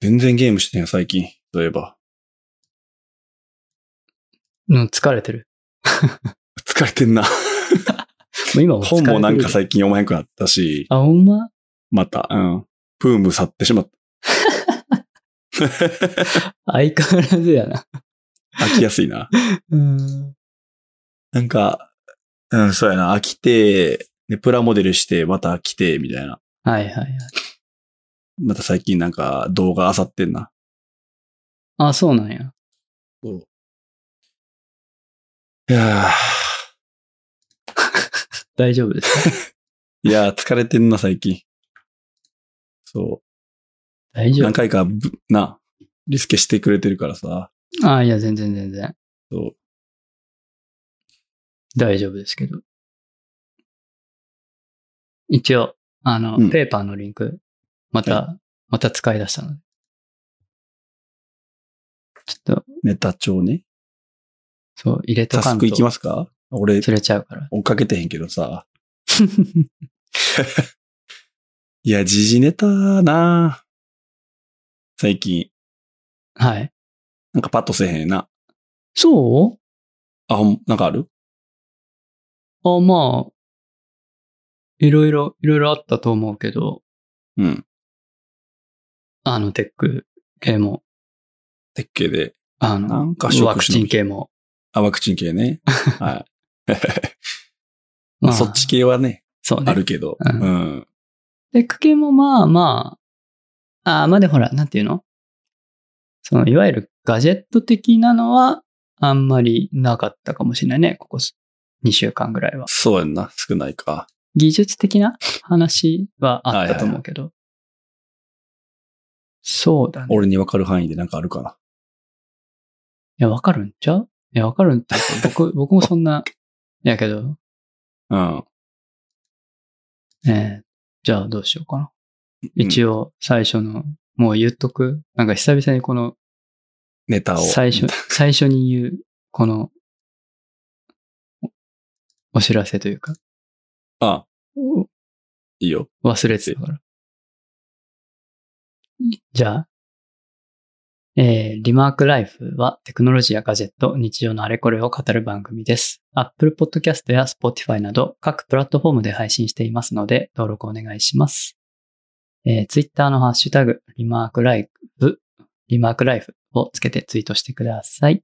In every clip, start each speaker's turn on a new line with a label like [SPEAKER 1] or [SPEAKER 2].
[SPEAKER 1] 全然ゲームしてんや、最近。そういえば。
[SPEAKER 2] うん、疲れてる。
[SPEAKER 1] 疲れて んな。
[SPEAKER 2] もう今も疲れ
[SPEAKER 1] 本
[SPEAKER 2] てる
[SPEAKER 1] もなんか最近読まへんくなったし、
[SPEAKER 2] あ、ほんま
[SPEAKER 1] また、うん。ブーム去ってしまった。
[SPEAKER 2] 相変わらずやな。
[SPEAKER 1] 飽きやすいな。
[SPEAKER 2] うん。
[SPEAKER 1] なんか、うん、そうやな。飽きて、で、プラモデルして、また飽きて、みたいな。
[SPEAKER 2] はいはいはい。
[SPEAKER 1] また最近なんか動画あさってんな。
[SPEAKER 2] あ、そうなんや。
[SPEAKER 1] いや
[SPEAKER 2] 大丈 夫ですか
[SPEAKER 1] ー、いやー疲れてんな、最近。そ
[SPEAKER 2] 大
[SPEAKER 1] う。
[SPEAKER 2] 丈
[SPEAKER 1] 何回かぶ、な、リスケしてくれてるからさ。
[SPEAKER 2] 夫。あ、いや、全然全然。
[SPEAKER 1] そう。
[SPEAKER 2] 大丈夫ですけど。一応、あの、
[SPEAKER 1] うん
[SPEAKER 2] ペーパーのリンク、また、また使い出したので。ちょっと、
[SPEAKER 1] ネタ帳ね。
[SPEAKER 2] そう、入れと
[SPEAKER 1] 早
[SPEAKER 2] かん
[SPEAKER 1] 速
[SPEAKER 2] と
[SPEAKER 1] 行きますか俺、
[SPEAKER 2] 釣れちゃうから。
[SPEAKER 1] 追っかけてへんけど さ。いや、時事ネタな最近。
[SPEAKER 2] はい。
[SPEAKER 1] なんかパッとせえへんな。
[SPEAKER 2] そう
[SPEAKER 1] あ、ほん、なんかある
[SPEAKER 2] あ、まあ、いろいろ、いろいろあったと思うけど、
[SPEAKER 1] うん。
[SPEAKER 2] あの、テック系も、
[SPEAKER 1] 鉄系で。
[SPEAKER 2] あの、
[SPEAKER 1] なんか
[SPEAKER 2] ワクチン系も。
[SPEAKER 1] あ、ワクチン系ね。はい。
[SPEAKER 2] まあ
[SPEAKER 1] そっち。系はね、
[SPEAKER 2] そうね。
[SPEAKER 1] あるけど。
[SPEAKER 2] うん
[SPEAKER 1] うん。
[SPEAKER 2] テック系もまあまあ、あーまあでほら、なんていうのその、いわゆるガジェット的なのは、あんまりなかったかもしれないね。ここ2週間ぐらいは。
[SPEAKER 1] そうやんな。少ないか。
[SPEAKER 2] 技術的な話はあったと思うけど。そうだね。
[SPEAKER 1] 俺に分かる範囲でなんかあるかな。
[SPEAKER 2] いや、わかるんちゃういや、わかるんちゃう僕、僕もそんな、やけど、
[SPEAKER 1] うん。
[SPEAKER 2] えーじゃあどうしようかな。一
[SPEAKER 1] 応。
[SPEAKER 2] 応、最初の、もう言っとく。なんか久々にこの、
[SPEAKER 1] ネタを。
[SPEAKER 2] 最初。、最初に言う、この、おお知らせというか、
[SPEAKER 1] あ、
[SPEAKER 2] お
[SPEAKER 1] い いよ。
[SPEAKER 2] 忘れてたから。じゃあ、えーリマークライフはテクノロジーやガジェット、日常のあれこれを語る番組です。Apple Podcast や Spotify など各プラットフォームで配信していますので登録お願いします。えー Twitter のハッシュタグ、リマークライフ、リマークライフをつけてツイートしてください。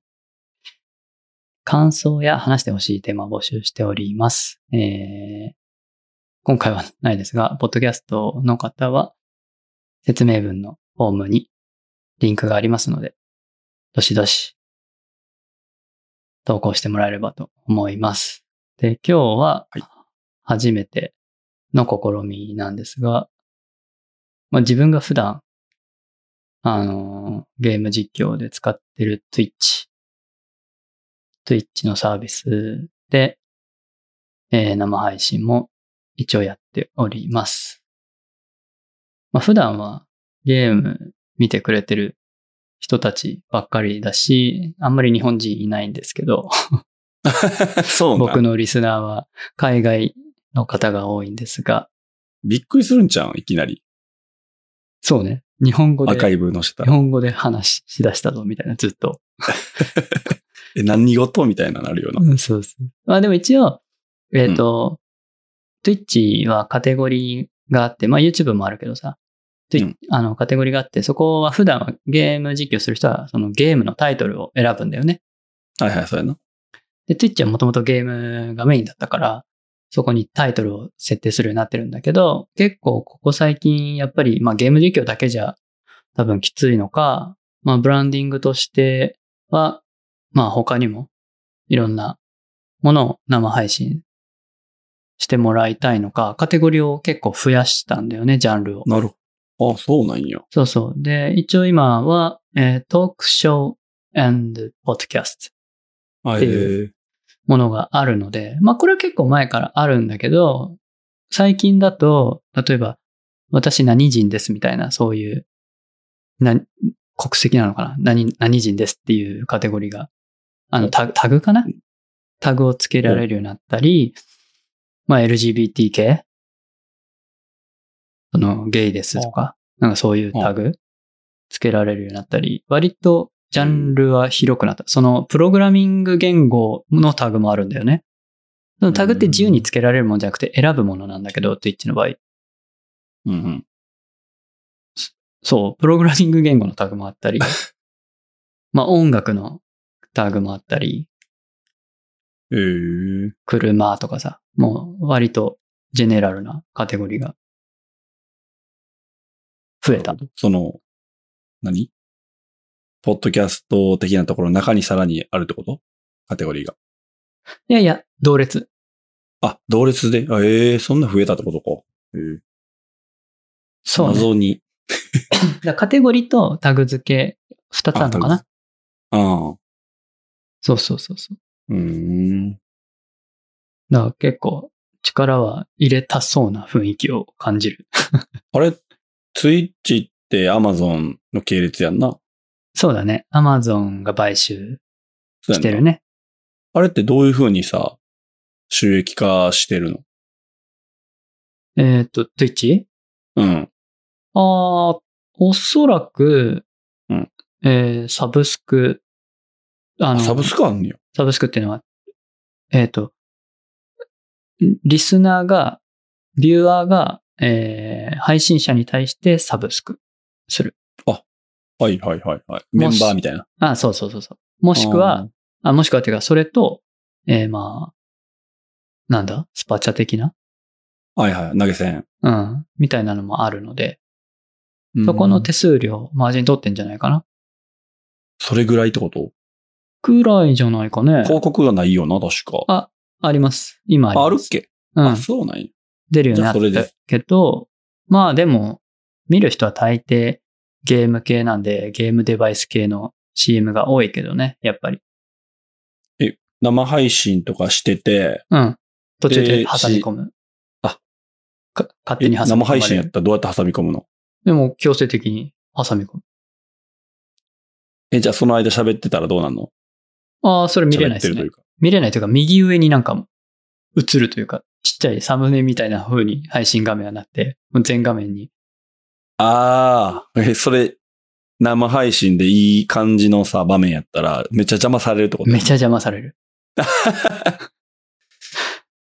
[SPEAKER 2] 感想や話してほしいテーマを募集しております。えー今回はないですが、ポッドキャストの方は、説明文のフォームにリンクがありますので、どしどし、投稿してもらえればと思います。で、今日は
[SPEAKER 1] はい、
[SPEAKER 2] 初めての試みなんですが、まあ、自分が普段、あのー、ゲーム実況で使ってる Twitch、Twitch のサービスで、えー生配信も一応やっております。まあ、普段はゲーム見てくれてる人たちばっかりだし、あんまり日本人いないんですけど、
[SPEAKER 1] そうな
[SPEAKER 2] 僕
[SPEAKER 1] の。
[SPEAKER 2] のリスナーは海外の方が多いんですが、
[SPEAKER 1] びっくりするんちゃうんいきなり。
[SPEAKER 2] そうね、日本語
[SPEAKER 1] アーカ
[SPEAKER 2] で、
[SPEAKER 1] イブ載せた
[SPEAKER 2] 日
[SPEAKER 1] ら。
[SPEAKER 2] 本語で話し出したぞみたいな、ずっと。
[SPEAKER 1] え、何事みたいななるよな。
[SPEAKER 2] うん、そうそう。まあでも一応、えっ、と、Twitch はカテゴリーがあって、まあ YouTube もあるけどさ、Twitch
[SPEAKER 1] うん
[SPEAKER 2] あのカテゴリーがあって、そこは普段はゲーム実況する人はそのゲームのタイトルを選ぶんだよね。
[SPEAKER 1] はいはい、そうやな。
[SPEAKER 2] で、Twitch はもともとゲームがメインだったから、そこにタイトルを設定するようになってるんだけど、結構ここ最近やっぱり、まあゲーム実況だけじゃ多分きついのか、まあブランディングとしては、まあ他にもいろんなものを生配信してもらいたいのか、カテゴリーを結構増やしたんだよね、ジャンルを。
[SPEAKER 1] なるほど。あ、そうなんや。
[SPEAKER 2] そうそう。で、一応今は、えートークショー and podcast
[SPEAKER 1] あ
[SPEAKER 2] ってい
[SPEAKER 1] えー
[SPEAKER 2] ものがあるので、まあこれは結構前からあるんだけど、最近だと、例えば、私何人ですみたいな、そういう、な、国籍なのかな何、何人ですっていうカテゴリーが、あの、タグタグかなタグをつけられるようになったり、まあ LGBT 系その、ゲイですとか、なんかそういうタグつけられるようになったり、割とジャンルは広くなった。そのプログラミング言語のタグもあるんだよね。そのタグって自由につけられるものじゃなくて選ぶものなんだけど、Twitch の場合。
[SPEAKER 1] うんうん。
[SPEAKER 2] そう、プログラミング言語のタグもあった り、まあ音楽のタグもあったり、
[SPEAKER 1] えー、
[SPEAKER 2] 車とかさ、もう割とジェネラルなカテゴリーが増えた。
[SPEAKER 1] その、何ポッドキャスト的なところの中にさらにあるってことカテゴリーが。
[SPEAKER 2] いやいや、同列。
[SPEAKER 1] あ、同列で。あええそんな増えたってことか。えー
[SPEAKER 2] そう、ね。
[SPEAKER 1] 謎に。
[SPEAKER 2] だからカテゴリーとタグ付け二つあるのかな
[SPEAKER 1] ああ。
[SPEAKER 2] そうそうそうそう。
[SPEAKER 1] うーん。
[SPEAKER 2] だから結構力は入れたそうな雰囲気を感じる。
[SPEAKER 1] あれ、ツイッチって Amazon の系列やんな。
[SPEAKER 2] そうだね。アマゾンが買収
[SPEAKER 1] そうやんな
[SPEAKER 2] してるね。
[SPEAKER 1] あれってどういう風にさ、収益化してるの
[SPEAKER 2] えーっと、Twitch?
[SPEAKER 1] うん。
[SPEAKER 2] あーおそらく、
[SPEAKER 1] うん
[SPEAKER 2] えーサブスク、あ
[SPEAKER 1] あ
[SPEAKER 2] の、
[SPEAKER 1] サブスクあんねや。
[SPEAKER 2] サブスクっていうのは、えっ、と、リスナーが、ビューアーが、えー配信者に対してサブスクする。
[SPEAKER 1] はいはいはいはい。メ
[SPEAKER 2] も
[SPEAKER 1] ン
[SPEAKER 2] し
[SPEAKER 1] バーみたいな。
[SPEAKER 2] あ、そうそうそうそう。もしくは、あもしくはっていうか、それと、えーまあ、なんだ、スパチャ的な
[SPEAKER 1] あー、はいはい。投げ銭。
[SPEAKER 2] うん。みたいなのもあるので、そこの
[SPEAKER 1] 手、
[SPEAKER 2] 手数料、マージン取ってんじゃないかな。
[SPEAKER 1] それぐらいってこと
[SPEAKER 2] くらいじゃないかね。
[SPEAKER 1] 広告がないよな、確か。
[SPEAKER 2] ああります。今ありま
[SPEAKER 1] あ
[SPEAKER 2] す。
[SPEAKER 1] あるっけ、
[SPEAKER 2] うん
[SPEAKER 1] あ、。そうなんや。
[SPEAKER 2] 出るようになっ
[SPEAKER 1] じゃあそれ
[SPEAKER 2] たけど、まあでも、見る人は大抵ゲーム系なんで、ゲームデバイス系の CM が多いけどね、やっぱり。
[SPEAKER 1] 生配信とかしてて、
[SPEAKER 2] うん。途中
[SPEAKER 1] え
[SPEAKER 2] で
[SPEAKER 1] ーし
[SPEAKER 2] 挟み込む。
[SPEAKER 1] あ
[SPEAKER 2] か、勝
[SPEAKER 1] え
[SPEAKER 2] 手に挟み込む。
[SPEAKER 1] 生配信やったらどうやって挟み込むの
[SPEAKER 2] でも強制的に挟み込む。
[SPEAKER 1] え、じゃあその間喋ってたらどうなんの
[SPEAKER 2] ああ、それ見れないで
[SPEAKER 1] 喋っ
[SPEAKER 2] す
[SPEAKER 1] て
[SPEAKER 2] ね
[SPEAKER 1] る。というか。
[SPEAKER 2] 見れないというか、右上になんか映るというか、ちっちゃいサムネみたいな風に配信画面はなって、もう全画面に。
[SPEAKER 1] ああ、え、それ、生配信でいい感じのさ、場面やったら、めっちゃ邪魔されるってこと
[SPEAKER 2] めちゃ邪魔される。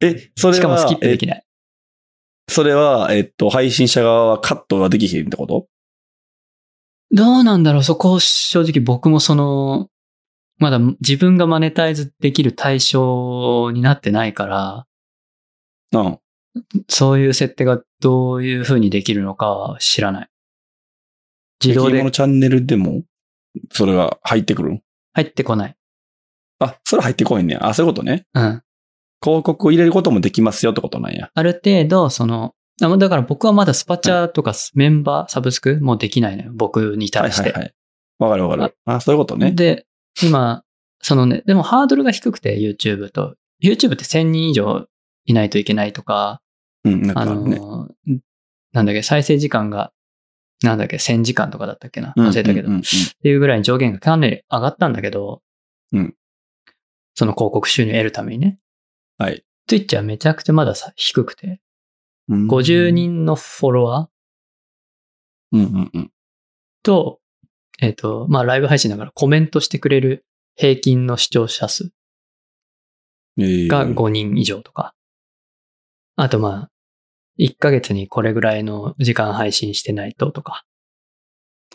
[SPEAKER 1] え、それは、
[SPEAKER 2] しかもスキップできない。
[SPEAKER 1] えそれは、えっと、配信者側はカットはできひんってこと
[SPEAKER 2] どうなんだろうそこ正直僕もその、まだ自分がマネタイズできる対象になってないから、
[SPEAKER 1] うん。
[SPEAKER 2] そういう設定がどういう風にできるのかは知らない。自動
[SPEAKER 1] 焼き芋
[SPEAKER 2] で
[SPEAKER 1] のチャンネルでも、それが入ってくるん
[SPEAKER 2] 入ってこない。
[SPEAKER 1] あ、それ入ってこいねん。あ、そういうことね。
[SPEAKER 2] うん。
[SPEAKER 1] 広告を入れることもできますよってことなんや。
[SPEAKER 2] ある程度、その、あだから僕はまだスパチャとかメンバー、サブスクもできないのよ。僕
[SPEAKER 1] は
[SPEAKER 2] に
[SPEAKER 1] い
[SPEAKER 2] 対し
[SPEAKER 1] は
[SPEAKER 2] て。
[SPEAKER 1] いはい。わかるわかる。あ、そういうことね。
[SPEAKER 2] で、今、そのね、でもハードルが低くて YouTube と。YouTube って1000人以上いないといけないとか、
[SPEAKER 1] うん、なん
[SPEAKER 2] あ
[SPEAKER 1] かね。
[SPEAKER 2] のー、なんだっけ、再生時間が、なんだっけ、1000時間とかだったっけな。
[SPEAKER 1] うん
[SPEAKER 2] 忘れたけど。
[SPEAKER 1] うんう
[SPEAKER 2] っ
[SPEAKER 1] ん
[SPEAKER 2] ていうぐらいに上限がかなり上がったんだけど、
[SPEAKER 1] うん
[SPEAKER 2] その広告収入を得るためにね。
[SPEAKER 1] はい。
[SPEAKER 2] Twitch はめちゃくちゃまださ低くて、
[SPEAKER 1] うん
[SPEAKER 2] 50。人のフォロワー
[SPEAKER 1] うんうんうん。
[SPEAKER 2] と、えっ、と、まあライブ配信だからコメントしてくれる平均の視聴者数
[SPEAKER 1] えー
[SPEAKER 2] が5人以上とか。あとまあ、1ヶ月にこれぐらいの時間配信してないととか。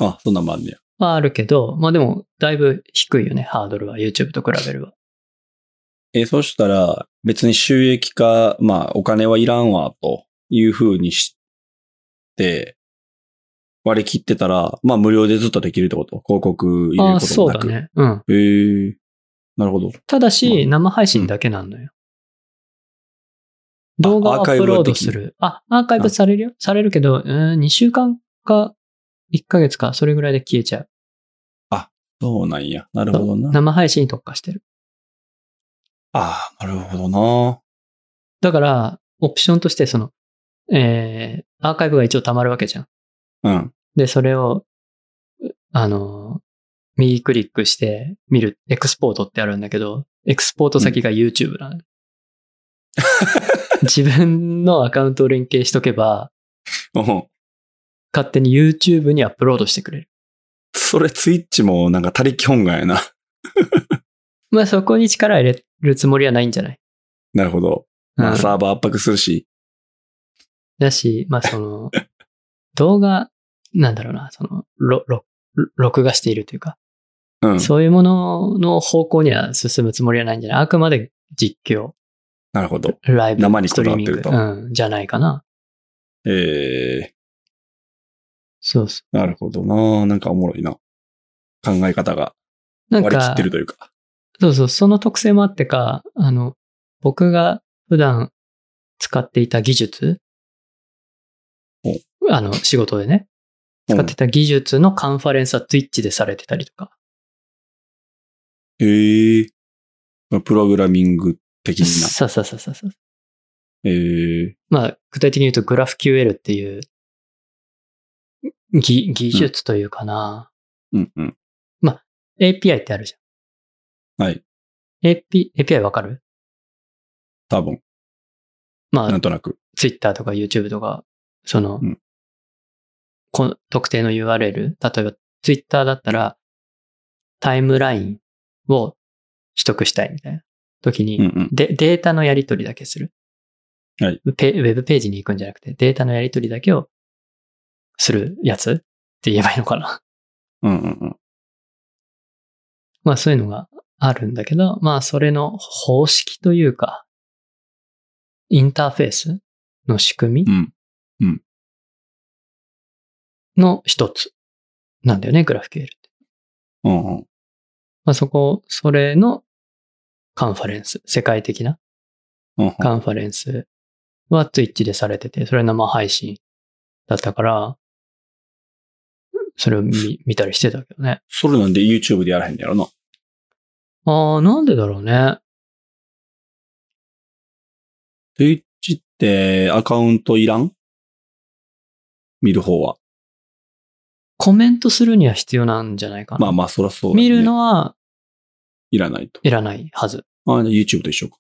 [SPEAKER 1] あ、そんなんもあんねや。
[SPEAKER 2] はあるけど、まあでも、だいぶ低いよね、ハードルは、YouTube と比べれば。
[SPEAKER 1] えーそしたら、別に収益化、まあ、お金はいらんわ、という風にして、割り切ってたら、まあ、無料でずっとできるってこと広告入れる
[SPEAKER 2] ああ、
[SPEAKER 1] こと
[SPEAKER 2] そ
[SPEAKER 1] も
[SPEAKER 2] う
[SPEAKER 1] な
[SPEAKER 2] だ
[SPEAKER 1] く。
[SPEAKER 2] ね。うん。
[SPEAKER 1] へえなるほど。
[SPEAKER 2] ただし、
[SPEAKER 1] う
[SPEAKER 2] 生配信だけなんのよ。
[SPEAKER 1] あ
[SPEAKER 2] 動画を
[SPEAKER 1] ア
[SPEAKER 2] ア
[SPEAKER 1] ーカイ
[SPEAKER 2] ッ
[SPEAKER 1] ブ
[SPEAKER 2] プ
[SPEAKER 1] は
[SPEAKER 2] ロー
[SPEAKER 1] で
[SPEAKER 2] ド
[SPEAKER 1] き
[SPEAKER 2] する。あ、アーカイブされるよ。されるけど、うーん、2週間か、1ヶ月か、それぐらいで消えちゃう。
[SPEAKER 1] そうなんや。なるほどな。
[SPEAKER 2] 生配信に特化してる。
[SPEAKER 1] ああ、なるほどな。
[SPEAKER 2] だから、オプションとして、その、えー、アーカイブが一応溜まるわけじゃん。
[SPEAKER 1] うん。
[SPEAKER 2] で、それを、あの、右クリックして見る、エクスポートってあるんだけど、エクスポート先が YouTube なの。 自分のアカウントを連携しとけば、
[SPEAKER 1] うん
[SPEAKER 2] 勝手に YouTube にアップロードしてくれる。
[SPEAKER 1] それツイッチもなんか他力本願やな。
[SPEAKER 2] まあそこに力入れるつもりはないんじゃない
[SPEAKER 1] なるほど。まあ、サーバー圧迫するし。
[SPEAKER 2] だし、まあ その、動画、なんだろうな、その、ろろ録画しているというか、
[SPEAKER 1] うん。
[SPEAKER 2] そういうものの方向には進むつもりはないんじゃないあくまで実況、
[SPEAKER 1] なるほど。
[SPEAKER 2] ライブ、
[SPEAKER 1] 生に
[SPEAKER 2] スト
[SPEAKER 1] こ
[SPEAKER 2] リ
[SPEAKER 1] だ
[SPEAKER 2] ー
[SPEAKER 1] わっ
[SPEAKER 2] ミ
[SPEAKER 1] て
[SPEAKER 2] ン
[SPEAKER 1] る
[SPEAKER 2] グ
[SPEAKER 1] と、
[SPEAKER 2] うん、じゃないかな。
[SPEAKER 1] え
[SPEAKER 2] そうそ
[SPEAKER 1] ー、なるほどな。なんかおもろいな。考え方が
[SPEAKER 2] う。なん
[SPEAKER 1] 割り切
[SPEAKER 2] か
[SPEAKER 1] って、るというか。
[SPEAKER 2] そうそう、その特性もあってか、あの、僕が普段使っていた技術
[SPEAKER 1] お、
[SPEAKER 2] あの、仕事でね、使ってた技術のカンファレンスは Twitch でされてたりとか、
[SPEAKER 1] えー、まあプログラミング的な。
[SPEAKER 2] さささささ。
[SPEAKER 1] えー、
[SPEAKER 2] まあ、具体的に言うと GraphQL っていう、技、技術というかな、
[SPEAKER 1] うんうん。
[SPEAKER 2] API ってあるじゃん。
[SPEAKER 1] はい。
[SPEAKER 2] AP、API わかる
[SPEAKER 1] 多分、
[SPEAKER 2] ま
[SPEAKER 1] な
[SPEAKER 2] あ
[SPEAKER 1] ん、となく。
[SPEAKER 2] Twitter とか YouTube とか、その、
[SPEAKER 1] うん
[SPEAKER 2] この特定の URL、例えば Twitter だったら、タイムラインを取得したいみたいな時に、
[SPEAKER 1] うんうん。
[SPEAKER 2] で、データのやり取りだけする。
[SPEAKER 1] はい
[SPEAKER 2] ペ。ウェブページに行くんじゃなくて、データのやり取りだけをするやつって言えばいいのかな。
[SPEAKER 1] うんうんうん。
[SPEAKER 2] まあそういうのがあるんだけど、まあそれの方式というか、インターフェースの仕組
[SPEAKER 1] う
[SPEAKER 2] み
[SPEAKER 1] ん
[SPEAKER 2] の一つなんだよね、グラフ QL って。
[SPEAKER 1] うんうん。
[SPEAKER 2] まあそこ、それのカンファレンス、世界的な
[SPEAKER 1] うんうん
[SPEAKER 2] カンファレンスは Twitch でされてて、それ生配信だったから、それ を見見たりしてたけどね。
[SPEAKER 1] それなんで YouTube でやらへんのやろな。
[SPEAKER 2] ああ、なんでだろうね。
[SPEAKER 1] Twitch ってアカウントいらん見る方は。
[SPEAKER 2] コメントするには必要なんじゃないかな。
[SPEAKER 1] まあまあ、そらそう、
[SPEAKER 2] 見るのはい
[SPEAKER 1] らないと。
[SPEAKER 2] いらないはず。
[SPEAKER 1] あ、YouTube と一緒か。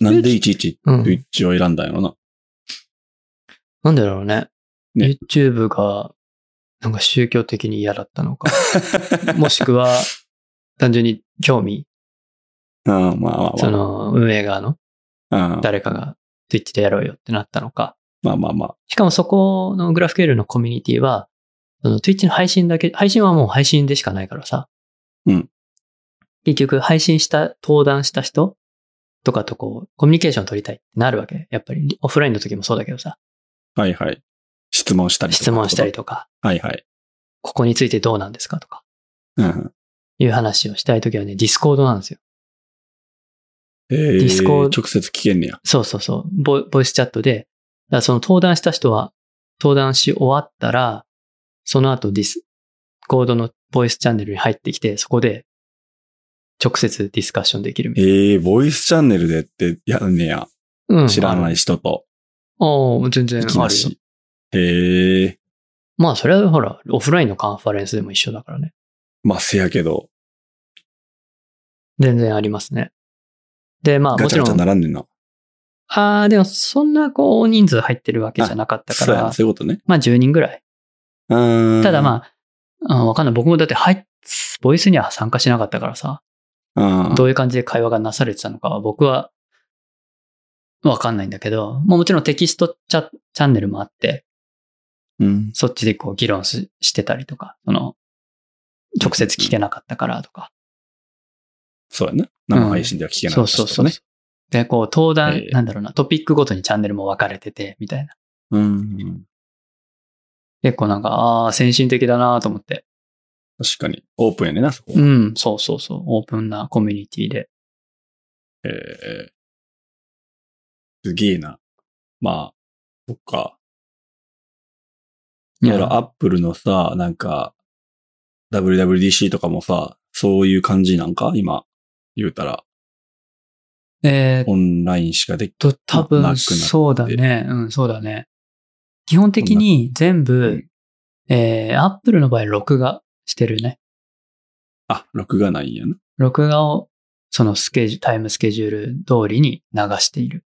[SPEAKER 1] なんでいちいち
[SPEAKER 2] うん。
[SPEAKER 1] Twitch を選んだんやろな。
[SPEAKER 2] なんでだろうね。
[SPEAKER 1] ね
[SPEAKER 2] YouTube が、なんか宗教的に嫌だった のか。もしくは、単純に興味、
[SPEAKER 1] うん、まあまあ
[SPEAKER 2] そ
[SPEAKER 1] ま
[SPEAKER 2] の運営側の
[SPEAKER 1] あ。うん
[SPEAKER 2] 誰かが Twitch でやろうよってなったのか。
[SPEAKER 1] まあまあまあ。
[SPEAKER 2] しかもそこのグラフ q l のコミュニティは、その Twitch の配信だけ、配信はもう配信でしかないからさ。
[SPEAKER 1] うん。
[SPEAKER 2] 結局、配信した、登壇した人とかとこう、コミュニケーション取りたいってなるわけ。やっぱり、オフラインの時もそうだけどさ、
[SPEAKER 1] はいはい。質問したりとか。
[SPEAKER 2] 質問したり。とか、
[SPEAKER 1] はいはい。
[SPEAKER 2] ここについてどうなんですかとか、
[SPEAKER 1] うん。
[SPEAKER 2] いう話をしたい時はね、ディスコードなんですよ。
[SPEAKER 1] え
[SPEAKER 2] ィスコード
[SPEAKER 1] 直接聞けんねや。
[SPEAKER 2] そうそうそう、ボイボイスチャットで、だからその登壇した人は、登壇し終わったら、その後ディスコードのボイスチャンネルに入ってきて、そこで直接ディスカッションできるみたい
[SPEAKER 1] ええボイスチャンネルでってやんねや。
[SPEAKER 2] な。うん。
[SPEAKER 1] 知らないい人と
[SPEAKER 2] ああ、全然
[SPEAKER 1] 行き
[SPEAKER 2] あ
[SPEAKER 1] ま
[SPEAKER 2] るよ。
[SPEAKER 1] し。ええ
[SPEAKER 2] まあ、それはほら、オフラインのカンファレンスでも一緒だからね。
[SPEAKER 1] まあせやけど、
[SPEAKER 2] 全然ありますね。で、まあ、も
[SPEAKER 1] ガチ
[SPEAKER 2] ち
[SPEAKER 1] ャガ
[SPEAKER 2] ろ
[SPEAKER 1] チャ
[SPEAKER 2] ん、
[SPEAKER 1] ならんねんな。
[SPEAKER 2] ああ、でも、そんな、こう、大人数入ってるわけじゃなかったか
[SPEAKER 1] そうや
[SPEAKER 2] ら
[SPEAKER 1] な、、そういうことね。
[SPEAKER 2] まあ、10人ぐらい。
[SPEAKER 1] うん。
[SPEAKER 2] ただまあ、うんわかんない。僕もだって、はい、ボイスには参加しなかったからさ、
[SPEAKER 1] あ、うん。
[SPEAKER 2] どういう感じで会話がなされてたのかは僕はわかんないんだけど、まあもちろんテキストチャチャンネルもあって、
[SPEAKER 1] うん。
[SPEAKER 2] そっちでこう議論ししてたりとか、その、直接聞けなかったからとか。
[SPEAKER 1] そうやな。生配信では聞けなかっ
[SPEAKER 2] そう
[SPEAKER 1] た
[SPEAKER 2] そう
[SPEAKER 1] 人と
[SPEAKER 2] そう
[SPEAKER 1] ね。。
[SPEAKER 2] で、こう登壇、
[SPEAKER 1] ええ
[SPEAKER 2] なんだろうな、トピックごとにチャンネルも分かれてて、みたいな。
[SPEAKER 1] うん。
[SPEAKER 2] 結構なんか、ああ、先進的だなと思って。
[SPEAKER 1] 確かに。オープンやねんな、そこは。
[SPEAKER 2] うん、そうそうそう。オープンなコミュニティで。
[SPEAKER 1] えーすげえな。まあ、そっか。
[SPEAKER 2] い
[SPEAKER 1] だから、アップルのさ、なんか、WWDC とかもさ、そういう感じなんか今、言うたら、
[SPEAKER 2] えー
[SPEAKER 1] オンラインしかでき、
[SPEAKER 2] と、多
[SPEAKER 1] なくな
[SPEAKER 2] 分、
[SPEAKER 1] って
[SPEAKER 2] そうだね。うん、そうだね。基本的に全部、えー、Apple の場合、録画してるね。
[SPEAKER 1] あ、録画ないんやな。
[SPEAKER 2] 録画を、そのスケジュタイムスケジュール通りに流している。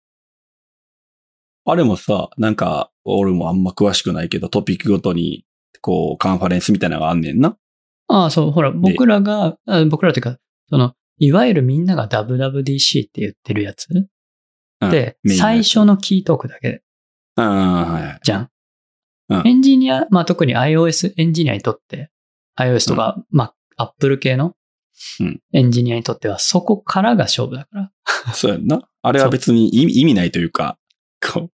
[SPEAKER 1] あれもさ、なんか、俺もあんま詳しくないけど、トピックごとにこう、カンファレンスみたいなのがあんねんな。
[SPEAKER 2] ああ、そう、ほら、僕らが、あ僕らというか、その、いわゆるみんなが WWDC って言ってるやつ
[SPEAKER 1] うん
[SPEAKER 2] で、
[SPEAKER 1] メインの
[SPEAKER 2] 最初のキートークだけ
[SPEAKER 1] うん、はい。
[SPEAKER 2] じゃん。
[SPEAKER 1] うん
[SPEAKER 2] エンジニア、まあ特に iOS エンジニアにとって、iOS とか、まあ Apple 系の
[SPEAKER 1] うん
[SPEAKER 2] エンジニアにとっては、そこからが勝負だから。
[SPEAKER 1] そうやんな。あれは別に意味意味ないというか、こ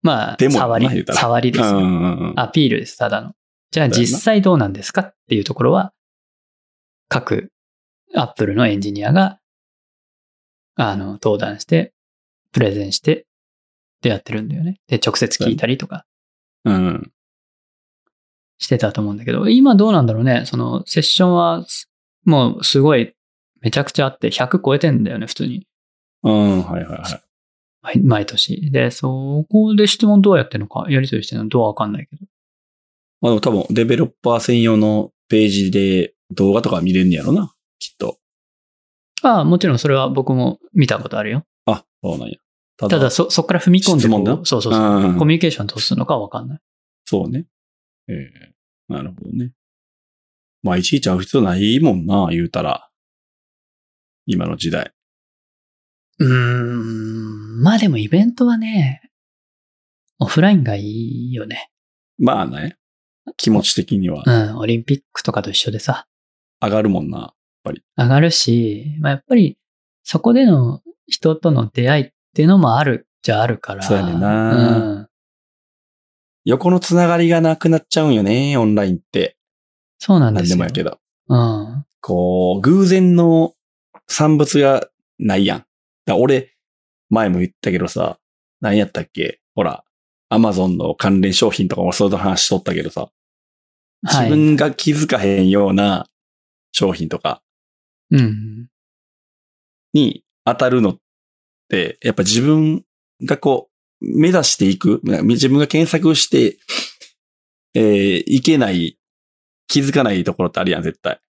[SPEAKER 2] まあ、
[SPEAKER 1] でも
[SPEAKER 2] 触
[SPEAKER 1] まあ言
[SPEAKER 2] り
[SPEAKER 1] う、たら
[SPEAKER 2] 触りで
[SPEAKER 1] う。う
[SPEAKER 2] す
[SPEAKER 1] ん
[SPEAKER 2] よ、
[SPEAKER 1] うんうん。
[SPEAKER 2] アピールです、ただの。じゃあ
[SPEAKER 1] そうだよな
[SPEAKER 2] 実際どうなんですかっていうところは、各 Apple のエンジニアが、あの、登壇して、プレゼンして、でやってるんだよね。で、直接聞いたりとか
[SPEAKER 1] うん。
[SPEAKER 2] してたと思うんだけど、今どうなんだろうね。その、セッションはす、もうすごい、めちゃくちゃあって、100超えてんだよね、普通に。
[SPEAKER 1] うん、はいはいはい。
[SPEAKER 2] 毎毎年。で、そこで質問どうやってんのか、やりとりしてるのどうわかんないけど。
[SPEAKER 1] まあでも多分、デベロッパー専用のページで動画とか見れんねやろな。きっと。
[SPEAKER 2] ああ、もちろんそれは僕も見たことあるよ。
[SPEAKER 1] あ、そうなんや。た
[SPEAKER 2] ただ、そ、そこから踏み込んで
[SPEAKER 1] 質
[SPEAKER 2] こう
[SPEAKER 1] 問な
[SPEAKER 2] そうそうそう。
[SPEAKER 1] うん
[SPEAKER 2] コミュニケーションどうするのかわかんない。
[SPEAKER 1] そうね。ええなるほどね。まあ、いちいち会う必要ないもんな、言うたら。今の時代。
[SPEAKER 2] うーん。まあでもイベントはね、オフラインがいいよね。
[SPEAKER 1] まあね。気持ち的には
[SPEAKER 2] うん。オリンピックとかと一緒でさ、
[SPEAKER 1] 上がるもんな。
[SPEAKER 2] 上がるし、まあやっぱりそこでの人との出会いっていうのもあるじゃあるから。
[SPEAKER 1] そうやねんな
[SPEAKER 2] うん。
[SPEAKER 1] 横のつながりがなくなっちゃうんよね、オンラインって。
[SPEAKER 2] そうなんで
[SPEAKER 1] 何
[SPEAKER 2] す
[SPEAKER 1] で
[SPEAKER 2] よ。
[SPEAKER 1] もやけど。
[SPEAKER 2] うん。
[SPEAKER 1] こう、偶然の産物がないやん。だから俺、前も言ったけどさ、何やったっけほら、アマゾンの関連商品とかもそういう話しとったけどさ、
[SPEAKER 2] は
[SPEAKER 1] 自
[SPEAKER 2] い。
[SPEAKER 1] 分が気づかへんような商品とか
[SPEAKER 2] うん。
[SPEAKER 1] に当たるのって、やっぱ自分がこう、目指していく、自分が検索して、えーいけない、気づかないところってあるやん、絶対。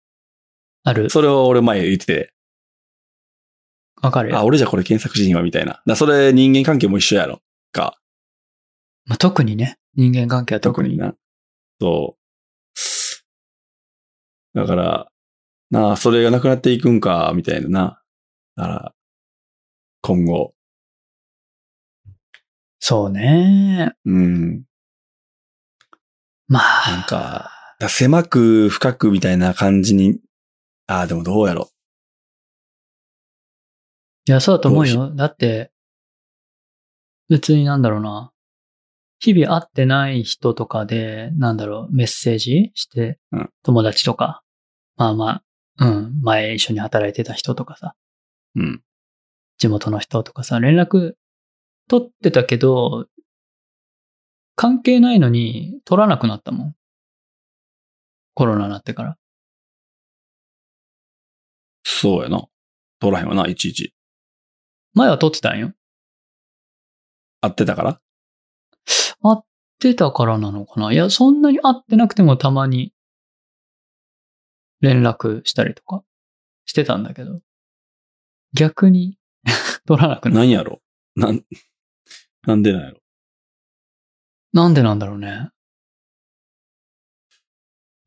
[SPEAKER 2] ある。
[SPEAKER 1] それを俺前言ってて、
[SPEAKER 2] わかる
[SPEAKER 1] あ、
[SPEAKER 2] よ。
[SPEAKER 1] 俺じゃこれ検索しひんわ、みたいな。だからそれ人間関係も一緒やろ。か。
[SPEAKER 2] まあ、特にね、人間関係は特に。
[SPEAKER 1] な。そう。だから、なあ、それがなくなっていくんか、みたいなな。だから、今後。
[SPEAKER 2] そうね。
[SPEAKER 1] うん。
[SPEAKER 2] まあ。
[SPEAKER 1] なんか、だ狭く、深くみたいな感じに、ああ、でもどうやろ
[SPEAKER 2] いや、そうだと思う
[SPEAKER 1] ど
[SPEAKER 2] よ。だって、別になんだろうな。日々会ってない人とかで、なんだろう、メッセージして、
[SPEAKER 1] うん
[SPEAKER 2] 友達とか、まあまあ、うん、前一緒に働いてた人とかさ、
[SPEAKER 1] う。うん。
[SPEAKER 2] 地元の人とかさ、連絡取ってたけど、関係ないのに取らなくなったもん。コロナになってから。
[SPEAKER 1] そうやな。取らへんわな、いちいち。
[SPEAKER 2] 前は取ってたんよ。
[SPEAKER 1] 合ってたから
[SPEAKER 2] 会ってたからなのかないや、そんなに会ってなくてもたまに連絡したりとかしてたんだけど、逆に 取らなくなる。
[SPEAKER 1] 何やろなん、なんでなんやろ
[SPEAKER 2] なんでなんだろうね。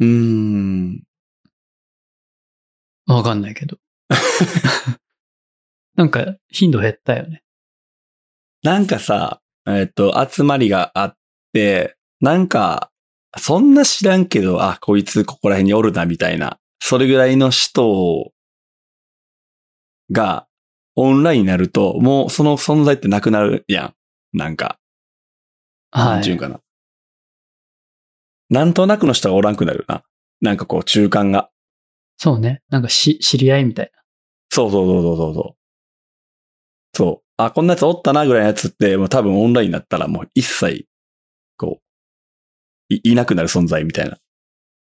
[SPEAKER 1] うーん。
[SPEAKER 2] わかんないけど。なんか頻度減ったよね。
[SPEAKER 1] なんかさ、えっ、と、集まりがあって、なんか、そんな知らんけど、あ、こいつここら辺におるな、みたいな。それぐらいの人が、オンラインになると、もうその存在ってなくなるやん。なんか、
[SPEAKER 2] は
[SPEAKER 1] なんちゅうん
[SPEAKER 2] い。
[SPEAKER 1] かな。なんとなくの人がおらんくなるな。なんかこう、中間が。
[SPEAKER 2] そうね。なんかし、知り合いみたい
[SPEAKER 1] そうそうそうそうそうそう。そう。あ、こんなやつおったなぐらいのやつって、もう多分オンラインになったらもう一切、こう、い、いなくなる存在みたいな。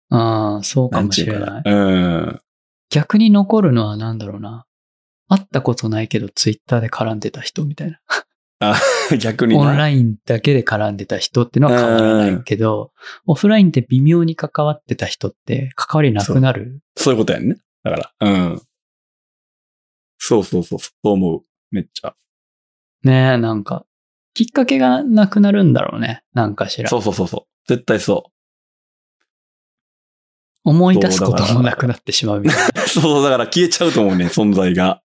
[SPEAKER 2] な。ああ、そうか
[SPEAKER 1] なん
[SPEAKER 2] も
[SPEAKER 1] ち
[SPEAKER 2] し
[SPEAKER 1] ゅう
[SPEAKER 2] れ
[SPEAKER 1] かな
[SPEAKER 2] な。。
[SPEAKER 1] いうん。
[SPEAKER 2] 逆に残るのはなんだろうな。会ったことないけどツイッターで絡んでた人みたいな。
[SPEAKER 1] 逆にな。
[SPEAKER 2] オンラインだけで絡んでた人ってのは変わらないけど、オフラインで微妙に関わってた人って関わりなくなる。
[SPEAKER 1] そういうことやんね。だから、うん。そうそうそう、そう思う。めっちゃ。
[SPEAKER 2] ねえ、なんか、きっかけがなくなるんだろうね。なんかしら。
[SPEAKER 1] そうそうそうそう。絶対そう。
[SPEAKER 2] 思い出すこともなくなってしまうみたいな。
[SPEAKER 1] そう、だから消えちゃうと思うね、存在が。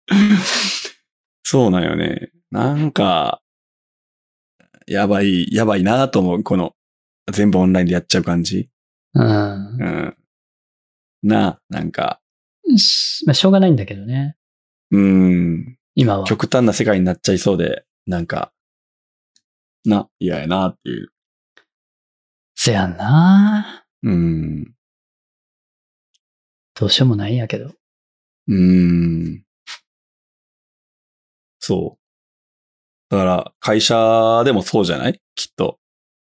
[SPEAKER 1] そうなんよね。なんか、やばい、やばいなと思う。この、全部オンラインでやっちゃう感じ。
[SPEAKER 2] うん
[SPEAKER 1] うん。なあ、なんか、
[SPEAKER 2] しまあ、しょうがないんだけどね。
[SPEAKER 1] うん、
[SPEAKER 2] 今は。
[SPEAKER 1] 極端な世界になっちゃいそうで、なんか、な、嫌やなっていう。
[SPEAKER 2] せやんな
[SPEAKER 1] うん、
[SPEAKER 2] どうしようもないんやけど。
[SPEAKER 1] うん。そう。だから、会社でもそうじゃないきっと。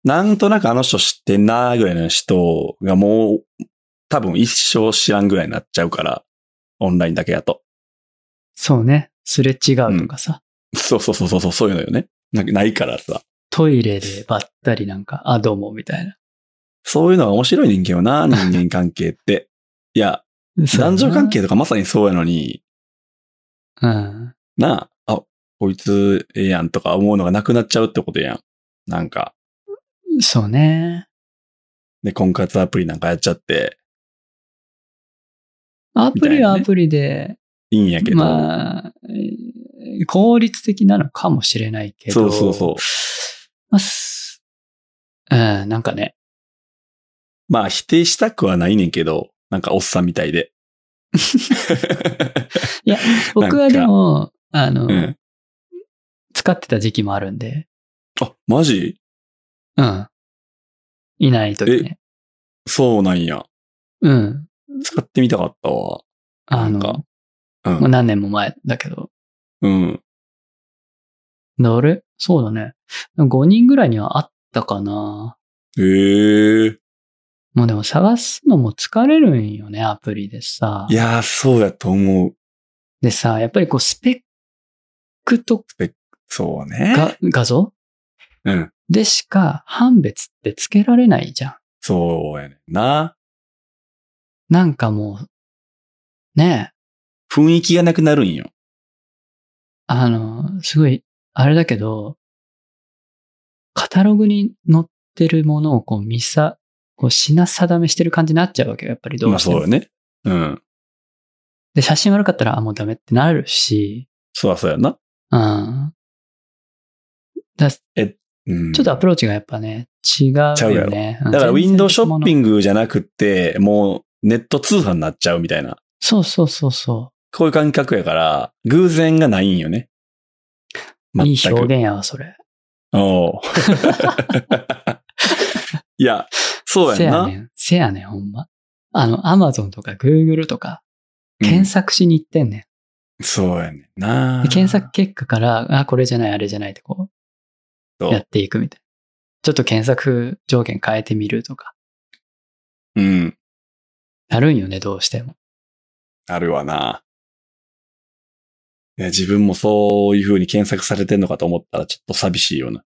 [SPEAKER 1] なんとなくあの人知ってんなーぐらいの人がもう、多分一生知らんぐらいになっちゃうから、オンラインだけやと。
[SPEAKER 2] そうね。すれ違うとかさ。
[SPEAKER 1] そうそうそうそう、そういうのよね。なんかないからさ。
[SPEAKER 2] トイレでばったりなんか、あ、どうも、みたいな。
[SPEAKER 1] そういうのが面白い人間よな、人間関係って。いや、
[SPEAKER 2] そ
[SPEAKER 1] 男
[SPEAKER 2] うやな
[SPEAKER 1] 女関係とかまさにそうやのに、
[SPEAKER 2] うん。
[SPEAKER 1] なあ、あ、こいつええやんとか思うのがなくなっちゃうってことやん。なんか、
[SPEAKER 2] そうね。
[SPEAKER 1] で、婚活アプリなんかやっちゃって、
[SPEAKER 2] アプリ
[SPEAKER 1] み
[SPEAKER 2] は
[SPEAKER 1] たいなね
[SPEAKER 2] アプリで、
[SPEAKER 1] いいんやけど。
[SPEAKER 2] まあ、えー効率的なのかもしれないけ
[SPEAKER 1] そ
[SPEAKER 2] ど。
[SPEAKER 1] うそうそう。
[SPEAKER 2] まあすうん、なんかね。
[SPEAKER 1] まあ、否定したくはないねんけど、なんかおっさんみたい で。
[SPEAKER 2] い や、僕はでも、あの、
[SPEAKER 1] うん。
[SPEAKER 2] 使ってた時期もあるんで、
[SPEAKER 1] あ、マジ
[SPEAKER 2] うん。いない時ね。
[SPEAKER 1] そうなんや。
[SPEAKER 2] うん。
[SPEAKER 1] 使ってみたかったわ。
[SPEAKER 2] あ
[SPEAKER 1] なん
[SPEAKER 2] の、
[SPEAKER 1] か
[SPEAKER 2] も
[SPEAKER 1] う。
[SPEAKER 2] うん何年も前だけど。
[SPEAKER 1] うん。
[SPEAKER 2] どれそうだね。5人ぐらいにはあったかな。
[SPEAKER 1] へえ。
[SPEAKER 2] もうでも探すのも疲れるんよね、アプリでさ
[SPEAKER 1] い。やー、そうやと思う。
[SPEAKER 2] でさ、やっぱりこうスペックと
[SPEAKER 1] そうね。
[SPEAKER 2] か画像
[SPEAKER 1] うん。
[SPEAKER 2] でしか判別ってつけられないじゃん。
[SPEAKER 1] そうやねんな。
[SPEAKER 2] なんかもう、ねえ、
[SPEAKER 1] 雰囲気がなくなるんよ。
[SPEAKER 2] あの、すごい、あれだけど、カタログに載ってるものをこう見さ、こう品定めしてる感じになっちゃうわけよ、やっぱりど
[SPEAKER 1] ま
[SPEAKER 2] う
[SPEAKER 1] あ
[SPEAKER 2] して
[SPEAKER 1] そう
[SPEAKER 2] も。
[SPEAKER 1] よね。うん。
[SPEAKER 2] で、写真悪かったら、あ、もうダメってなるし、
[SPEAKER 1] そうやそうやな。
[SPEAKER 2] うん。だち
[SPEAKER 1] うん。
[SPEAKER 2] ょっとアプローチがやっぱね、違う
[SPEAKER 1] ちゃうや
[SPEAKER 2] よ
[SPEAKER 1] ろ
[SPEAKER 2] ね。
[SPEAKER 1] だからウィンドウショッピ
[SPEAKER 2] グ。
[SPEAKER 1] ングじゃなくて、もうネット通販になっちゃうみたいな。
[SPEAKER 2] そうそうそうそ
[SPEAKER 1] こういう感覚やから、偶然がないんよね。
[SPEAKER 2] う。いい
[SPEAKER 1] 全く
[SPEAKER 2] 表現やわ、それ。
[SPEAKER 1] おういや、そうやんな。
[SPEAKER 2] せやねん。せやねん、ほんま。あの、アマゾンとかグーグルとか、
[SPEAKER 1] うん
[SPEAKER 2] 検索しに行ってんねん。
[SPEAKER 1] そうやねんな
[SPEAKER 2] で。検索結果から、あ、これじゃない、あれじゃないってこ
[SPEAKER 1] そう
[SPEAKER 2] う、やっていくみたいな。ちょっと検索条件変えてみるとか、
[SPEAKER 1] うん。
[SPEAKER 2] なるんよね、どうしても。
[SPEAKER 1] あるわな。いや、自分もそういう風に検索されてんのかと思ったらちょっと寂しい ような。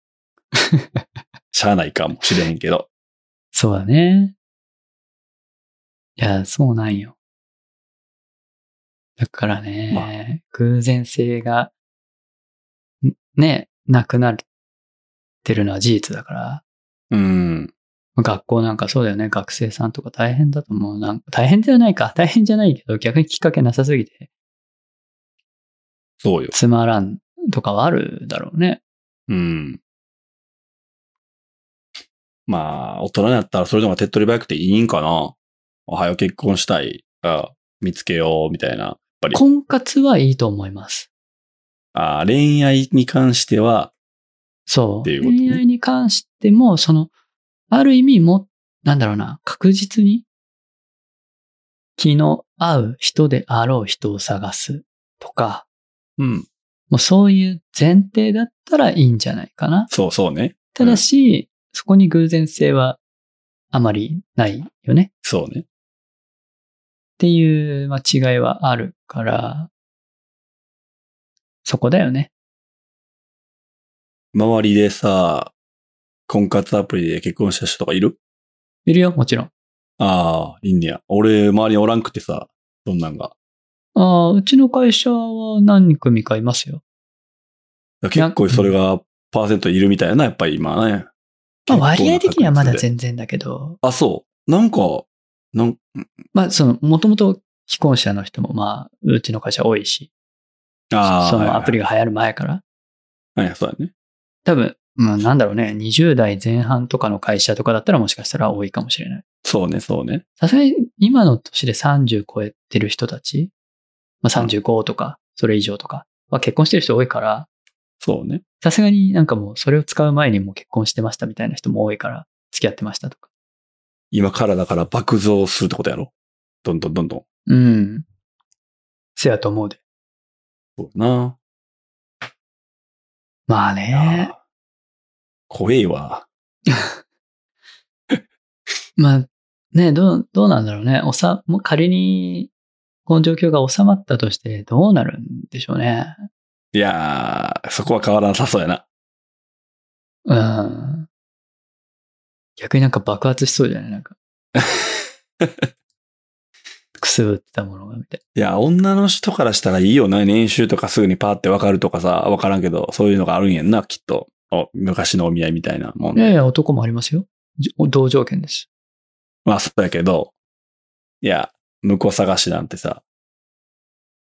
[SPEAKER 1] しゃあないかもしれへんけど。
[SPEAKER 2] そうだね。いや、そうなんよ。だからね、偶然性が、んね、なくなってるのは事実だから、
[SPEAKER 1] うん。
[SPEAKER 2] 学校なんかそうだよね、学生さんとか大変だと思う。なんか大変じゃないか。大変じゃないけど、逆にきっかけなさすぎて、
[SPEAKER 1] そうよ。
[SPEAKER 2] つまらんとかはあるだろうね。
[SPEAKER 1] うん。まあ、大人になったらそれでも手っ取り早くていいんかな。おはよう結婚したい。あ見つけよう、みたいな。
[SPEAKER 2] 婚活はいいと思います。
[SPEAKER 1] あ恋愛に関しては、
[SPEAKER 2] そ
[SPEAKER 1] っ
[SPEAKER 2] う。
[SPEAKER 1] ていうことね
[SPEAKER 2] 恋愛に関しても、その、ある意味も、なんだろうな、確実に、気の合う人であろう人を探すとか、
[SPEAKER 1] うん。
[SPEAKER 2] もうそういう前提だったらいいんじゃないかな。
[SPEAKER 1] そうそうね。
[SPEAKER 2] ただし、そこに偶然性はあまりないよね。
[SPEAKER 1] そうね。
[SPEAKER 2] っていう、まあ、違いはあるから、そこだよね。
[SPEAKER 1] 周りでさ、婚活アプリで結婚した人とかいる
[SPEAKER 2] いるよ、もちろん。
[SPEAKER 1] ああ、いいんねや。俺、周りにおらんくてさ、そんなんが。
[SPEAKER 2] ああ、うちの会社は何組かいますよ。
[SPEAKER 1] 結構それが、パーセントいるみたいな、やっぱり今ね。
[SPEAKER 2] まあ、
[SPEAKER 1] 結構な
[SPEAKER 2] 割合的にはまだ
[SPEAKER 1] 確率で
[SPEAKER 2] 全然だけど、
[SPEAKER 1] あ、そう。なんか、なん、
[SPEAKER 2] まあ、その、もともと既婚者の人も、まあ、うちの会社多いし、
[SPEAKER 1] ああ、
[SPEAKER 2] そ
[SPEAKER 1] はい
[SPEAKER 2] の
[SPEAKER 1] はい
[SPEAKER 2] アプリが流行る前から、
[SPEAKER 1] はい、そうだね。
[SPEAKER 2] 多分、まあ、なんだろうね、20代前半とかの会社とかだったらもしかしたら多いかもしれない。
[SPEAKER 1] そうね、そうね。
[SPEAKER 2] さすがに今の年で30超えてる人たち、まあ、35とか、それ以上とか、まあ、結婚してる人多いから、
[SPEAKER 1] そうね。
[SPEAKER 2] さすがになんかもうそれを使う前にもう結婚してましたみたいな人も多いから、付き合ってましたとか。
[SPEAKER 1] 今からだから爆増するってことやろ。どんどんどんどん。
[SPEAKER 2] うん。せやと思うで。
[SPEAKER 1] そうやな。
[SPEAKER 2] まあね。
[SPEAKER 1] あー怖えわ。
[SPEAKER 2] まあ、ね、どう、どうなんだろうね。おさ、もう仮に、この状況が収まったとしてどうなるんでしょうね。
[SPEAKER 1] いやー、そこは変わらなさそうやな。
[SPEAKER 2] うん。逆になんか爆発しそうじゃな いなんか。くすぶってたものが、みたい
[SPEAKER 1] いや、女の人からしたらいいよな。年収とかすぐにパーってわかるとかさ、わからんけど、そういうのがあるんやんな、きっと。お昔のお見合いみたいなもん
[SPEAKER 2] な。いやい
[SPEAKER 1] ね。
[SPEAKER 2] や、男もありますよ。じ同条件です。
[SPEAKER 1] まあ、そうやけど、いや、向こう探しなんてさ、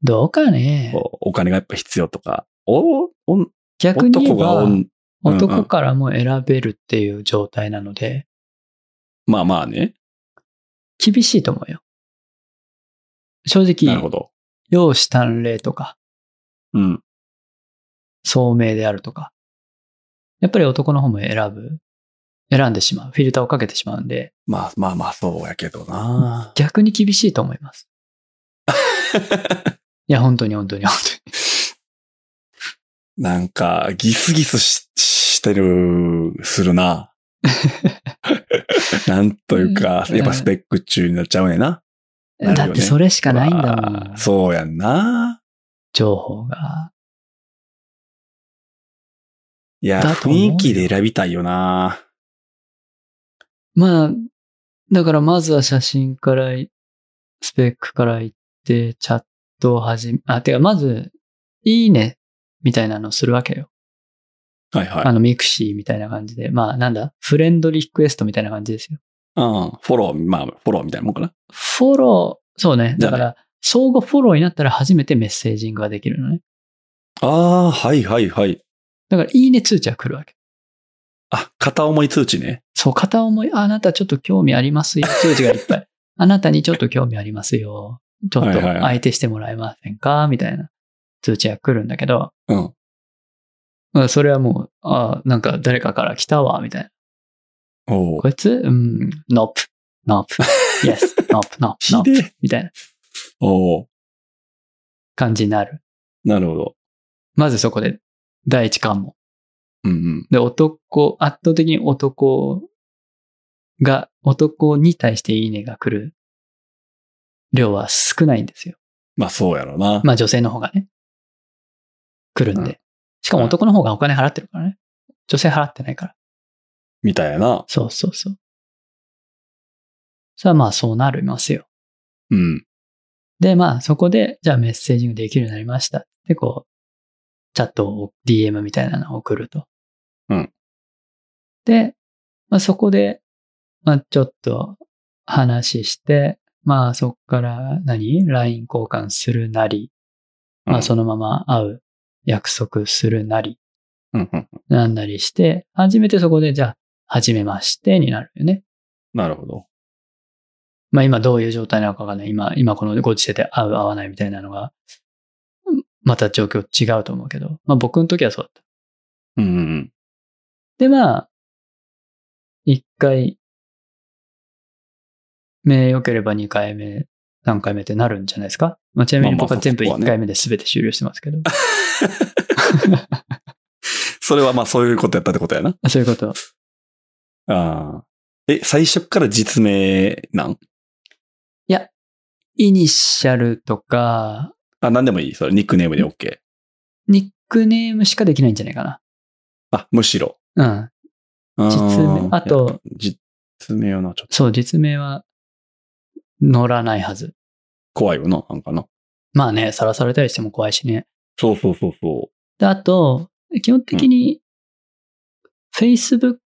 [SPEAKER 2] どうかね。
[SPEAKER 1] こうお金がやっぱ必要とか、お、お
[SPEAKER 2] 逆に言え
[SPEAKER 1] 男が
[SPEAKER 2] ば
[SPEAKER 1] おん、うん
[SPEAKER 2] 男からも選べるっていう状態なので、
[SPEAKER 1] まあまあね。
[SPEAKER 2] 厳しいと思うよ。正
[SPEAKER 1] なるほ
[SPEAKER 2] 直、
[SPEAKER 1] ど。
[SPEAKER 2] 容姿端麗とか、
[SPEAKER 1] うん。
[SPEAKER 2] 聡明であるとか、やっぱり男の方も選ぶ、選んでしまう、フィルターをかけてしまうんで、
[SPEAKER 1] まあまあまあ、そうやけどな。
[SPEAKER 2] 逆に厳しいと思い ます。いや、本当に本当に本当に。
[SPEAKER 1] なんか、ギスギスししてる、する な。なんというか、やっぱスペック中になっちゃうねんな。なるよ
[SPEAKER 2] だ
[SPEAKER 1] ね
[SPEAKER 2] ってそれしかないんだも
[SPEAKER 1] わ
[SPEAKER 2] ん
[SPEAKER 1] あ。そうやんな。
[SPEAKER 2] 情報が。
[SPEAKER 1] いや、
[SPEAKER 2] だと思うよ
[SPEAKER 1] 雰囲気で選びたいよな。
[SPEAKER 2] まあ、だからまずは写真からい、スペックから行って、チャットを始め、あ、てかまず、いいね、みたいなのをするわけよ。
[SPEAKER 1] はいはい。
[SPEAKER 2] あの、ミクシーみたいな感じで。まあ、なんだ、フレンドリクエストみたいな感じですよ。
[SPEAKER 1] うん。フォロー、まあ、フォローみたいなもんかな。
[SPEAKER 2] フォロー、そうね。
[SPEAKER 1] じゃ
[SPEAKER 2] だ
[SPEAKER 1] あね
[SPEAKER 2] から、相互フォローになったら初めてメッセージングができるのね。
[SPEAKER 1] ああ、はいはいはい。
[SPEAKER 2] だから、いいね通知は来るわけ。
[SPEAKER 1] あ、片思い通知ね。
[SPEAKER 2] そう、片思い、ああなたちょっと興味ありますよ。通知がいっぱい。 あなたにちょっと興味ありますよ。ちょっ
[SPEAKER 1] はいは
[SPEAKER 2] と
[SPEAKER 1] いはい
[SPEAKER 2] 相手してもらえませんかみたいな通知が来るんだけど、
[SPEAKER 1] うん。
[SPEAKER 2] まあそれはもう、ああ、なんか誰かから来たわ、みたいな。
[SPEAKER 1] おう
[SPEAKER 2] こいつうん、ノープ、ノー プ、イエス、ノープ、ノープ、
[SPEAKER 1] ひ
[SPEAKER 2] ノープ、
[SPEAKER 1] でえ。
[SPEAKER 2] みたいな
[SPEAKER 1] おう
[SPEAKER 2] 感じになる。
[SPEAKER 1] なるほど。
[SPEAKER 2] まずそこで、第一関門。
[SPEAKER 1] うんうん。
[SPEAKER 2] で、男、圧倒的に男が、男に対していいねが来る量は少ないんですよ。
[SPEAKER 1] まあ、そうやろな。
[SPEAKER 2] まあ女性の方がね、来るん
[SPEAKER 1] うん
[SPEAKER 2] で。しかも男の方がお金払ってるからね。女性払ってないから。
[SPEAKER 1] みたいな。
[SPEAKER 2] そうそうそう。さあまあそうなりますよ。
[SPEAKER 1] うん。
[SPEAKER 2] でまあそこで、じゃあメッセージングできるようになりました。でこう、チャットを DM みたいなのを送ると。
[SPEAKER 1] うん。
[SPEAKER 2] で、まあそこで、まあちょっと話して、まあそこから何 ?LINE 交換するなり、まあそのまま会う約束するなり、
[SPEAKER 1] うん。うんうん。
[SPEAKER 2] なんなりして、初めてそこでじゃあ、初めましてになるよね。
[SPEAKER 1] なるほど。
[SPEAKER 2] まあ今どういう状態なのかがね、今、今このご時世で合う合わないみたいなのが、うんまた状況違うと思うけど、まあ僕の時はそうだった。
[SPEAKER 1] うんうんうん。
[SPEAKER 2] でまあ、一回目良ければ二回目、三回目ってなるんじゃないですかまあちなみに
[SPEAKER 1] まあまあ
[SPEAKER 2] 僕は全部
[SPEAKER 1] そこは
[SPEAKER 2] 一
[SPEAKER 1] ね
[SPEAKER 2] 回目で全て終了してます けど、
[SPEAKER 1] それはまあそういうことやったってことやな。
[SPEAKER 2] そういうこと。
[SPEAKER 1] ああ。え、最初から実名なん
[SPEAKER 2] いや、イニシャルとか、
[SPEAKER 1] あ、なんでもいい。それ、ニックネームで OK。
[SPEAKER 2] ニックネームしかできないんじゃないか
[SPEAKER 1] あ、むしろ。
[SPEAKER 2] な。うん。
[SPEAKER 1] 実
[SPEAKER 2] 実名、あ、
[SPEAKER 1] やっぱ
[SPEAKER 2] と、
[SPEAKER 1] 実名よな、ちょっと
[SPEAKER 2] そう、実名は乗らないはず。
[SPEAKER 1] 怖いよな、なんかな。
[SPEAKER 2] まあね、さらされたりしても怖いしね。
[SPEAKER 1] そうそうそうそ
[SPEAKER 2] で、あと、基本的に、Facebook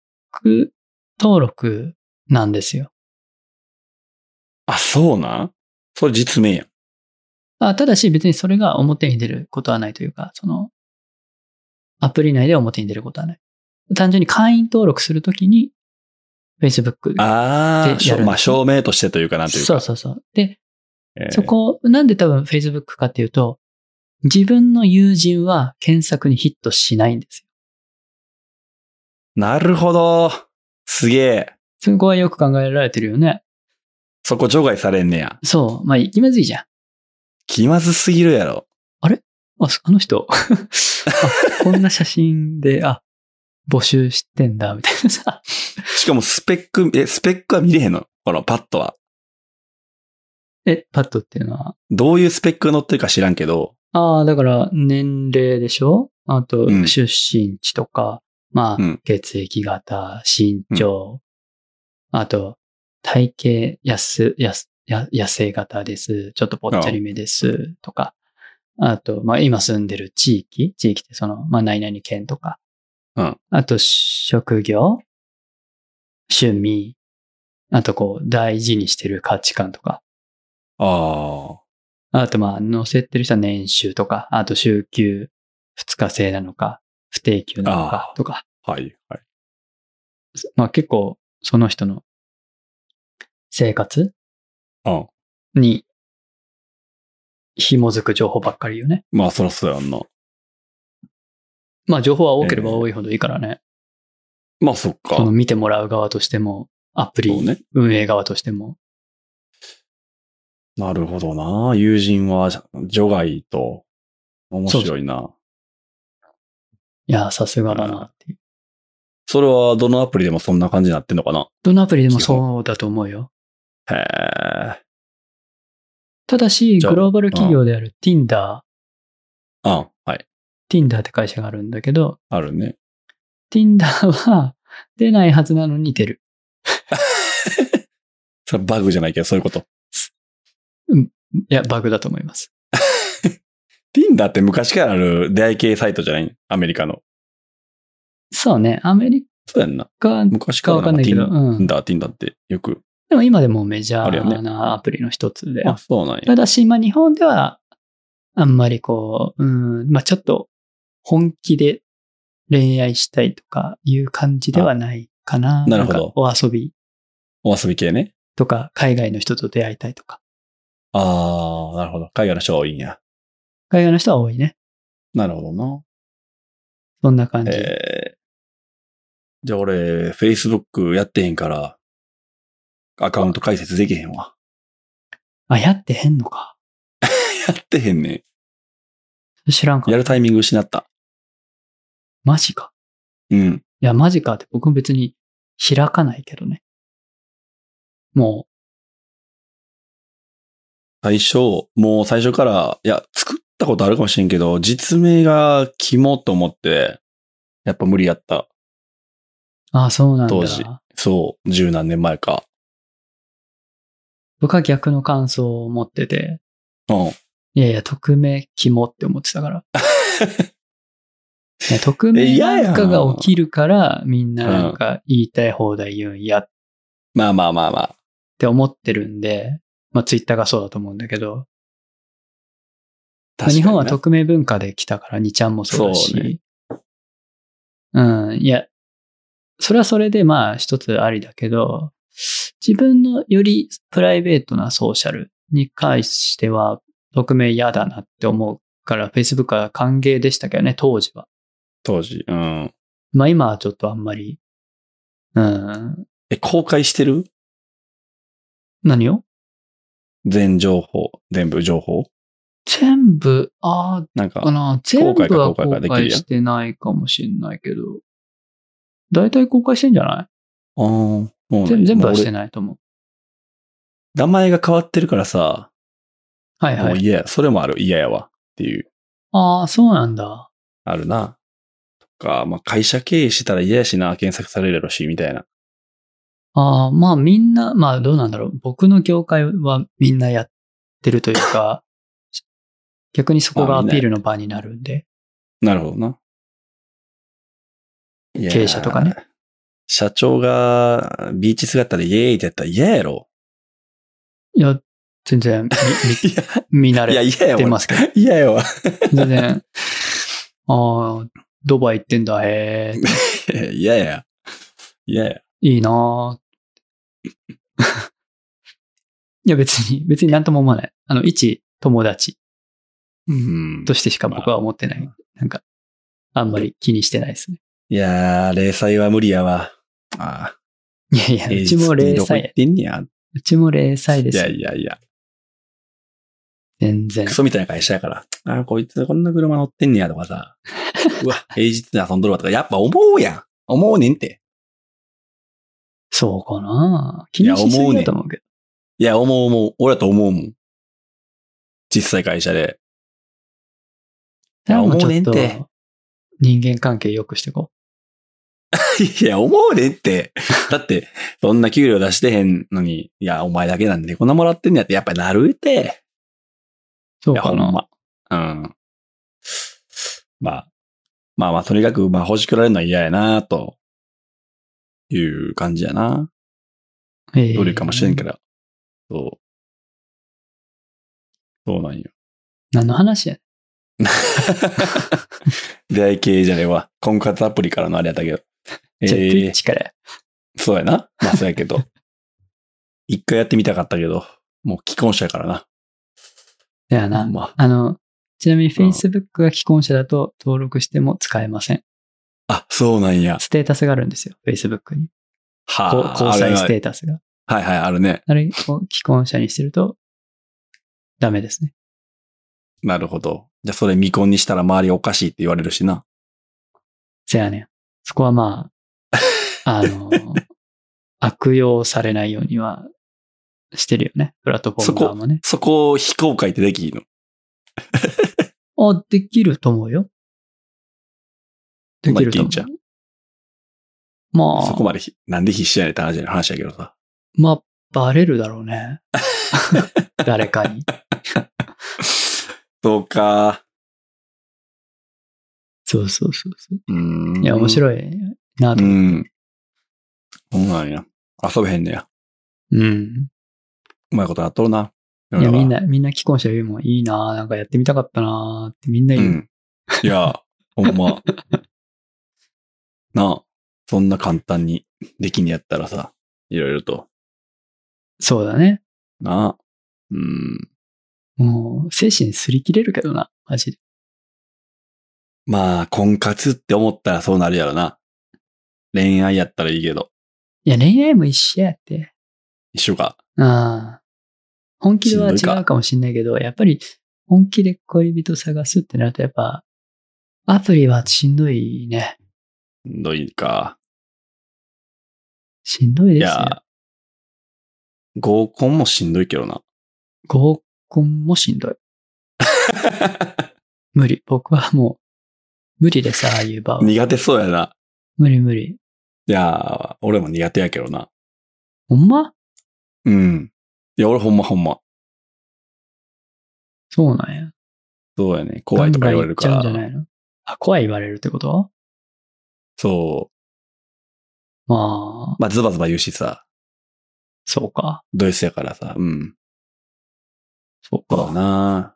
[SPEAKER 2] 登録なんですよ。
[SPEAKER 1] あ、そうなんそれ実名やん。
[SPEAKER 2] あただし別にそれが表に出ることはないというか、その、アプリ内で表に出ることはない。単純に会員登録するときに、Facebook
[SPEAKER 1] ああ、
[SPEAKER 2] でやるんですね
[SPEAKER 1] しょまあ、証明としてというかなんというか。
[SPEAKER 2] そうそうそう。で、
[SPEAKER 1] えー
[SPEAKER 2] そこ、なんで多分 Facebook かっていうと、自分の友人は検索にヒットしないんですよ。
[SPEAKER 1] なるほど。すげえ。
[SPEAKER 2] そこはよく考えられてるよね。
[SPEAKER 1] そこ除外されんねや。
[SPEAKER 2] そう。まあ、気まずいじゃん。
[SPEAKER 1] 気まずすぎるやろ。
[SPEAKER 2] あ、そあ の人。あこんな写真で、あ、募集してんだ、みたいなさ。
[SPEAKER 1] しかもスペック、え、スペックは見れへんのこのパッドは。
[SPEAKER 2] え、パッドっていうのは。
[SPEAKER 1] どういうスペックが載ってるか知らんけど。
[SPEAKER 2] ああ、だから、年齢でしょあと
[SPEAKER 1] う、ん
[SPEAKER 2] 出身地とか、まあ、
[SPEAKER 1] うん
[SPEAKER 2] 血液型、身長、あと、体型、やす、やす、や、痩せ型です。ちょっとぽっちゃりめです。とか。あと、まあ、今住んでる地域地域ってその、まあ、何々県とか。
[SPEAKER 1] うん
[SPEAKER 2] あと、職業趣味。あと、こう、大事にしてる価値観とか。
[SPEAKER 1] ああ。
[SPEAKER 2] あとまあ、載せてる人は年収とか、あと週休2日制なのか、不定休なの
[SPEAKER 1] あ
[SPEAKER 2] か
[SPEAKER 1] あ
[SPEAKER 2] とか、
[SPEAKER 1] はい、はい。
[SPEAKER 2] まあ結構その人の生活
[SPEAKER 1] うん。
[SPEAKER 2] に紐づく情報ばっかりよね。
[SPEAKER 1] まあ、そらそうやんな。
[SPEAKER 2] まあ情報は多ければ多いほどいいからね。
[SPEAKER 1] まあ、そっか
[SPEAKER 2] そ。の見てもらう側としても、アプ
[SPEAKER 1] そう
[SPEAKER 2] リ
[SPEAKER 1] ね
[SPEAKER 2] 運営側としても。
[SPEAKER 1] なるほどな。友人は除外と。面白いな。
[SPEAKER 2] いや、さすがだなっていう。
[SPEAKER 1] それはどのアプリでもそんな感じになってんのかな
[SPEAKER 2] どのアプリでもそうだと思うよ。
[SPEAKER 1] へえ。
[SPEAKER 2] ただし、
[SPEAKER 1] じゃあ
[SPEAKER 2] グローバル企業である Tinder、
[SPEAKER 1] あはい。
[SPEAKER 2] Tinder って会社があるんだけど、
[SPEAKER 1] あるね。
[SPEAKER 2] Tinder は出ないはずなのに出る。
[SPEAKER 1] それバグじゃないけど、そういうこと。
[SPEAKER 2] いや、バグだと思います。
[SPEAKER 1] Tinder って昔からある出会い系サイトじゃないアメリカの。
[SPEAKER 2] そうね、アメリ
[SPEAKER 1] そうやんな。
[SPEAKER 2] カ、
[SPEAKER 1] 昔から
[SPEAKER 2] わかんないけどうん
[SPEAKER 1] Tinder、Tinder ってよく。
[SPEAKER 2] でも今でもメジャ
[SPEAKER 1] あるよ
[SPEAKER 2] ー
[SPEAKER 1] ね
[SPEAKER 2] なアプリの一つで。
[SPEAKER 1] あ、そうなんや。
[SPEAKER 2] ただし、まあ日本では、あんまりこう、うん、まあちょっと本気で恋愛したいとかいう感じではないかな。
[SPEAKER 1] あなるほど
[SPEAKER 2] んかお遊び
[SPEAKER 1] お遊び系ね。
[SPEAKER 2] とか、海外の人と出会いたいとか。
[SPEAKER 1] ああ、なるほど。海外の人が多いんや。
[SPEAKER 2] 海外の人は多いね。
[SPEAKER 1] なるほどな。
[SPEAKER 2] そんな感じ。
[SPEAKER 1] えーじゃあ俺、Facebook やってへんから、アカウント解説できへんわ。
[SPEAKER 2] あ、やってへんのか。
[SPEAKER 1] やってへんね
[SPEAKER 2] 知らんか
[SPEAKER 1] ん。
[SPEAKER 2] っ
[SPEAKER 1] や
[SPEAKER 2] た。
[SPEAKER 1] るタイミング失った。
[SPEAKER 2] マジか。
[SPEAKER 1] うん。
[SPEAKER 2] いや、マジかって僕も別に開かないけどね。も
[SPEAKER 1] 最初、もう最初から、いや、作ったことあるかもしれんけど、実名が肝と思って、やっぱ無理やった。
[SPEAKER 2] う、ああ、そうなんだ。
[SPEAKER 1] 当時そう、十何年前か。
[SPEAKER 2] 僕は逆の感想を持ってて、
[SPEAKER 1] うん。
[SPEAKER 2] いやいや、匿名肝って思ってたから。いや匿名なんかが起きるから、みんななんか言いたい放題言うんやっ
[SPEAKER 1] まあまあまあまあ。
[SPEAKER 2] て思ってるんで、まあツイッターがそうだと思うんだけど、まあ
[SPEAKER 1] 確かに
[SPEAKER 2] 日
[SPEAKER 1] な
[SPEAKER 2] 本は匿名文化で来たから、2ちゃんもそうだし。
[SPEAKER 1] そうね
[SPEAKER 2] うん、いや、それはそれでまあ一つありだけど、自分のよりプライベートなソーシャルに関しては、匿名嫌だなって思うから、Facebook は歓迎でしたけどね、当時は。
[SPEAKER 1] 当時。うん。
[SPEAKER 2] まあ今はちょっとあんまり、うん、
[SPEAKER 1] え、公開してる
[SPEAKER 2] 何を
[SPEAKER 1] 全情報。全部情報
[SPEAKER 2] 全部、あ
[SPEAKER 1] なん
[SPEAKER 2] あか
[SPEAKER 1] か、
[SPEAKER 2] な、全部
[SPEAKER 1] 公開か
[SPEAKER 2] は
[SPEAKER 1] 公開か
[SPEAKER 2] 公
[SPEAKER 1] できる
[SPEAKER 2] 開
[SPEAKER 1] やん
[SPEAKER 2] してないかもしんないけど、大体公開してんじゃない
[SPEAKER 1] あーそう
[SPEAKER 2] 全全部はして
[SPEAKER 1] ない。
[SPEAKER 2] ないと思う。
[SPEAKER 1] 名前が変わってるからさ、
[SPEAKER 2] はいは
[SPEAKER 1] もう
[SPEAKER 2] い。
[SPEAKER 1] 嫌や。それもある。嫌やわ。っていう、
[SPEAKER 2] ああ、そうなんだ。
[SPEAKER 1] あるな。とか、まあ会社経営したら嫌やしな、検索されるやろし、みたいな。
[SPEAKER 2] ああ、まあみんな、まあどうなんだろう。僕の業界はみんなやってるという か、逆にそこがアピールの場になるんで。
[SPEAKER 1] なるほどな。いやー
[SPEAKER 2] 経営者とかね。
[SPEAKER 1] 社長がビーチ姿でイエーイってやったら嫌やろ。
[SPEAKER 2] いや、全然
[SPEAKER 1] いや、
[SPEAKER 2] 見、見 慣
[SPEAKER 1] いや、
[SPEAKER 2] れ
[SPEAKER 1] 嫌や
[SPEAKER 2] て
[SPEAKER 1] わ
[SPEAKER 2] ま。すけど。
[SPEAKER 1] 嫌やわ。
[SPEAKER 2] 全然、ああ、ドバイ行ってんだ、へえ、
[SPEAKER 1] 嫌や。嫌や。
[SPEAKER 2] いい なあいや、別に、別になんとも思わない。あの、一友達
[SPEAKER 1] うん
[SPEAKER 2] としてしか僕は思ってない。なんか、あんまり気にしてないですね。
[SPEAKER 1] いやー、零細は無理やわ。あ
[SPEAKER 2] いやいや、
[SPEAKER 1] あ。
[SPEAKER 2] うち
[SPEAKER 1] 平日
[SPEAKER 2] も
[SPEAKER 1] に
[SPEAKER 2] 零
[SPEAKER 1] どこ行っ
[SPEAKER 2] 細。
[SPEAKER 1] てんねや。
[SPEAKER 2] うちも零細で
[SPEAKER 1] い
[SPEAKER 2] す
[SPEAKER 1] や
[SPEAKER 2] よ。
[SPEAKER 1] いやいや。
[SPEAKER 2] 全然
[SPEAKER 1] ク。ソみたいな会社やから。ああ、こいつこんな車乗ってんねやとかさ。 うわ、平日に遊んどるわとか。やっぱ思うやん。思うねんて。
[SPEAKER 2] そうかな気にしすぎだと思うけど。
[SPEAKER 1] いや、思う思う。俺だと思うもん。小さい会社で。いや
[SPEAKER 2] でも
[SPEAKER 1] 思うねん
[SPEAKER 2] ちょっ
[SPEAKER 1] って
[SPEAKER 2] と、人間関係良くしていこ
[SPEAKER 1] いや、思うねんって。だって、そんな給料出してへんのに、いや、お前だけなんで、こんなもらってんねやって、やっぱなるって。
[SPEAKER 2] う。そう
[SPEAKER 1] いや、
[SPEAKER 2] か
[SPEAKER 1] ほん
[SPEAKER 2] な
[SPEAKER 1] ま。うん。まあ、まあまあ、とにかく、まあ、欲しくられるのは嫌やな、という感じやな。
[SPEAKER 2] ええ
[SPEAKER 1] どれかもしれんけど。そう。そうなんよ。
[SPEAKER 2] 何の話や
[SPEAKER 1] 出会い系じゃねえわ。婚活アプリからのあれやったけど。え
[SPEAKER 2] じゃあ、
[SPEAKER 1] ー
[SPEAKER 2] Twitch からや
[SPEAKER 1] そうやな。まあ、そうやけど。 一回やってみたかったけど、もう既婚者やからな。
[SPEAKER 2] だよな。
[SPEAKER 1] ほんま
[SPEAKER 2] あの、ちなみに
[SPEAKER 1] うん
[SPEAKER 2] Facebook が既婚者だと登録しても使えません。
[SPEAKER 1] あ、そうなんや。
[SPEAKER 2] ステータスがあるんですよ、Facebook に。こう
[SPEAKER 1] はあ。
[SPEAKER 2] 交際ス
[SPEAKER 1] あれ
[SPEAKER 2] テータスが。
[SPEAKER 1] はいはい、あるね。
[SPEAKER 2] あれを既婚者にしてると、ダメですね。
[SPEAKER 1] なるほど。じゃあ、それ未婚にしたら周りおかしいって言われるしな。
[SPEAKER 2] せやねん。そこはま あ、あの、悪用されないようにはしてるよね。プラットフォーム側もね。
[SPEAKER 1] そこを非公開ってできんの
[SPEAKER 2] あ、できると思うよ。できると
[SPEAKER 1] まあいけん
[SPEAKER 2] 思
[SPEAKER 1] ちゃう
[SPEAKER 2] う。まあ、
[SPEAKER 1] そこまでひ、なんで必死やねんって話や話やけどさ。
[SPEAKER 2] まあ、バレるだろ うね。誰かに。
[SPEAKER 1] そうか。
[SPEAKER 2] そうそうそうそう。
[SPEAKER 1] うーん。
[SPEAKER 2] いや、面
[SPEAKER 1] い。
[SPEAKER 2] 白いな
[SPEAKER 1] う
[SPEAKER 2] と。
[SPEAKER 1] ん。そうなんや。遊べへんねや。
[SPEAKER 2] うん。
[SPEAKER 1] うまいことなっとるな。い
[SPEAKER 2] いや、みん。な、みんな既婚者言うもん、いいなぁなんかやってみたかったなぁってみんな
[SPEAKER 1] う
[SPEAKER 2] 言う。
[SPEAKER 1] ん。いや、ほんま。 なあ、そんな簡単にできんやったらさ、いろいろと。
[SPEAKER 2] そうだね。
[SPEAKER 1] なあ。うん。
[SPEAKER 2] もう、精神すり切れるけどな、マジで。
[SPEAKER 1] まあ、婚活って思ったらそうなるやろな。恋愛やったらいいけど。
[SPEAKER 2] いや、恋愛も一緒やって。
[SPEAKER 1] 一緒か。
[SPEAKER 2] ああ。本気では
[SPEAKER 1] しんどいか
[SPEAKER 2] 違うかもしんないけど、やっぱり、本気で恋人探すってなると、やっぱ、アプリはしんどいね。
[SPEAKER 1] しんどいか。
[SPEAKER 2] しんどい
[SPEAKER 1] い
[SPEAKER 2] ですよ。
[SPEAKER 1] や、合コンもしんどいけど な。
[SPEAKER 2] 合コンもしんどい。無理。僕はもう、無理です、ああいう場は。
[SPEAKER 1] 苦手そうやな。
[SPEAKER 2] 無理無理。
[SPEAKER 1] いや、俺も苦手やけどな。
[SPEAKER 2] ほんま
[SPEAKER 1] うん。いや、俺ほんまほんま。
[SPEAKER 2] そうなんや。
[SPEAKER 1] そうやね。怖いとか言われるか
[SPEAKER 2] ガンガン言っちゃ
[SPEAKER 1] ら。
[SPEAKER 2] うんじゃないのあ、怖い言われるってこと
[SPEAKER 1] そ
[SPEAKER 2] まあ
[SPEAKER 1] う。、まあ、ズバズバ言うしさ。
[SPEAKER 2] そうか。
[SPEAKER 1] ド S やからさ。うん。
[SPEAKER 2] そう
[SPEAKER 1] そうだ
[SPEAKER 2] か。
[SPEAKER 1] な。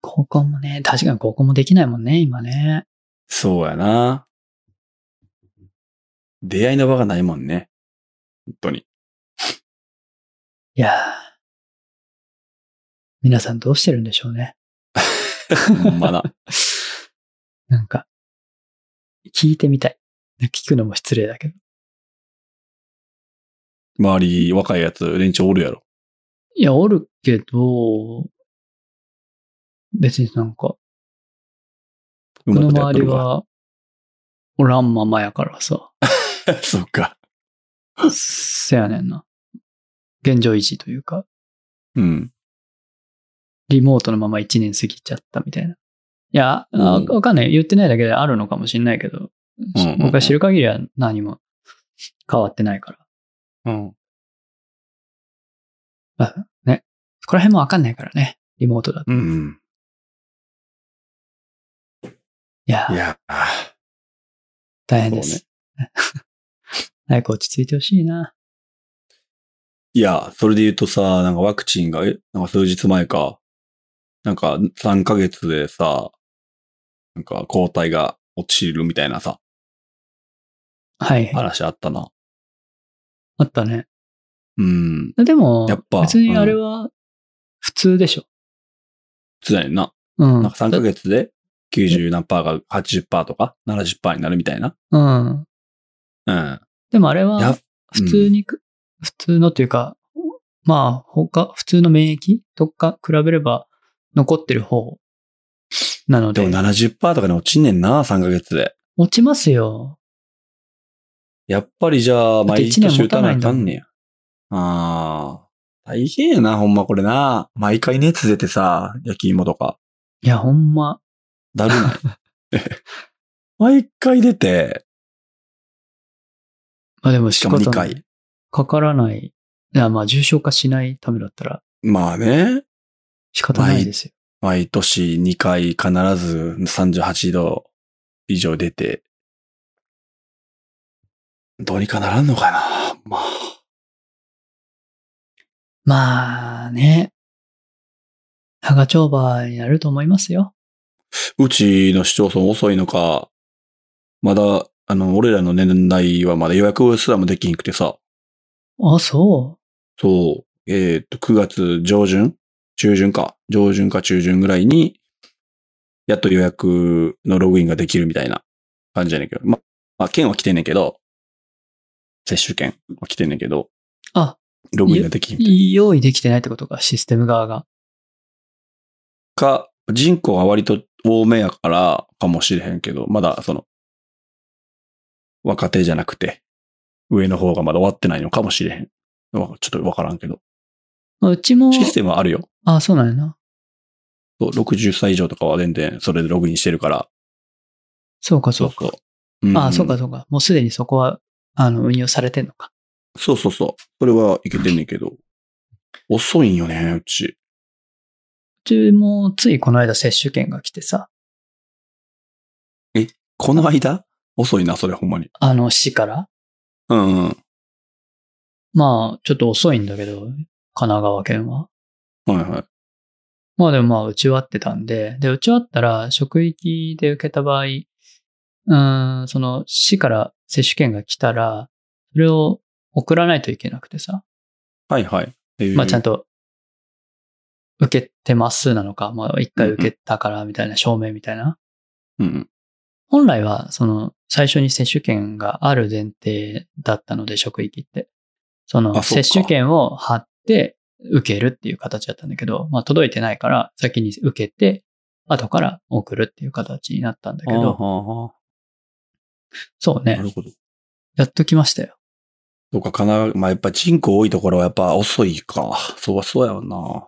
[SPEAKER 2] 高校もね、確かに高校もできないもんね、今ね。
[SPEAKER 1] そうやな。出会いの場がないもんね。本当に。
[SPEAKER 2] いやー皆さんどうしてるんでしょうね。
[SPEAKER 1] ほんま な。
[SPEAKER 2] なんか、聞いてみたい。聞くのも失礼だけど。
[SPEAKER 1] 周り、若いやつ、連中おるやろ。
[SPEAKER 2] いや、おるけど、別になんか、
[SPEAKER 1] うま
[SPEAKER 2] 僕
[SPEAKER 1] い
[SPEAKER 2] の
[SPEAKER 1] ことやっ
[SPEAKER 2] 周
[SPEAKER 1] と
[SPEAKER 2] り
[SPEAKER 1] るわ。
[SPEAKER 2] は、おらんままやからさ。
[SPEAKER 1] そっか。
[SPEAKER 2] せやねんな。現状維持というか、
[SPEAKER 1] うん。
[SPEAKER 2] リモートのまま1年過ぎちゃったみたいな。いや、あ
[SPEAKER 1] うん
[SPEAKER 2] わかんない。言ってないだけであるのかもしんないけど、
[SPEAKER 1] うんうんうん
[SPEAKER 2] 僕が知る限りは何も変わってないか
[SPEAKER 1] う
[SPEAKER 2] ら。
[SPEAKER 1] ん。
[SPEAKER 2] あね。そこら辺もわかんないからね。リモートだと。
[SPEAKER 1] う
[SPEAKER 2] い
[SPEAKER 1] ん。
[SPEAKER 2] や
[SPEAKER 1] い、や、
[SPEAKER 2] 大変です。早く落ち着いてほしいな。
[SPEAKER 1] いや、それで言うとさ、なんかワクチンが、えなんか数日前か、なんか3ヶ月でさ、なんか抗体が落ちるみたいなさ、
[SPEAKER 2] はい。
[SPEAKER 1] 話あったな。
[SPEAKER 2] あったね。
[SPEAKER 1] うん。
[SPEAKER 2] でも
[SPEAKER 1] やっ、ぱ
[SPEAKER 2] 別にあれは普通でしょ。
[SPEAKER 1] つだよな。
[SPEAKER 2] うん。
[SPEAKER 1] なんか3ヶ月で90何パーが80パーとか70パーになるみたいな。
[SPEAKER 2] うん。
[SPEAKER 1] うん。
[SPEAKER 2] でもあれ
[SPEAKER 1] や
[SPEAKER 2] は
[SPEAKER 1] っ、
[SPEAKER 2] 普通にく、普通のというか、まあ、他、普通の免疫とか比べれば残ってる方なの
[SPEAKER 1] で
[SPEAKER 2] で、
[SPEAKER 1] も70パーとかに落ちんねんな、3ヶ月で。
[SPEAKER 2] 落ちますよ。
[SPEAKER 1] やっぱりじゃあ、
[SPEAKER 2] だって
[SPEAKER 1] 毎
[SPEAKER 2] 一年
[SPEAKER 1] 年
[SPEAKER 2] 持
[SPEAKER 1] 打
[SPEAKER 2] た
[SPEAKER 1] た
[SPEAKER 2] な
[SPEAKER 1] ないい
[SPEAKER 2] んだ
[SPEAKER 1] か
[SPEAKER 2] もん
[SPEAKER 1] んねや。ああ。大変やな、ほんまこれな。毎回熱出てさ、焼き芋とか。
[SPEAKER 2] いや、ほんま、
[SPEAKER 1] だるない。 毎回出て、
[SPEAKER 2] まあでも
[SPEAKER 1] し
[SPEAKER 2] 仕
[SPEAKER 1] かも
[SPEAKER 2] 事
[SPEAKER 1] 2回。
[SPEAKER 2] かからない。いや、まあ重症化しないためだったら
[SPEAKER 1] まあね。
[SPEAKER 2] 仕方ないですよ。
[SPEAKER 1] 毎年2回必ず38度以上出て、どうにかならんのかな。まあ。
[SPEAKER 2] まあね。長丁場になると思いますよ。
[SPEAKER 1] うちの市町村遅いのか、まだ、あの、俺らの年代はまだ予約すらもできんくてさ、
[SPEAKER 2] あ、そ
[SPEAKER 1] そう、えっ、と、9月上旬中旬か。上旬か中旬ぐらいに、やっと予約のログインができるみたいな感じやねんけど。ま、まあ、券は来てんねんけど、接種券は来てんねんけど、
[SPEAKER 2] う。あ、
[SPEAKER 1] ログインができんみたい
[SPEAKER 2] 用意できてないってことか、システム側が。
[SPEAKER 1] か、人口が割と多めやからかもしれへんけど、まだその、若手じゃなくて、上の方がまだ終わってないのかもしれへん。わちょっとわからんけど。
[SPEAKER 2] まあうちも、
[SPEAKER 1] システムはあるよ。
[SPEAKER 2] あ、そうなんやな。
[SPEAKER 1] そう、60歳以上とかは全然それでログインしてるから。
[SPEAKER 2] そうか、そうか。
[SPEAKER 1] うん
[SPEAKER 2] あそうか、。そうか。もうすでにそこは、あの、運用されてんのか。
[SPEAKER 1] そうそうそう。それはいけてんねんけど。遅いんよね、うち。
[SPEAKER 2] うちも、ついこの間接種券が来てさ、
[SPEAKER 1] この間遅いな、それほんまに。
[SPEAKER 2] あの、市から。
[SPEAKER 1] うんうん。
[SPEAKER 2] まあ、ちょっと遅いんだけど、神奈川県は。
[SPEAKER 1] はいはい。
[SPEAKER 2] まあでもまあ、打ち終わってたんで、で、打ち終わったら、職域で受けた場合、うーん、その、市から接種券が来たら、それを送らないといけなくてさ、
[SPEAKER 1] はいはい。
[SPEAKER 2] まあちゃん
[SPEAKER 1] と。
[SPEAKER 2] と、受けてますなのか、まあ一回受けたからみたいな証明みたいな。
[SPEAKER 1] うんうん。
[SPEAKER 2] 本来は、その、最初に接種券がある前提だったので、職域って。その、
[SPEAKER 1] あそうか
[SPEAKER 2] 接種券を貼って、受けるっていう形だったんだけど、まあ、届いてないから、先に受けて、後から送るっていう形になったんだけ
[SPEAKER 1] あ
[SPEAKER 2] ど、
[SPEAKER 1] ーは
[SPEAKER 2] そう
[SPEAKER 1] ーはーな
[SPEAKER 2] ね、
[SPEAKER 1] るほど。
[SPEAKER 2] やっときましたよ。
[SPEAKER 1] そうか、かな、まあ、やっぱ人口多いところはやっぱ遅いか。そうはそうやわな。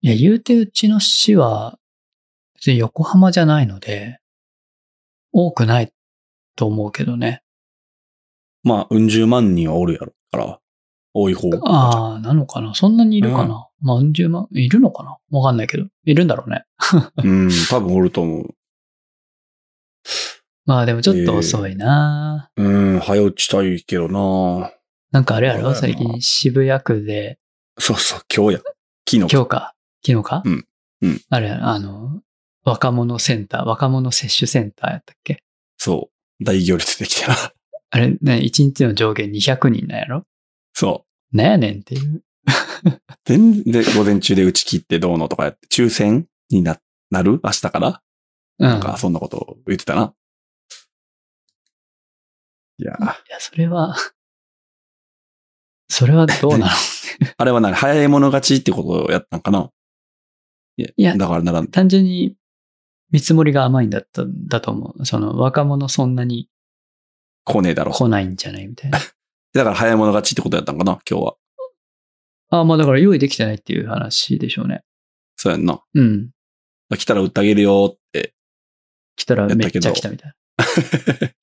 [SPEAKER 2] いや、言うてうちの市は、別に横浜じゃないので、多くないと思うけどね。
[SPEAKER 1] まあ、うん十万人はおるやろ。から、多い方。
[SPEAKER 2] ああ、なのかなそんなにいるかな、まあ、うん十万、いるのかなわかんないけど、いるんだろうね。
[SPEAKER 1] うん、多分おると思う。
[SPEAKER 2] まあでもちょっと遅いな、
[SPEAKER 1] うん、早打ちたいけどな。
[SPEAKER 2] なんかあれや
[SPEAKER 1] そ
[SPEAKER 2] ろ
[SPEAKER 1] うだ
[SPEAKER 2] 最
[SPEAKER 1] よな
[SPEAKER 2] 近渋谷区で、
[SPEAKER 1] そうそう、今日や。昨日。
[SPEAKER 2] 今日か昨日か
[SPEAKER 1] うんうん
[SPEAKER 2] あれやろあの、若者センター、若者接種センターやったっけ
[SPEAKER 1] そう。大行列できた な。
[SPEAKER 2] あれね、一日の上限200人なんやろ
[SPEAKER 1] そう。
[SPEAKER 2] なんやねんっていう。
[SPEAKER 1] 全で、午前中で打ち切ってどうのとかやって、抽選にな、なる明日から
[SPEAKER 2] うん。
[SPEAKER 1] なんか、そんなことを言ってたな。いやー、
[SPEAKER 2] いや、それは、 それはど うなの
[SPEAKER 1] あれは何早い者勝ちってことをやったんかないや、
[SPEAKER 2] いや
[SPEAKER 1] だからならん。
[SPEAKER 2] 単純に見積もりが甘いんだった、だと思う。その若者そんなに
[SPEAKER 1] 来ねえだろ。
[SPEAKER 2] 来ないんじゃない みたいな。
[SPEAKER 1] だから早い者勝ちってことやったんかな今日は。
[SPEAKER 2] ああ、まあだから用意できてないっていう話でしょうね。
[SPEAKER 1] そうやんな。
[SPEAKER 2] うん。
[SPEAKER 1] 来たら打ってあげるよって。
[SPEAKER 2] 来たら
[SPEAKER 1] やった
[SPEAKER 2] めっ
[SPEAKER 1] けど
[SPEAKER 2] ちゃ来たみたい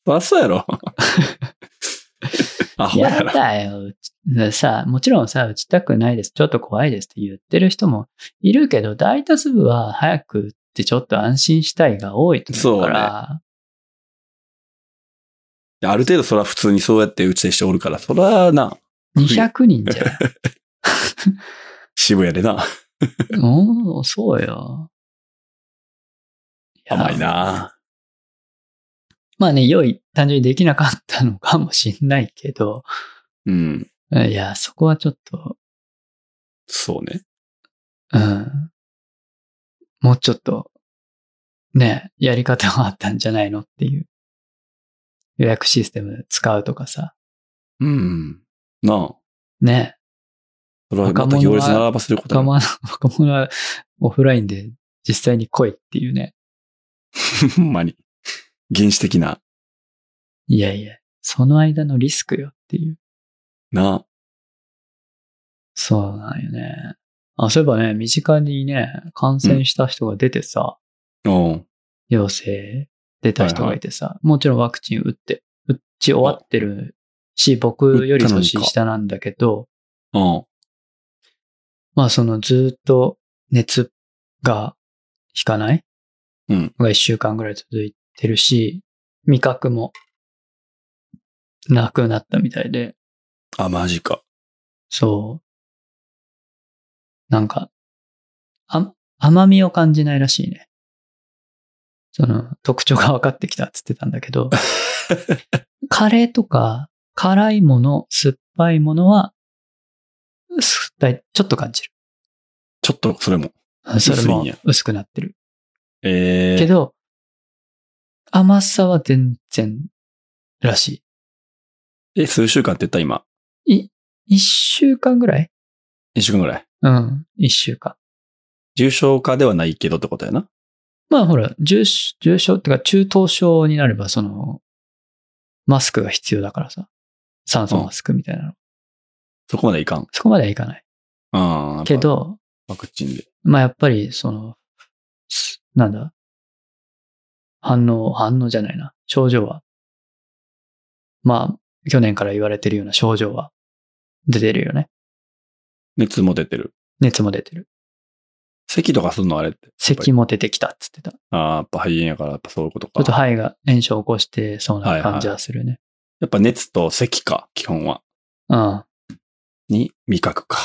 [SPEAKER 1] そらそうや ろ。あ、ほ
[SPEAKER 2] な。
[SPEAKER 1] や
[SPEAKER 2] や
[SPEAKER 1] ろ。
[SPEAKER 2] だよ。うちでさ、もちろんさ、打ちたくないです。ちょっと怖いですって言ってる人もいるけど、大多数は早く打ってちょっと安心したいが多いと思うから、
[SPEAKER 1] ある程度そら普通にそうやって打ち手しておるから、そらな、ね
[SPEAKER 2] 200人じゃん。
[SPEAKER 1] 渋谷でな。
[SPEAKER 2] おー、そうよ。や
[SPEAKER 1] 甘いな。
[SPEAKER 2] まあね、用意、単純にできなかったのかもしんないけど、
[SPEAKER 1] うん。
[SPEAKER 2] いや、そこはちょっと、
[SPEAKER 1] そうね。
[SPEAKER 2] うん。もうちょっと、ね、やり方があったんじゃないのっていう。予約システム使うとかさ。
[SPEAKER 1] うん。なあ。
[SPEAKER 2] ね、
[SPEAKER 1] それは
[SPEAKER 2] 若
[SPEAKER 1] ま
[SPEAKER 2] 者
[SPEAKER 1] た
[SPEAKER 2] は
[SPEAKER 1] 行列並ばせること
[SPEAKER 2] 若
[SPEAKER 1] になる
[SPEAKER 2] 者、若者はオフラインで実際に来いっていうね。
[SPEAKER 1] ほんまに。原始的な。
[SPEAKER 2] いやいや、その間のリスクよっていう。
[SPEAKER 1] なあ。
[SPEAKER 2] そうなんよね。あ、そういえばね、身近にね、感染した人が出てさ、
[SPEAKER 1] うん。
[SPEAKER 2] 陽性出た人がいてさ、もちろんワクチン打って、打ち終わってるし、僕より
[SPEAKER 1] 打ったのに
[SPEAKER 2] 年
[SPEAKER 1] か
[SPEAKER 2] 下なんだけど、
[SPEAKER 1] うん。
[SPEAKER 2] まあそのずっと熱が引かない
[SPEAKER 1] うん
[SPEAKER 2] が一週間ぐらい続いてるし、味覚もなくなったみたいで、
[SPEAKER 1] あ、マジか。
[SPEAKER 2] そう。なんか、あ、甘みを感じないらしいね。その、特徴が分かってきたっつってたんだ けど、カレーとか、辛いもの、酸っぱいものは、すだいちょっと感じる。
[SPEAKER 1] ちょっと、それも。
[SPEAKER 2] あそれ
[SPEAKER 1] 薄い
[SPEAKER 2] も
[SPEAKER 1] んや
[SPEAKER 2] 薄くなってる。
[SPEAKER 1] ええ
[SPEAKER 2] けど、甘さは全然らし
[SPEAKER 1] え、数週間って言った今。
[SPEAKER 2] い。い、一週間ぐらい
[SPEAKER 1] 一週間ぐらい。
[SPEAKER 2] うん、一週間。
[SPEAKER 1] 重症化ではないけどってことやな。
[SPEAKER 2] まあほら、重症、重症ってか中等症になれば、その、マスクが必要だからさ。酸素マスクみたいなの。
[SPEAKER 1] そこまでいかん。
[SPEAKER 2] そこまではいかない。
[SPEAKER 1] ああ。
[SPEAKER 2] け。ど、
[SPEAKER 1] ワクチンで。
[SPEAKER 2] まあやっぱり、その、すなんだ反応、反応じゃないな。症状は。まあ、去年から言われてるような症状は出てるよね。
[SPEAKER 1] 熱も出てる。
[SPEAKER 2] 熱も出てる。
[SPEAKER 1] 咳とかすんのあれって。
[SPEAKER 2] 咳も出てきたっつってた。ち
[SPEAKER 1] ああ、やっぱ肺炎やから、やっぱそういうこと
[SPEAKER 2] ょっと
[SPEAKER 1] か。
[SPEAKER 2] 肺が炎症を起こしてそうな感じはするね。
[SPEAKER 1] やっぱ熱と咳か、基本は。
[SPEAKER 2] うん。
[SPEAKER 1] に、味覚か。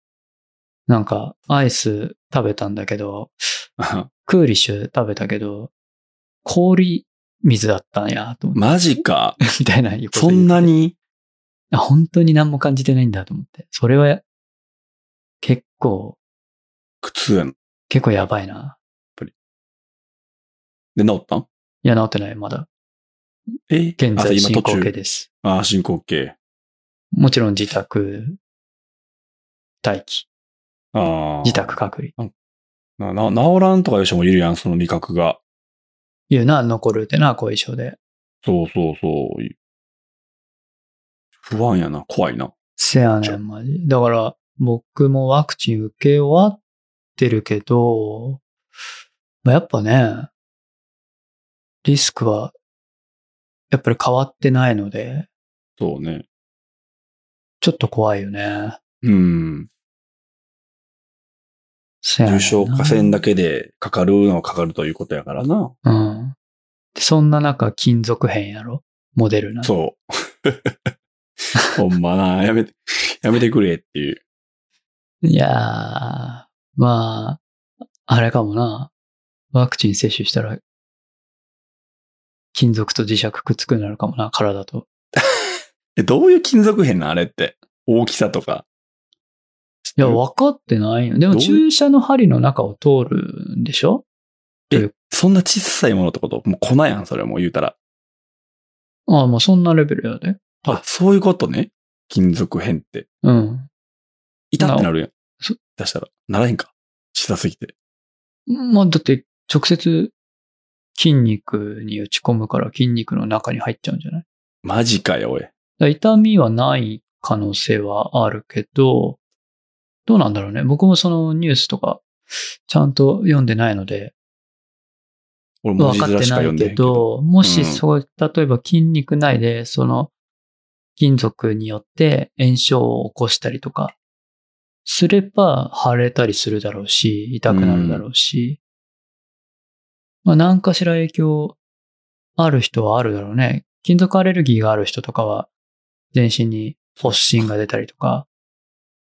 [SPEAKER 2] なんか、アイス食べたんだけど、クーリッシュ食べたけど、氷水だったんや、と思って、
[SPEAKER 1] マジか。
[SPEAKER 2] みたいな言うこと
[SPEAKER 1] そ
[SPEAKER 2] 言って
[SPEAKER 1] んなに
[SPEAKER 2] あ本当に何も感じてないんだと思って。それは、結構、
[SPEAKER 1] 苦痛やん。
[SPEAKER 2] 結構やばいな。
[SPEAKER 1] で、治ったん
[SPEAKER 2] いや、治ってない、まだ。
[SPEAKER 1] え
[SPEAKER 2] 現
[SPEAKER 1] あ
[SPEAKER 2] 在
[SPEAKER 1] 今
[SPEAKER 2] 進
[SPEAKER 1] 途
[SPEAKER 2] 行
[SPEAKER 1] 中
[SPEAKER 2] 形です。
[SPEAKER 1] ああ、進行形。
[SPEAKER 2] もちろん自宅待機、
[SPEAKER 1] ああ。
[SPEAKER 2] 自宅隔離。
[SPEAKER 1] な、な、治らんとかいう人もいるやん、その味覚が。
[SPEAKER 2] いうな、残るってな、後遺症で。
[SPEAKER 1] そうそうそう。不安やな、怖いな。
[SPEAKER 2] せやねん、マジ。だから、僕もワクチン受け終わってるけど、まあ、やっぱね、リスクは、やっぱり変わってないので、
[SPEAKER 1] そうね。
[SPEAKER 2] ちょっと怖いよね。
[SPEAKER 1] うん。
[SPEAKER 2] せやね
[SPEAKER 1] 重
[SPEAKER 2] んな
[SPEAKER 1] 症化せんだけでかかるのはかかるということやからな。
[SPEAKER 2] うん。でそんな中、金属片やろモデルな。
[SPEAKER 1] そう。ほんまな、やめて、やめてくれっていう。
[SPEAKER 2] いやー、まあ、あれかもな。ワクチン接種したら、金属と磁石くっつくようになるかもな、体と。
[SPEAKER 1] え、どういう金属片なんあれって。大きさとか。
[SPEAKER 2] いや、
[SPEAKER 1] うん
[SPEAKER 2] 分かってないよ。でも
[SPEAKER 1] どういう
[SPEAKER 2] 注射の針の中を通るんでしょ
[SPEAKER 1] え、そんな小さいものってこともう粉やん、それもう言うたら。
[SPEAKER 2] ああ、もうそんなレベルやで。
[SPEAKER 1] あ、そういうことね。金属片って。
[SPEAKER 2] うん。
[SPEAKER 1] 痛ってなるやん
[SPEAKER 2] そ。
[SPEAKER 1] 出したら。ならへんか。小さすぎて。
[SPEAKER 2] まあ、だって直接筋肉に打ち込むから筋肉の中に入っちゃうんじゃないだか
[SPEAKER 1] マジかよ、おい。
[SPEAKER 2] ら痛みはない可能性はあるけど、どうなんだろうね。僕もそのニュースとか、ちゃんと読んでないので、
[SPEAKER 1] 俺文
[SPEAKER 2] 分
[SPEAKER 1] 字
[SPEAKER 2] かっ
[SPEAKER 1] 面
[SPEAKER 2] て
[SPEAKER 1] しか
[SPEAKER 2] な
[SPEAKER 1] 読ん
[SPEAKER 2] い
[SPEAKER 1] でへ
[SPEAKER 2] け
[SPEAKER 1] んけど。
[SPEAKER 2] ど、もしそう、例えば筋肉内で、その、金属によって炎症を起こしたりとか、すれば腫れたりするだろうし、痛くなるだろうし、まあ何かしら影響ある人はあるだろうね。金属アレルギーがある人とかは、全身に発疹が出たりとか、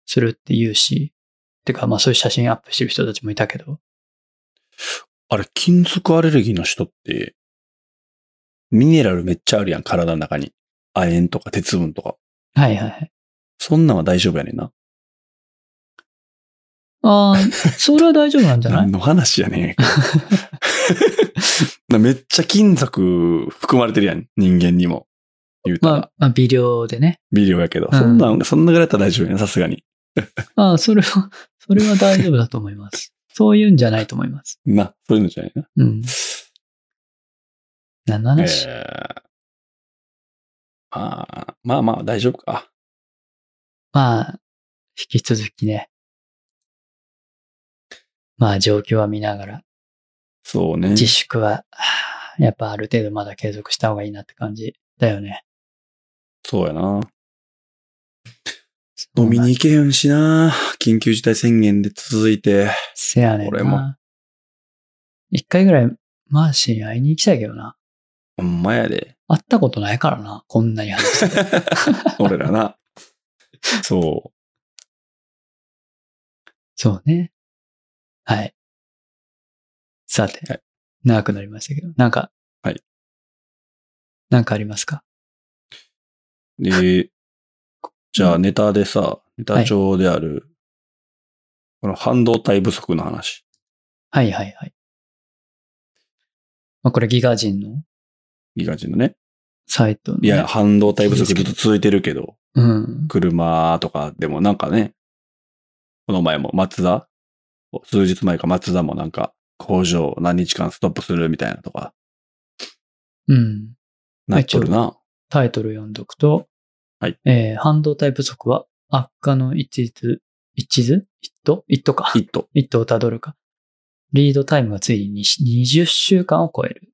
[SPEAKER 2] するって言うし、てかまあそういう写真アップしてる人たちもいたけど、
[SPEAKER 1] あれ、金属アレルギーの人って、ミネラルめっちゃあるやん、体の中に。亜鉛とか鉄分とか。
[SPEAKER 2] はいはいはい。
[SPEAKER 1] そんなんは大丈夫やねんな。
[SPEAKER 2] ああ、それは大丈夫なんじゃな
[SPEAKER 1] 何
[SPEAKER 2] い
[SPEAKER 1] の話や ねん。めっちゃ金属含まれてるやん、人間にも。言うたら、
[SPEAKER 2] まあ、まあ、微量でね。
[SPEAKER 1] 微量やけど。
[SPEAKER 2] うん
[SPEAKER 1] そんなん、そんなぐらいだったら大丈夫やな、さすがに。
[SPEAKER 2] ああ、それは、 それは大丈夫だと思います。そういうんじゃないと思います。
[SPEAKER 1] な、そういうのじゃないな。
[SPEAKER 2] うん。何の
[SPEAKER 1] え
[SPEAKER 2] 話、
[SPEAKER 1] ー、まあ、まあまあ、大丈夫か。
[SPEAKER 2] まあ、引き続きね。まあ、状況は見ながら、
[SPEAKER 1] そうね。
[SPEAKER 2] 自粛は、はあやっぱある程度まだ継続した方がいいなって感じだよね。
[SPEAKER 1] そうやな。飲みに行けへんしな。緊急事態宣言で続いて。
[SPEAKER 2] せやねん
[SPEAKER 1] 俺も
[SPEAKER 2] な。一回ぐらい、マーシーに会いに行きたいけどな。
[SPEAKER 1] ほんまやで。
[SPEAKER 2] 会ったことないからな。こんなに話してて。
[SPEAKER 1] 俺ら な。そ
[SPEAKER 2] そうね。はい。さて、
[SPEAKER 1] はい
[SPEAKER 2] 長くなりましたけど、なんか、
[SPEAKER 1] はい。
[SPEAKER 2] なんかありますか
[SPEAKER 1] う。で、じゃあネタでさ、ネタ帳である、この半導体不足の話。
[SPEAKER 2] はいはいはい。まあ、これギガ人の
[SPEAKER 1] いい感じのね。
[SPEAKER 2] サイトの、ね。
[SPEAKER 1] いや、半導体不足ずっと続いてるけど、
[SPEAKER 2] うん。
[SPEAKER 1] 車とかでもなんかね、この前も松田数日前か松田もなんか工場何日間ストップするみたいなとか、
[SPEAKER 2] うん。
[SPEAKER 1] なっとるな。
[SPEAKER 2] タイトル読んどくと、
[SPEAKER 1] はい。
[SPEAKER 2] えー、半導体不足は悪化の一途、一途一途一途か。
[SPEAKER 1] ヒット。
[SPEAKER 2] 一途をたどるか。リードタイムがついに20週間を超える。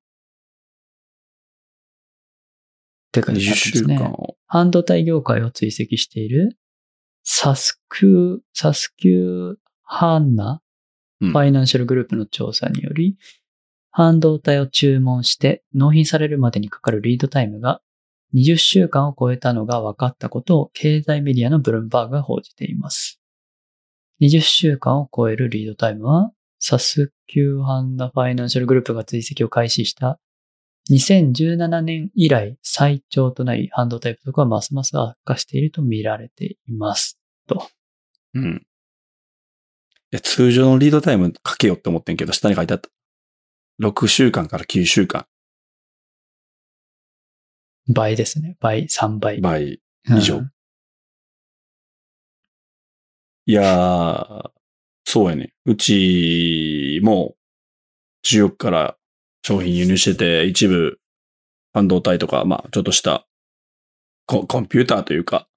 [SPEAKER 2] って感じ
[SPEAKER 1] 20
[SPEAKER 2] になってま
[SPEAKER 1] 週
[SPEAKER 2] すね。
[SPEAKER 1] 間を。
[SPEAKER 2] 半導体業界を追跡している、サスキュー、サスキューハンナ
[SPEAKER 1] うん
[SPEAKER 2] ファイナンシャルグループの調査により、半導体を注文して納品されるまでにかかるリードタイムが20週間を超えたのが分かったことを経済メディアのブルームバーグが報じています。20週間を超えるリードタイムは、サスキューハンナファイナンシャルグループが追跡を開始した2017年以来最長となり、半導体不足はますます悪化していると見られています。
[SPEAKER 1] うん。いや通常のリードタイムかけようって思ってんけど、下に書いてあった。6週間から9週間、
[SPEAKER 2] 倍ですね。倍、3倍。
[SPEAKER 1] 倍
[SPEAKER 2] うん
[SPEAKER 1] 以上。いやー、そうやね。うちも、中国から商品輸入してて、一部、半導体とか、まあ、ちょっとしたコ、コンピューターというか、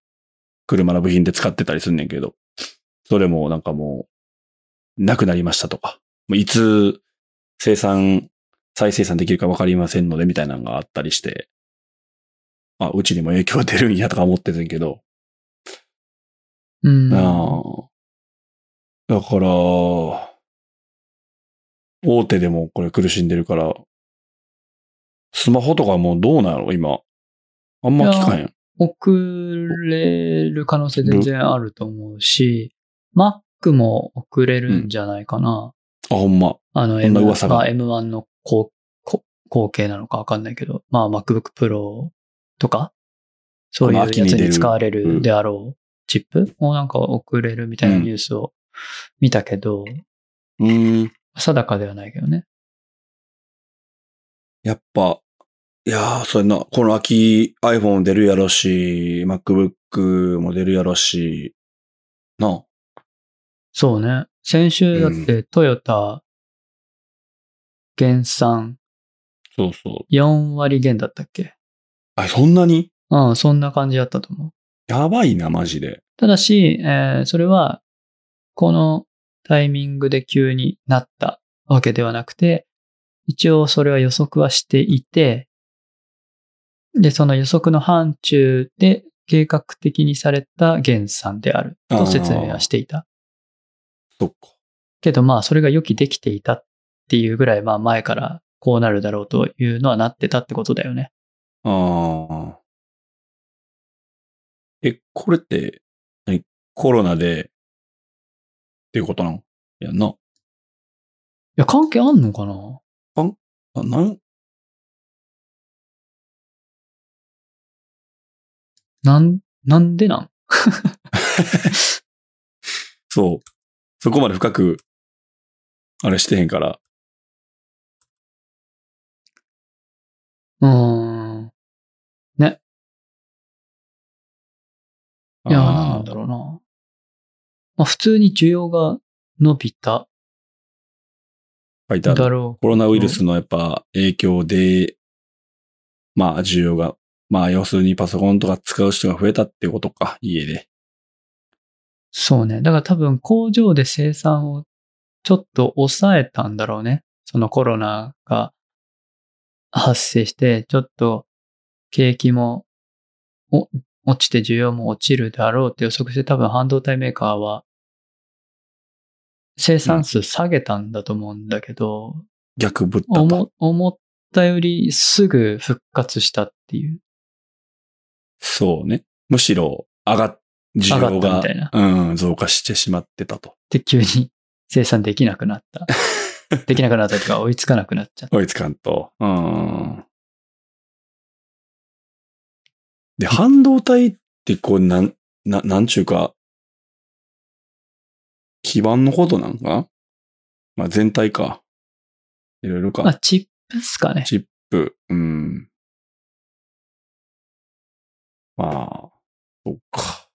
[SPEAKER 1] 車の部品で使ってたりすんねんけど、それもなんかもう、なくなりましたとか、もういつ生産、再生産できるかわかりませんので、みたいなのがあったりして、まあ、うちにも影響出るんやとか思っててんけど、
[SPEAKER 2] うん。
[SPEAKER 1] ああ。だから、大手でもこれ苦しんでるから、スマホとかもうどうなんやろ今。あんま聞かへん。
[SPEAKER 2] 遅れる可能性全然あると思うし、Mac も遅れるんじゃないかな。
[SPEAKER 1] あ、ほんま。
[SPEAKER 2] あの、
[SPEAKER 1] そん
[SPEAKER 2] M1
[SPEAKER 1] な噂が
[SPEAKER 2] まあ M1 の後後後継なのかわかんないけど、まあ MacBook Pro とか、そういう
[SPEAKER 1] こ
[SPEAKER 2] や
[SPEAKER 1] の
[SPEAKER 2] つ
[SPEAKER 1] 秋に出る
[SPEAKER 2] に使われるであろうチップもうなんか遅れるみたいなニュースを見たけど、
[SPEAKER 1] うん。
[SPEAKER 2] 定かではないけどね。
[SPEAKER 1] やっぱ、いやー、それな、この秋 iPhone 出るやろし、MacBook も出るやろし、なあ。
[SPEAKER 2] そうね。先週だってトヨタ減産
[SPEAKER 1] そうそう。
[SPEAKER 2] 4割減だったっけ
[SPEAKER 1] あ、そんなに
[SPEAKER 2] うん、そんな感じだったと思う。
[SPEAKER 1] やばいな、マジで。
[SPEAKER 2] ただし、えーそれは、このタイミングで急になったわけではなくて、一応それは予測はしていて、で、その予測の範疇で計画的にされた減産であると説明はしていた。
[SPEAKER 1] そっか。
[SPEAKER 2] けどまあ、それが予期できていたっていうぐらい、まあ前からこうなるだろうというのはなってたってことだよね。
[SPEAKER 1] ああ。え、これって、何コロナで、っていうことなのやんな。
[SPEAKER 2] や、関係あんのかな
[SPEAKER 1] あ、なん、
[SPEAKER 2] なん、なんでなん
[SPEAKER 1] そう。そこまで深く、あれしてへんから。
[SPEAKER 2] うーん。いや、
[SPEAKER 1] あー
[SPEAKER 2] なんだろうな。まあ、普通に需要が伸びた
[SPEAKER 1] 書いてあ
[SPEAKER 2] だ
[SPEAKER 1] る。
[SPEAKER 2] ろ
[SPEAKER 1] コロナウイルスのやっぱ影響で、まあ需要が、まあ要するにパソコンとか使う人が増えたってことか、家で。
[SPEAKER 2] う。そうね。だから多分工場で生産をちょっと抑えたんだろうね。そのコロナが発生して、ちょっと景気もお落ちて需要も落ちるだろうって予測して多分半導体メーカーは生産数下げたんだと思うんだけど、
[SPEAKER 1] 逆ぶったと。
[SPEAKER 2] 思思ったよりすぐ復活したっていう。
[SPEAKER 1] そうね。むしろ上がっ、需要
[SPEAKER 2] 上が
[SPEAKER 1] が
[SPEAKER 2] ったみたいな
[SPEAKER 1] うん、増加してしまってたと。
[SPEAKER 2] で、急に 生産できなくな った。できなくなったというか、追いつかなくなっちゃった。
[SPEAKER 1] 追いつかんと。うん。で、半導体ってこう、なん、な、なんちゅうか、基盤のことなんかまあ全体か。いろいろか。
[SPEAKER 2] まあ、チップっすかね。
[SPEAKER 1] チップ、うん。まあ、そっか。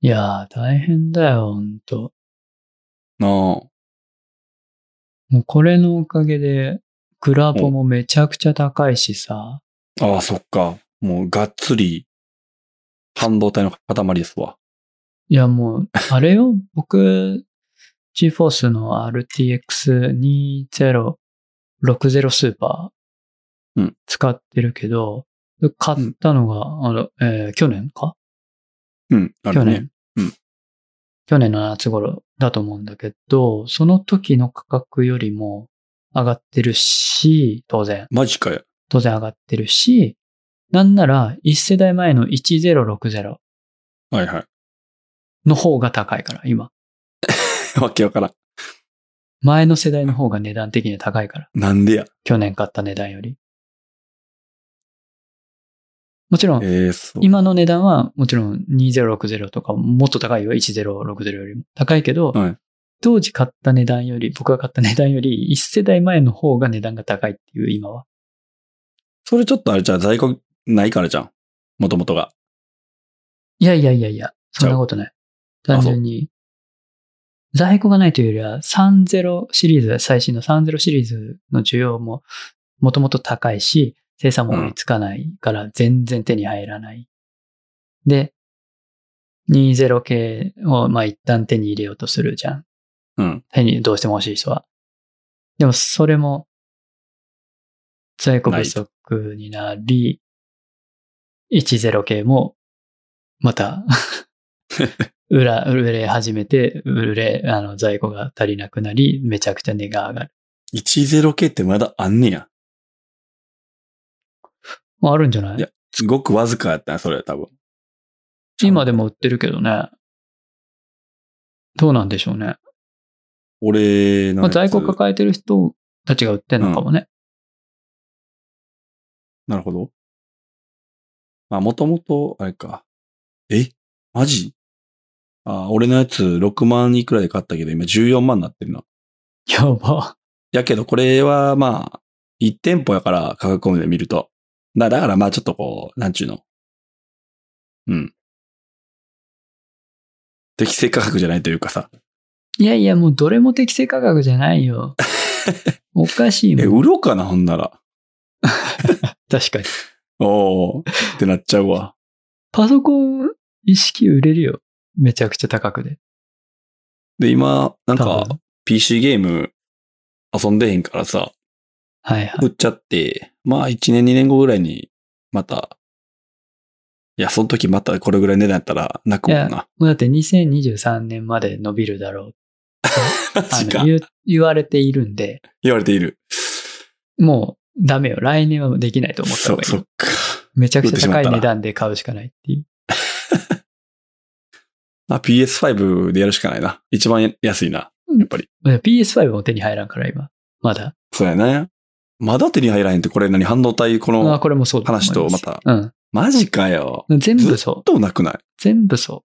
[SPEAKER 2] いやー、大変だよ、ほんと。
[SPEAKER 1] なあ。
[SPEAKER 2] もうこれのおかげで、グラボもめちゃくちゃ高いしさ、
[SPEAKER 1] ああ、そっか。もう、がっつり、半導体の塊ですわ。
[SPEAKER 2] いやも う、あれよ、僕、GForce の RTX2060 スーパ
[SPEAKER 1] う
[SPEAKER 2] ー
[SPEAKER 1] ん、
[SPEAKER 2] 使ってるけど、買ったのが、あの、えー去年か
[SPEAKER 1] うん、ある
[SPEAKER 2] 去
[SPEAKER 1] ね。
[SPEAKER 2] 年、
[SPEAKER 1] うん
[SPEAKER 2] 去年の夏頃だと思うんだけど、その時の価格よりも上がってるし、当然、
[SPEAKER 1] マジかよ。
[SPEAKER 2] 当然上がってるし、なんなら1世代前の1060
[SPEAKER 1] はいはい。
[SPEAKER 2] の方が高いから、今。
[SPEAKER 1] わけわからん。
[SPEAKER 2] 前の世代の方が値段的には高いから、
[SPEAKER 1] なんでや。
[SPEAKER 2] 去年買った値段より。もちろん、
[SPEAKER 1] ええそう。
[SPEAKER 2] 今の値段はもちろん2060とかもっと高いよ、1060よりも。高いけど、
[SPEAKER 1] はい
[SPEAKER 2] 当時買った値段より、僕が買った値段より、1世代前の方が値段が高いっていう、今は。
[SPEAKER 1] それちょっとあれじゃん、在庫ないからじゃん。もともとが。
[SPEAKER 2] いやいやいやいや、そんなことない。
[SPEAKER 1] ちゃう
[SPEAKER 2] 単純に、在庫がないというよりは、30シリーズ、最新の30シリーズの需要も、もともと高いし、生産も追いつかないから、全然手に入らない。で、20系を、まあ、一旦手に入れようとするじゃん。
[SPEAKER 1] うん。
[SPEAKER 2] 手にどうしても欲しい人は。でもそれも在庫不足になり、10系もま た売ら、売れ始めて、売れ、あの在庫が足りなくなり、めちゃくちゃ値が上がる。
[SPEAKER 1] 10K ってまだあんねや。
[SPEAKER 2] まあ、あるんじゃない
[SPEAKER 1] いやすごくわずかやったな、それ多分。
[SPEAKER 2] 今でも売ってるけどね。どうなんでしょうね。
[SPEAKER 1] 俺の
[SPEAKER 2] まあ、
[SPEAKER 1] やつ。
[SPEAKER 2] 在庫抱えてる人たちが売ってんのかもね。
[SPEAKER 1] なるほど。まあ、もともと、あれか。えマジあ、俺のやつ6万いくらで買ったけど、今14万になってるな。
[SPEAKER 2] やば。
[SPEAKER 1] やけど、これはまあ、1店舗やから価格込みで見ると。だだからまあちょっとこう、なんちゅうの。うん。適正価格じゃないというかさ。
[SPEAKER 2] いやいや、もうどれも適正価格じゃない よ。おかしい
[SPEAKER 1] え、
[SPEAKER 2] もん。
[SPEAKER 1] 売ろうかな、ほんなら。
[SPEAKER 2] 確かに。
[SPEAKER 1] おー、ってなっちゃうわ。
[SPEAKER 2] パソコン一式売れるよ。めちゃくちゃ高くで。
[SPEAKER 1] で、今、なん
[SPEAKER 2] 多
[SPEAKER 1] か、
[SPEAKER 2] 分
[SPEAKER 1] PC ゲーム遊んでへんからさ、
[SPEAKER 2] はいはい。
[SPEAKER 1] 売っちゃって、まあ1年2年後ぐらいに、また、いや、その時またこれぐらい値段やったら泣くもんな。
[SPEAKER 2] もうだって2023年まで伸びるだろう。
[SPEAKER 1] マ
[SPEAKER 2] あ
[SPEAKER 1] ジ
[SPEAKER 2] の
[SPEAKER 1] か。
[SPEAKER 2] 言う言われているんで、
[SPEAKER 1] 言われている。
[SPEAKER 2] もうダメよ。来年はできないと思った
[SPEAKER 1] そう
[SPEAKER 2] 方がいい
[SPEAKER 1] そ
[SPEAKER 2] よ
[SPEAKER 1] っ。か。
[SPEAKER 2] めちゃく
[SPEAKER 1] 売って
[SPEAKER 2] ち
[SPEAKER 1] し
[SPEAKER 2] ゃ
[SPEAKER 1] まっ
[SPEAKER 2] 高
[SPEAKER 1] た
[SPEAKER 2] い
[SPEAKER 1] ら
[SPEAKER 2] 値段で買うしかないっていう。
[SPEAKER 1] あ、PS5 でやるしかないな。一番安いな。やっぱり。
[SPEAKER 2] で PS5 も手に入らんから今。まだ。
[SPEAKER 1] そうやね。まだ手に入らへんって、これ何半導体こ
[SPEAKER 2] あ
[SPEAKER 1] の、
[SPEAKER 2] これもそうだ思いす
[SPEAKER 1] 話とまた。
[SPEAKER 2] うん。
[SPEAKER 1] マジかよ。
[SPEAKER 2] 全部そ
[SPEAKER 1] ほ
[SPEAKER 2] う。
[SPEAKER 1] とんどなくない
[SPEAKER 2] 全部そう。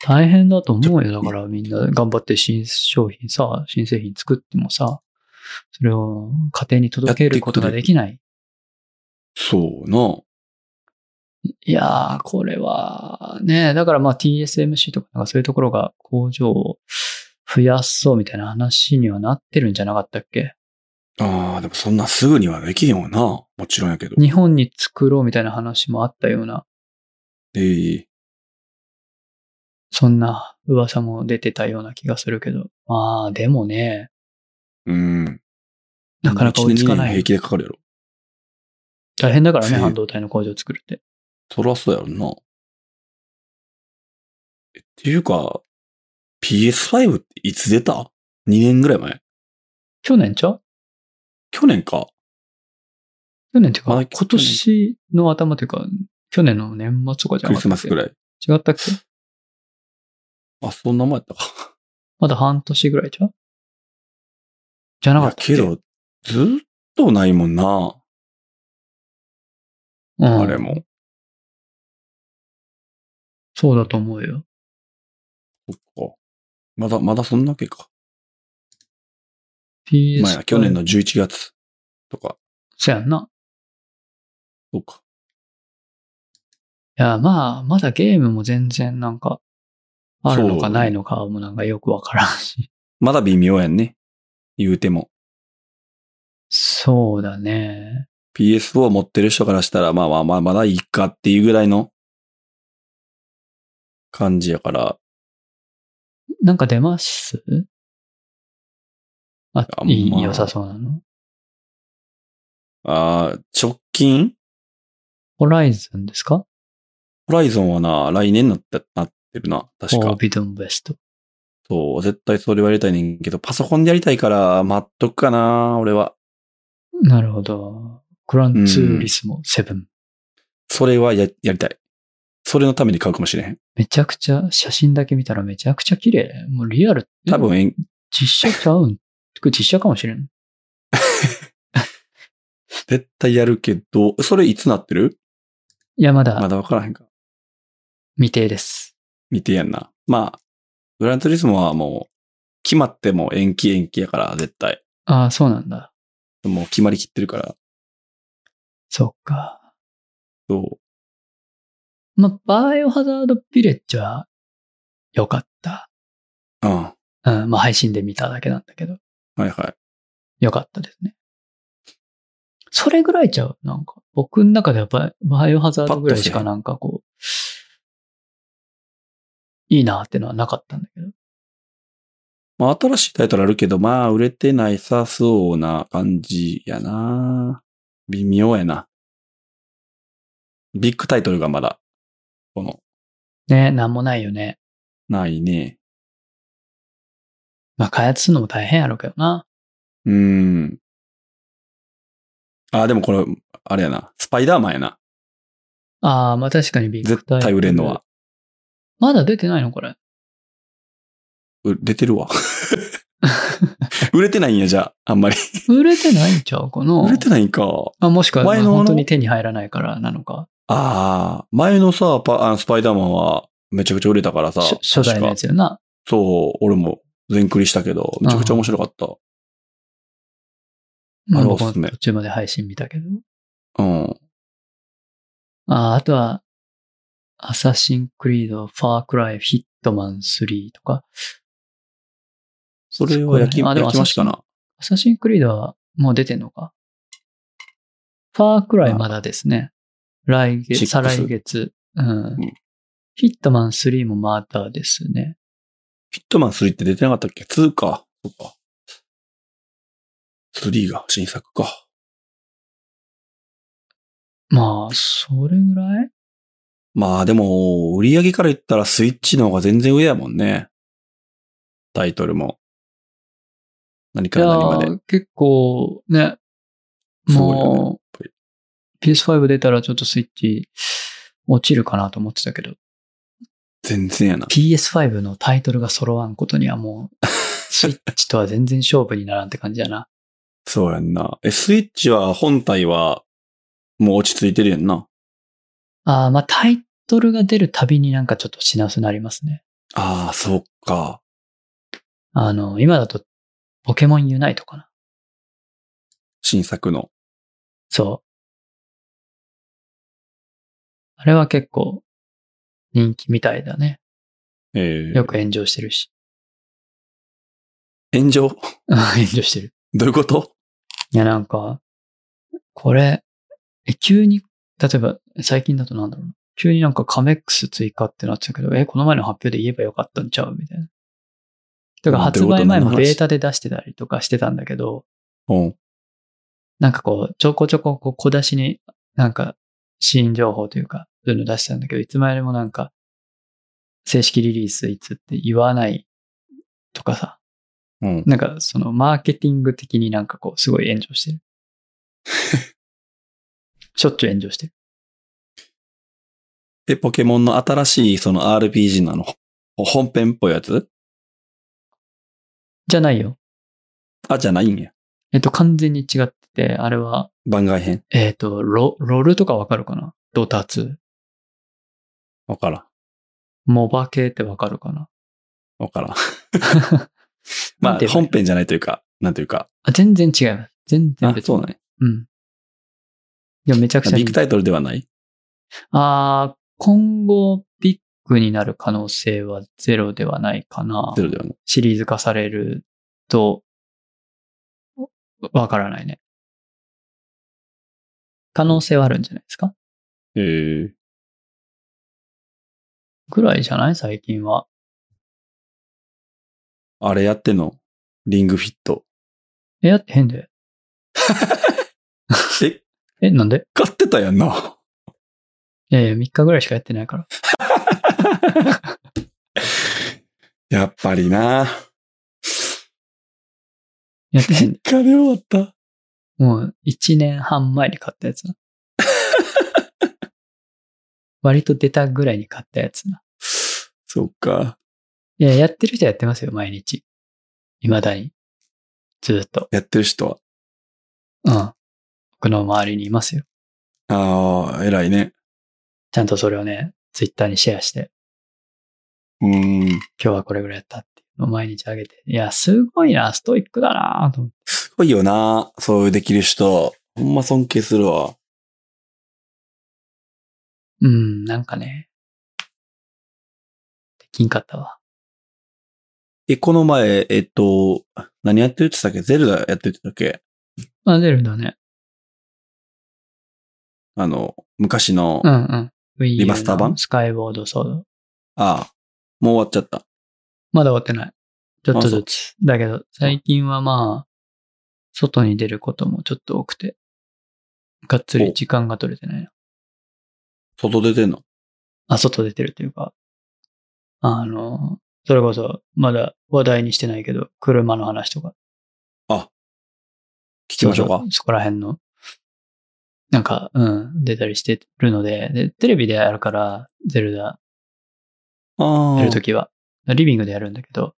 [SPEAKER 2] 大変だと思うよ。だからみんな頑張って新商品さ、新製品作ってもさ、それを家庭に届けることができない。
[SPEAKER 1] そうな。
[SPEAKER 2] いやー、これは、ね、だからまあ TSMC とかなんかそういうところが工場を増やそうみたいな話にはなってるんじゃなかったっけ
[SPEAKER 1] ああ、でもそんなすぐにはできへんわな。もちろんやけど。
[SPEAKER 2] 日本に作ろうみたいな話もあったような、
[SPEAKER 1] えー
[SPEAKER 2] そんな噂も出てたような気がするけど。まあ、でもね、
[SPEAKER 1] うん。
[SPEAKER 2] なかなか追いつ
[SPEAKER 1] 1年
[SPEAKER 2] かな
[SPEAKER 1] 二年平
[SPEAKER 2] い。
[SPEAKER 1] 気でかかるやろ。
[SPEAKER 2] 大変だからね、
[SPEAKER 1] うん
[SPEAKER 2] 半導体の工場作るって。
[SPEAKER 1] そらそうやろな。えっていうか、PS5 っていつ出た ?2 年ぐらい前
[SPEAKER 2] 去年ちゃう
[SPEAKER 1] 去年か。
[SPEAKER 2] 去年っていうか、
[SPEAKER 1] まだ
[SPEAKER 2] 今年の頭っていうか、去年の年末とかじゃ
[SPEAKER 1] クリ
[SPEAKER 2] なかっ
[SPEAKER 1] ス
[SPEAKER 2] た
[SPEAKER 1] マ
[SPEAKER 2] っ
[SPEAKER 1] ス
[SPEAKER 2] け
[SPEAKER 1] ぐらい。
[SPEAKER 2] 違ったっけ
[SPEAKER 1] あ、そんな前やったか。
[SPEAKER 2] まだ半年ぐらいちゃうじゃなかったっけ
[SPEAKER 1] いやけど、ずっとないもんな。
[SPEAKER 2] うん
[SPEAKER 1] あれも。
[SPEAKER 2] そうだと思うよ。
[SPEAKER 1] そっか。まだ、まだそんなわけか。
[SPEAKER 2] PS5。
[SPEAKER 1] まあや、去年の11月とか。
[SPEAKER 2] そうやんな。
[SPEAKER 1] そうか。
[SPEAKER 2] いや、まあ、まだゲームも全然なんか、あるのかないのかもなんかよくわからんし。
[SPEAKER 1] まだ微妙やんね。言うても。
[SPEAKER 2] そうだね。
[SPEAKER 1] PS4 を持ってる人からしたら、まあまあまあ、まだいいかっていうぐらいの感じやから、
[SPEAKER 2] なんか出ますあ、
[SPEAKER 1] あ
[SPEAKER 2] いい、
[SPEAKER 1] まあ
[SPEAKER 2] 良さそうなの
[SPEAKER 1] ああ、直近
[SPEAKER 2] ホライズンですか
[SPEAKER 1] ホライゾンはな、来年になったなってるな。確
[SPEAKER 2] オー
[SPEAKER 1] か。
[SPEAKER 2] ビドンベスト。
[SPEAKER 1] そう、絶対それはやりたいねんけど、パソコンでやりたいから、待っとくかな、俺は。
[SPEAKER 2] なるほど。グランツーリスモ7。
[SPEAKER 1] それはや、やりたい。それのために買うかもしれへん。
[SPEAKER 2] めちゃくちゃ、写真だけ見たらめちゃくちゃ綺麗。もうリアルって
[SPEAKER 1] 多分、えん
[SPEAKER 2] 実写ちゃうん。これ実写かもしれん。
[SPEAKER 1] 絶対やるけど、それいつなってる
[SPEAKER 2] いや、ま
[SPEAKER 1] ま
[SPEAKER 2] だ
[SPEAKER 1] だわからへんか。
[SPEAKER 2] 未定です。
[SPEAKER 1] 見てやんな。まあ、グラントリスモはもう、決まっても延期延期やから、絶対。
[SPEAKER 2] ああ、そうなんだ。
[SPEAKER 1] もう決まりきってるから。
[SPEAKER 2] そっか。
[SPEAKER 1] そう。
[SPEAKER 2] まあ、バイオハザードビレッジは良かった。
[SPEAKER 1] うん。は
[SPEAKER 2] うん、まあ配信で見ただけなんだけど、
[SPEAKER 1] いはい。
[SPEAKER 2] 良かったですね。それぐらいちゃうなんか、僕の中ではバイバイオハザードぐらいし
[SPEAKER 1] パッとせ
[SPEAKER 2] かなんかこう、いいなってのはなかったんだけど。
[SPEAKER 1] まあ、新しいタイトルあるけど、まあ、売れてないさそうな感じやな。微妙やな。ビッグタイトルがまだ、この、
[SPEAKER 2] ねなんもないよね。
[SPEAKER 1] ないね。
[SPEAKER 2] まあ開発するのも大変やろうけどな。
[SPEAKER 1] うーん。あ、でもこれ、あれやな。スパイダーマンやな。
[SPEAKER 2] ああ、まあ確かにビッグ
[SPEAKER 1] 絶
[SPEAKER 2] タイト
[SPEAKER 1] 対
[SPEAKER 2] ル
[SPEAKER 1] 売れんのは。。
[SPEAKER 2] まだ出てないのこれ。
[SPEAKER 1] う出てる わ。売れてないんや、じゃあ。あんまり。
[SPEAKER 2] 売れてないんちゃうかな
[SPEAKER 1] 売れてないんか。
[SPEAKER 2] あ、もしくは、
[SPEAKER 1] 前の
[SPEAKER 2] まあ本当
[SPEAKER 1] あの
[SPEAKER 2] に手に入らないからなのか。
[SPEAKER 1] ああ、前のさ、パあスパイダーマンはめちゃくちゃ売れたからさ。
[SPEAKER 2] し初代の
[SPEAKER 1] 確
[SPEAKER 2] や
[SPEAKER 1] か
[SPEAKER 2] つよな。
[SPEAKER 1] そう、俺も全クリしたけど、めちゃくちゃ面白かった。
[SPEAKER 2] まあ
[SPEAKER 1] あれ
[SPEAKER 2] 僕
[SPEAKER 1] おすすめ
[SPEAKER 2] も途中まで配信見たけど。
[SPEAKER 1] うん。
[SPEAKER 2] ああとは、アサシンクリード、ファークライ、ヒットマン3とか。
[SPEAKER 1] それは焼き、
[SPEAKER 2] あでも
[SPEAKER 1] 焼きましたな。
[SPEAKER 2] アサシンクリードはもう出てんのか。ファークライまだですね。来
[SPEAKER 1] シック
[SPEAKER 2] 月、
[SPEAKER 1] ス
[SPEAKER 2] 再来月。うん。
[SPEAKER 1] ん
[SPEAKER 2] ヒットマン3もまだですね。
[SPEAKER 1] ヒットマン3って出てなかったっけ ?2 か。そっか。3が新作か。
[SPEAKER 2] まあ、それぐらい
[SPEAKER 1] まあでも、売り上げから言ったらスイッチの方が全然上やもんね。タイトルも。何
[SPEAKER 2] い
[SPEAKER 1] から
[SPEAKER 2] や
[SPEAKER 1] 何まで。
[SPEAKER 2] ー結構ね、
[SPEAKER 1] すごいよね
[SPEAKER 2] も
[SPEAKER 1] ぱり
[SPEAKER 2] う、PS5 出たらちょっとスイッチ落ちるかなと思ってたけど、
[SPEAKER 1] 全然やな。
[SPEAKER 2] PS5 のタイトルが揃わんことにはもう、スイッチとは全然勝負にならんって感じやな。
[SPEAKER 1] そうやんな。え、スイッチは本体は、もう落ち着いてるやんな。
[SPEAKER 2] ああ、まあタイトルが出るたびになんかちょっと品薄になりますね。
[SPEAKER 1] ああ、そっか。
[SPEAKER 2] あの、今だと、ポケモンユナイトかな。
[SPEAKER 1] 新作の。
[SPEAKER 2] そう。あれは結構人気みたいだね。
[SPEAKER 1] ええ
[SPEAKER 2] よく炎上してるし。
[SPEAKER 1] 炎上
[SPEAKER 2] 炎上してる。
[SPEAKER 1] どういうこと
[SPEAKER 2] いや、なんか、これ、え、急に、例えば最近だとなんだろうな。急になんかカメックス追加ってなってたけど、え、この前の発表で言えばよかったんちゃうみたいな。だから
[SPEAKER 1] うん
[SPEAKER 2] 発売前も
[SPEAKER 1] どういうこと
[SPEAKER 2] ベータで出してたりとかしてたんだけど、
[SPEAKER 1] うん。
[SPEAKER 2] なんかこう、ちょこちょここう小出しに、なんか、新情報というか、そういうの出してたんだけど、いつまでもなんか、正式リリースいつって言わないとかさ、
[SPEAKER 1] うん。
[SPEAKER 2] なんかそのマーケティング的になんかこう、すごい炎 上してる。しょっちゅう炎上してる。
[SPEAKER 1] え、ポケモンの新しいその RPG なのほ本編っぽいやつ
[SPEAKER 2] じゃないよ。
[SPEAKER 1] あ、じゃないんや。
[SPEAKER 2] えっと、完全に違ってて、あれは、
[SPEAKER 1] 番外編。
[SPEAKER 2] えっと、ロ、ロールとかわかるかなドータ2。
[SPEAKER 1] わからん。
[SPEAKER 2] モバ系ってわかるかな
[SPEAKER 1] わからん。 ま
[SPEAKER 2] なん
[SPEAKER 1] あ
[SPEAKER 2] て、言えばいい
[SPEAKER 1] 本編じゃないというか、なんというか。
[SPEAKER 2] あ全然違います。全然
[SPEAKER 1] あ、
[SPEAKER 2] 別
[SPEAKER 1] そうなんや。
[SPEAKER 2] うん。いや、めちゃくちゃ
[SPEAKER 1] ビッ
[SPEAKER 2] 人
[SPEAKER 1] グ
[SPEAKER 2] 気
[SPEAKER 1] タイトルではない
[SPEAKER 2] ああ、今後ビッグになる可能性はゼロではないかな
[SPEAKER 1] ゼ。ロではない。
[SPEAKER 2] シリーズ化されると、わからないね。可能性はあるんじゃないですか
[SPEAKER 1] ええ
[SPEAKER 2] ぐらいじゃない最近は。
[SPEAKER 1] あれやってんのリングフィット。
[SPEAKER 2] え、やって変で。
[SPEAKER 1] え、
[SPEAKER 2] え、なんで
[SPEAKER 1] 買ってたやんな。
[SPEAKER 2] え、3日ぐらいしかやってないから。
[SPEAKER 1] やっぱりな。
[SPEAKER 2] やってへんで。
[SPEAKER 1] 金終わった。
[SPEAKER 2] もう1年半前に買ったやつな。割と出たぐらいに買ったやつな。
[SPEAKER 1] そっか。
[SPEAKER 2] いや、やってる人はやってますよ、毎日。未だに。ずーっと。
[SPEAKER 1] やってる人は。
[SPEAKER 2] うん。僕の周りにいますよ。
[SPEAKER 1] ああ、偉いね。
[SPEAKER 2] ちゃんとそれをね、ツイッターにシェアして、
[SPEAKER 1] うーん。
[SPEAKER 2] 今日はこれぐらいやったっていうのを毎日あげて。いや、すごいな、ストイックだなと思って。
[SPEAKER 1] すごいよな。そういうできる人。ほんま尊敬するわ。
[SPEAKER 2] うん、なんかね。できんかったわ。
[SPEAKER 1] え、この前、えっと、何やってるって言ってたっけゼルダやってるって言ってたっけ
[SPEAKER 2] あ、出るんだね。
[SPEAKER 1] あの、昔の、
[SPEAKER 2] うん
[SPEAKER 1] あ
[SPEAKER 2] うん。Wii U
[SPEAKER 1] リマスター版
[SPEAKER 2] のスカイボードソード。
[SPEAKER 1] あ、もう終わっちゃった。
[SPEAKER 2] まだ終わってない。ちょっと
[SPEAKER 1] あそ
[SPEAKER 2] ず
[SPEAKER 1] う
[SPEAKER 2] つ。だけど、最近はまあ、外に出ることもちょっと多くて、がっつり時間が取れてないな。
[SPEAKER 1] 外出てんの
[SPEAKER 2] あ、外出てるというか、あの、それこそ、まだ話題にしてないけど、車の話とか。
[SPEAKER 1] 聞きましょうか。
[SPEAKER 2] そこら辺の、なんか、うん、出たりしてるので、で、テレビでやるから、ゼルダ
[SPEAKER 1] ああ。
[SPEAKER 2] やるときは。リビングでやるんだけど、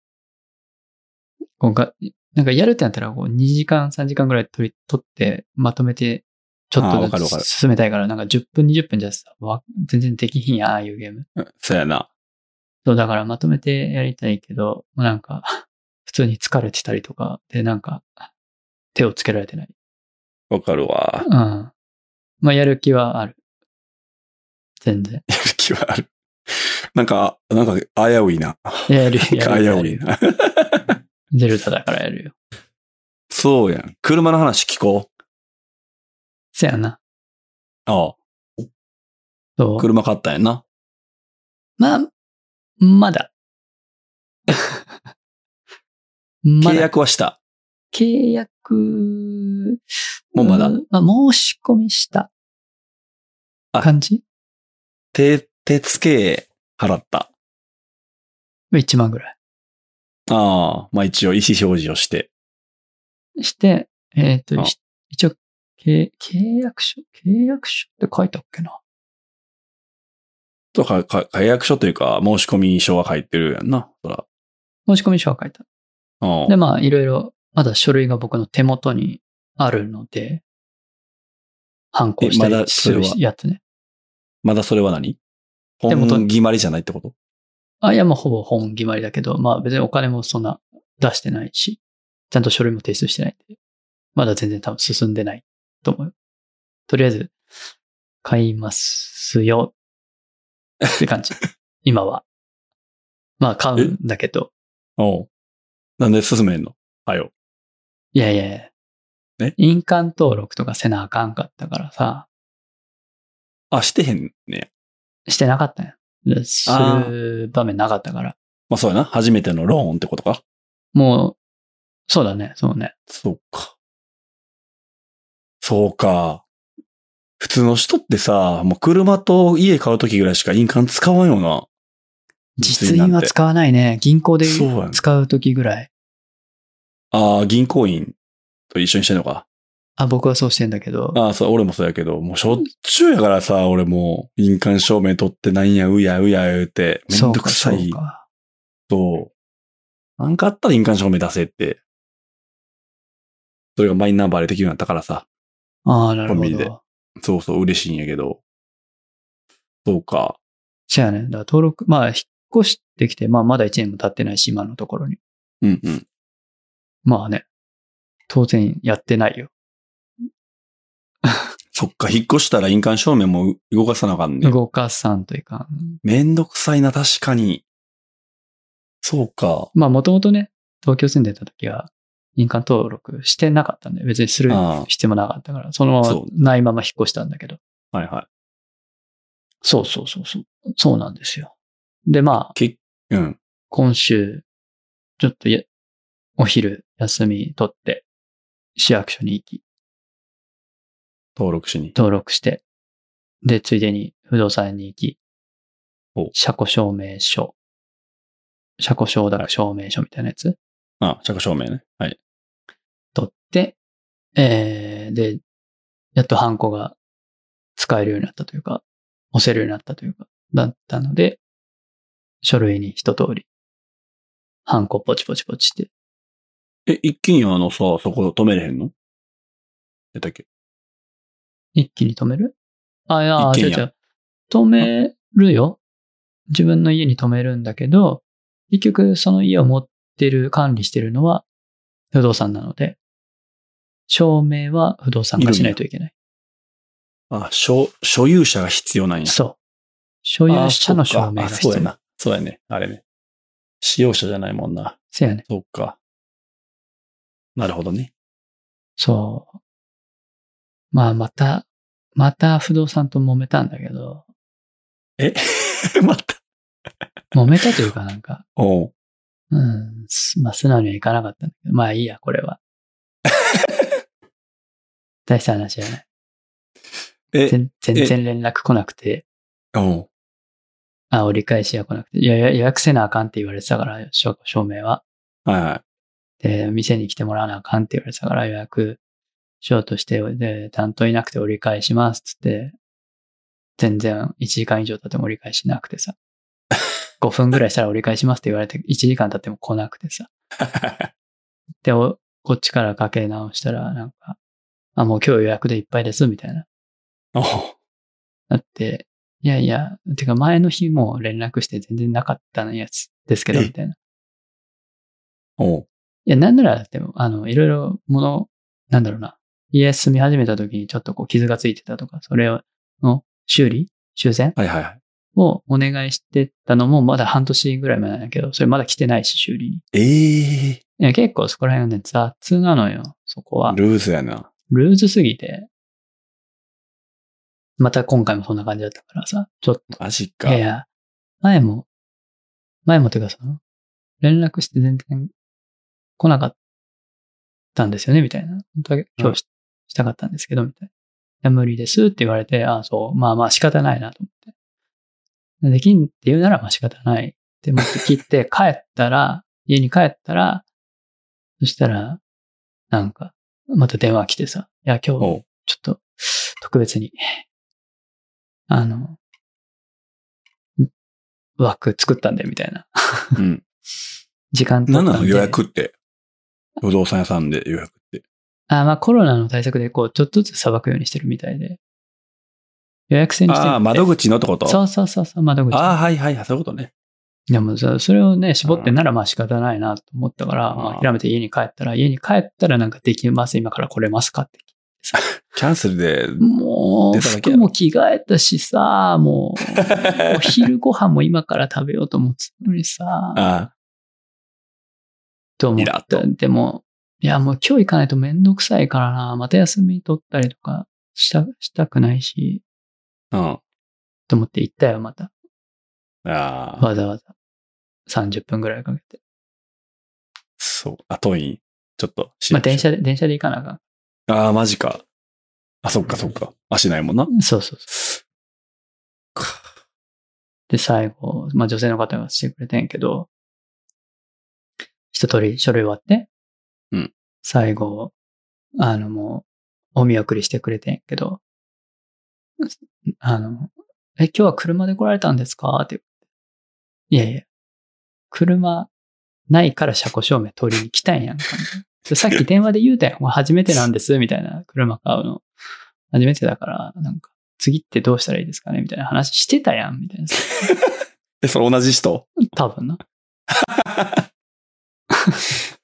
[SPEAKER 2] 今回、なんかやるってなったら、こう2時間、3時間ぐらい取り、取って、まとめて、ちょ
[SPEAKER 1] あーわ
[SPEAKER 2] っ
[SPEAKER 1] かる
[SPEAKER 2] と
[SPEAKER 1] わかる
[SPEAKER 2] 進めたいから、なんか10分、20分じゃさ、わ全然できひんやん、ああいうゲーム。
[SPEAKER 1] そうやな。
[SPEAKER 2] そう、だからまとめてやりたいけど、もうなんか、 普通に疲れてたりとか、で、なんか、手をつけられてない。
[SPEAKER 1] わかるわ。
[SPEAKER 2] うん。まあ、やる気はある。全 然。
[SPEAKER 1] やる 気はある。なんか、なんか、危ういな。
[SPEAKER 2] いややる、
[SPEAKER 1] なん
[SPEAKER 2] や
[SPEAKER 1] か
[SPEAKER 2] る。
[SPEAKER 1] 危
[SPEAKER 2] や
[SPEAKER 1] うい
[SPEAKER 2] る
[SPEAKER 1] な。
[SPEAKER 2] ゼルダだからやるよ。
[SPEAKER 1] そうやん。車の話聞こう。
[SPEAKER 2] せやな。
[SPEAKER 1] あ
[SPEAKER 2] そ
[SPEAKER 1] あ、
[SPEAKER 2] う。
[SPEAKER 1] 車買ったんやんな。
[SPEAKER 2] まあ、まだ。 ま
[SPEAKER 1] 契
[SPEAKER 2] だ。
[SPEAKER 1] 約はした。
[SPEAKER 2] 契約、
[SPEAKER 1] もうまだ
[SPEAKER 2] んまあ、申し込みした
[SPEAKER 1] あ
[SPEAKER 2] 感じ
[SPEAKER 1] 手、手付け払った。
[SPEAKER 2] まあ ?1 万ぐら
[SPEAKER 1] ああ、まあ一応意思表示をして。
[SPEAKER 2] い。して、えっ、と
[SPEAKER 1] あ、
[SPEAKER 2] し一応、契契約書契約書って書いたっけな
[SPEAKER 1] とか、か解約書というか、申し込み書は書いてるやんな。そら。
[SPEAKER 2] 申し込み書は書いた。
[SPEAKER 1] うん
[SPEAKER 2] で、まあ、いろいろ、まだ書類が僕の手元にあるので、反抗した
[SPEAKER 1] えまだ
[SPEAKER 2] り
[SPEAKER 1] そ
[SPEAKER 2] す
[SPEAKER 1] れは
[SPEAKER 2] るやつね。
[SPEAKER 1] まだそれは何
[SPEAKER 2] でもと
[SPEAKER 1] 本決まりじゃないってこと
[SPEAKER 2] あ、いや、まあ、ほぼ本決まりだけど、まあ、別にお金もそんな出してないし、ちゃんと書類も提出してないんで、まだ全然多分進んでないと思う。とりあえず、買いますよ。って感 じ。今は。まあ、買うんだけど、
[SPEAKER 1] おうなんで進めんのはよ。
[SPEAKER 2] いやいやいや
[SPEAKER 1] え
[SPEAKER 2] 印鑑登録とかせなあかんかったからさ、
[SPEAKER 1] あ、してへんね。
[SPEAKER 2] してなかったんや。す
[SPEAKER 1] あ
[SPEAKER 2] る場面なかったから。
[SPEAKER 1] まあそうやな。初めてのローンってことか。
[SPEAKER 2] もう、そうだね、そうね。
[SPEAKER 1] そうか。そうか。普通の人ってさ、もう車と家買うときぐらいしか印鑑使わんよな。
[SPEAKER 2] 実印は
[SPEAKER 1] なんて
[SPEAKER 2] 使わないね。銀行で
[SPEAKER 1] そうやね
[SPEAKER 2] 使うときぐらい。
[SPEAKER 1] ああ、銀行員と一緒にしてんのか。
[SPEAKER 2] あ、僕はそうしてんだけど。
[SPEAKER 1] ああ、そう、俺もそうやけど、もうしょっちゅうやからさ、俺もう印鑑証明取ってなんや、うやうや言うて、め
[SPEAKER 2] そ
[SPEAKER 1] ん
[SPEAKER 2] う
[SPEAKER 1] ど
[SPEAKER 2] か、
[SPEAKER 1] くさ
[SPEAKER 2] そ
[SPEAKER 1] いう
[SPEAKER 2] か。
[SPEAKER 1] と、なんかあったら印鑑証明出せって。それがマイナンバーでできるようになったからさ。
[SPEAKER 2] ああ、なる
[SPEAKER 1] コン
[SPEAKER 2] ほ
[SPEAKER 1] ビニで
[SPEAKER 2] ど。
[SPEAKER 1] そうそう、嬉しいんやけど。そうか。
[SPEAKER 2] そうやね。だから登録、まあ、引っ越してきて、まあ、まだ1年も経ってないし、今のところに。
[SPEAKER 1] うんうん。
[SPEAKER 2] まあね。当然やってないよ。
[SPEAKER 1] そっか、引っ越したら印鑑証明も動かさなあかんね。
[SPEAKER 2] 動かさんといかん。
[SPEAKER 1] めんどくさいな、確かに。そうか。
[SPEAKER 2] まあ、もともとね、東京住んでた時は、印鑑登録してなかったんで、別にする
[SPEAKER 1] あ
[SPEAKER 2] 必要もなかったから、そのまま
[SPEAKER 1] そう
[SPEAKER 2] ないまま引っ越したんだけど。
[SPEAKER 1] あ、はいは
[SPEAKER 2] そうそうそうそう。そうなんですよ。で、まあ、
[SPEAKER 1] い。うん。
[SPEAKER 2] 今週、ちょっとや、お昼休み取って、市役所に行き、
[SPEAKER 1] 登録しに。
[SPEAKER 2] 登録して、で、ついでに不動産に行き
[SPEAKER 1] お、
[SPEAKER 2] 車庫証明書、車庫承諾証明書みたいなやつ
[SPEAKER 1] あ、着証明ね。はい。
[SPEAKER 2] 取って、えー、で、やっとハンコが使えるようになったというか、押せるようになったというか、だったので、書類に一通り、ハンコポチポチポチって。
[SPEAKER 1] え、一気にあのさ、そこ止めれへんのやったっけ
[SPEAKER 2] 一気に止めるあ、いや、
[SPEAKER 1] 一
[SPEAKER 2] 違
[SPEAKER 1] 軒
[SPEAKER 2] う違
[SPEAKER 1] 家
[SPEAKER 2] う。止めるよ。自分の家に止めるんだけど、結局その家を持ってる、管理してるのは不動産なので、証明は不動産がしないといけない。
[SPEAKER 1] あ、所、所有者が必要なんや。
[SPEAKER 2] そう。所
[SPEAKER 1] 所
[SPEAKER 2] 有者の証明が必
[SPEAKER 1] そう
[SPEAKER 2] 要
[SPEAKER 1] や
[SPEAKER 2] な。
[SPEAKER 1] な。そうやね。あれね。使用者じゃないもんな。
[SPEAKER 2] そうやね。
[SPEAKER 1] そうか。なるほどね。
[SPEAKER 2] そう。まあ、また、また不動産と揉めたんだけど、
[SPEAKER 1] えまた。
[SPEAKER 2] 揉めたというかなんか、
[SPEAKER 1] おう
[SPEAKER 2] うん、すまあ、素直にはいかなかったんだけど、まあいいや、こ れは。大した話じゃない。
[SPEAKER 1] え、
[SPEAKER 2] 全全然連絡来なくて、
[SPEAKER 1] おう
[SPEAKER 2] あ、折り返しが来なくて、いや、予約せなあかんって言われてたから、証証明は。
[SPEAKER 1] はいはい。
[SPEAKER 2] で、店に来てもらわなあかんって言われてたから予約しようとして、で、担当いなくて折り返しますっつって、全然1時間以上経っても折り返しなくてさ。5分ぐらいしたら折り返しますって言われて、1時間経っても来なくてさ。で、おこっちからかけ直したら、なんか、あ、もう今日予約でいっぱいです、みたいな。
[SPEAKER 1] おう
[SPEAKER 2] だって、いやいや、てか前の日も連絡して全然なかったのやつですけど、
[SPEAKER 1] え
[SPEAKER 2] みたいな。い
[SPEAKER 1] おう
[SPEAKER 2] や、なんならだって、あの、いろいろもの、なんだろうな。家住み始めた時にちょっとこう傷がついてたとか、それをの修理修繕
[SPEAKER 1] はいはいはい。
[SPEAKER 2] をお願いしてたのもまだ半年ぐらい前なんだけど、それまだ来てないし、修理に。
[SPEAKER 1] ええ
[SPEAKER 2] いや、結構そこら辺はね、雑なのよ、そこは。
[SPEAKER 1] ルーズやな。
[SPEAKER 2] ルーズすぎて。また今回もそんな感じだったからさ、ちょっと
[SPEAKER 1] マジ
[SPEAKER 2] い
[SPEAKER 1] か。
[SPEAKER 2] やいや、前も、前もというかその、連絡して全然来なかったんですよね、みたいな。本当は今日し,、たかったんですけど、みたいな。いや、無理ですって言われて、ああ、そう、まあまあ仕方ないなと思って。できんって言うならまあ仕方ないって思って切って帰ったら、 家に帰ったら、そしたら、なんか、また電話来てさ、いや、今日
[SPEAKER 1] おう
[SPEAKER 2] ちょっと、特別に、あの、枠作ったんで、みたいな。
[SPEAKER 1] うん。
[SPEAKER 2] 時間取っ
[SPEAKER 1] な
[SPEAKER 2] た
[SPEAKER 1] ん
[SPEAKER 2] んで
[SPEAKER 1] なの予約って。不動産屋さんで予約って。
[SPEAKER 2] あまあコロナの対策でこう、ちょっとずつ裁くようにしてるみたいで。予約制にしてるんで
[SPEAKER 1] ああ、窓口のってこと
[SPEAKER 2] そうそうそうそう、窓口。
[SPEAKER 1] ああ、はいはいはい、そういうことね。
[SPEAKER 2] でもさ、それをね、絞ってならまあ仕方ないなと思ったから、
[SPEAKER 1] うん
[SPEAKER 2] まあ諦めて家に帰ったら、家に帰ったらなんかできます、今から来れますかって。
[SPEAKER 1] キャンセルで、
[SPEAKER 2] もう、
[SPEAKER 1] 出ただけ
[SPEAKER 2] 服
[SPEAKER 1] やろ
[SPEAKER 2] も着替えたしさ、もう、お昼ご飯も今から食べようと思ってたのにさ、
[SPEAKER 1] あ
[SPEAKER 2] と思っ
[SPEAKER 1] イラッ
[SPEAKER 2] た。
[SPEAKER 1] と
[SPEAKER 2] でも、いや、もう今日行かないとめんどくさいからな、また休み取ったりとかした、したくないし、
[SPEAKER 1] あ、うん。あ
[SPEAKER 2] と思って行ったよ、また。
[SPEAKER 1] あ、
[SPEAKER 2] わざわざ。30分ぐらいかけて。
[SPEAKER 1] そう。あ、遠い。ちょっと知
[SPEAKER 2] ま
[SPEAKER 1] り
[SPEAKER 2] あ
[SPEAKER 1] 合い
[SPEAKER 2] 電車で、電車で行かなあかん。
[SPEAKER 1] ああ、マジか。あ、そっかそっか。足ないもんな。
[SPEAKER 2] そうそうそう。で、最後、まあ女性の方がしてくれてんけど、一通り書類終わって、
[SPEAKER 1] うん
[SPEAKER 2] 最後、あのもう、お見送りしてくれてんけど、あの、え、今日は車で来られたんですかって言って。いやいや、車ないから車庫証明取りに来たんやんか。でさっき電話で言うたやん。これ初めてなんです、みたいな。車買うの。初めてだから、なんか、次ってどうしたらいいですかねみたいな話してたやん、みたいな。
[SPEAKER 1] え、それ同じ人
[SPEAKER 2] 多分な。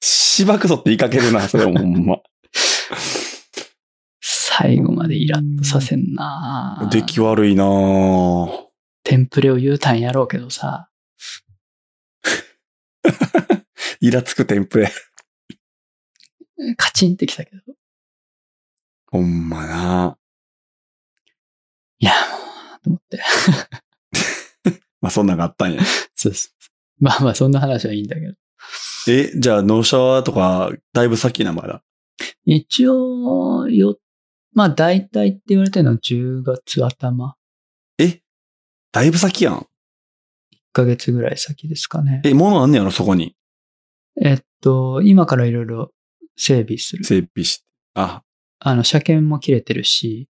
[SPEAKER 1] しばくぞって言いかけるな、それもほん ま。
[SPEAKER 2] 最後までイラッとさせんなぁ
[SPEAKER 1] 出来悪いなぁ
[SPEAKER 2] テンプレを言うたんやろうけどさ。
[SPEAKER 1] イラつくテンプレ。
[SPEAKER 2] カチンってきたけど。
[SPEAKER 1] ほんまな
[SPEAKER 2] やもう、と思って。
[SPEAKER 1] まあそんなんがあったんや。
[SPEAKER 2] そうです。まあまあ、そんな話はいいんだけど。
[SPEAKER 1] え、じゃあ、納車はとか、だいぶ先な、まだ。
[SPEAKER 2] 一応、よ、まあ大体って言われてるのは10月頭。
[SPEAKER 1] えだいぶ先やん。
[SPEAKER 2] 1ヶ月ぐらい先ですかね。
[SPEAKER 1] え、物あんねやろ、そこに。
[SPEAKER 2] えっと、今からいろいろ整備する。
[SPEAKER 1] 整備して。あ、
[SPEAKER 2] あの、車検も切れてるし、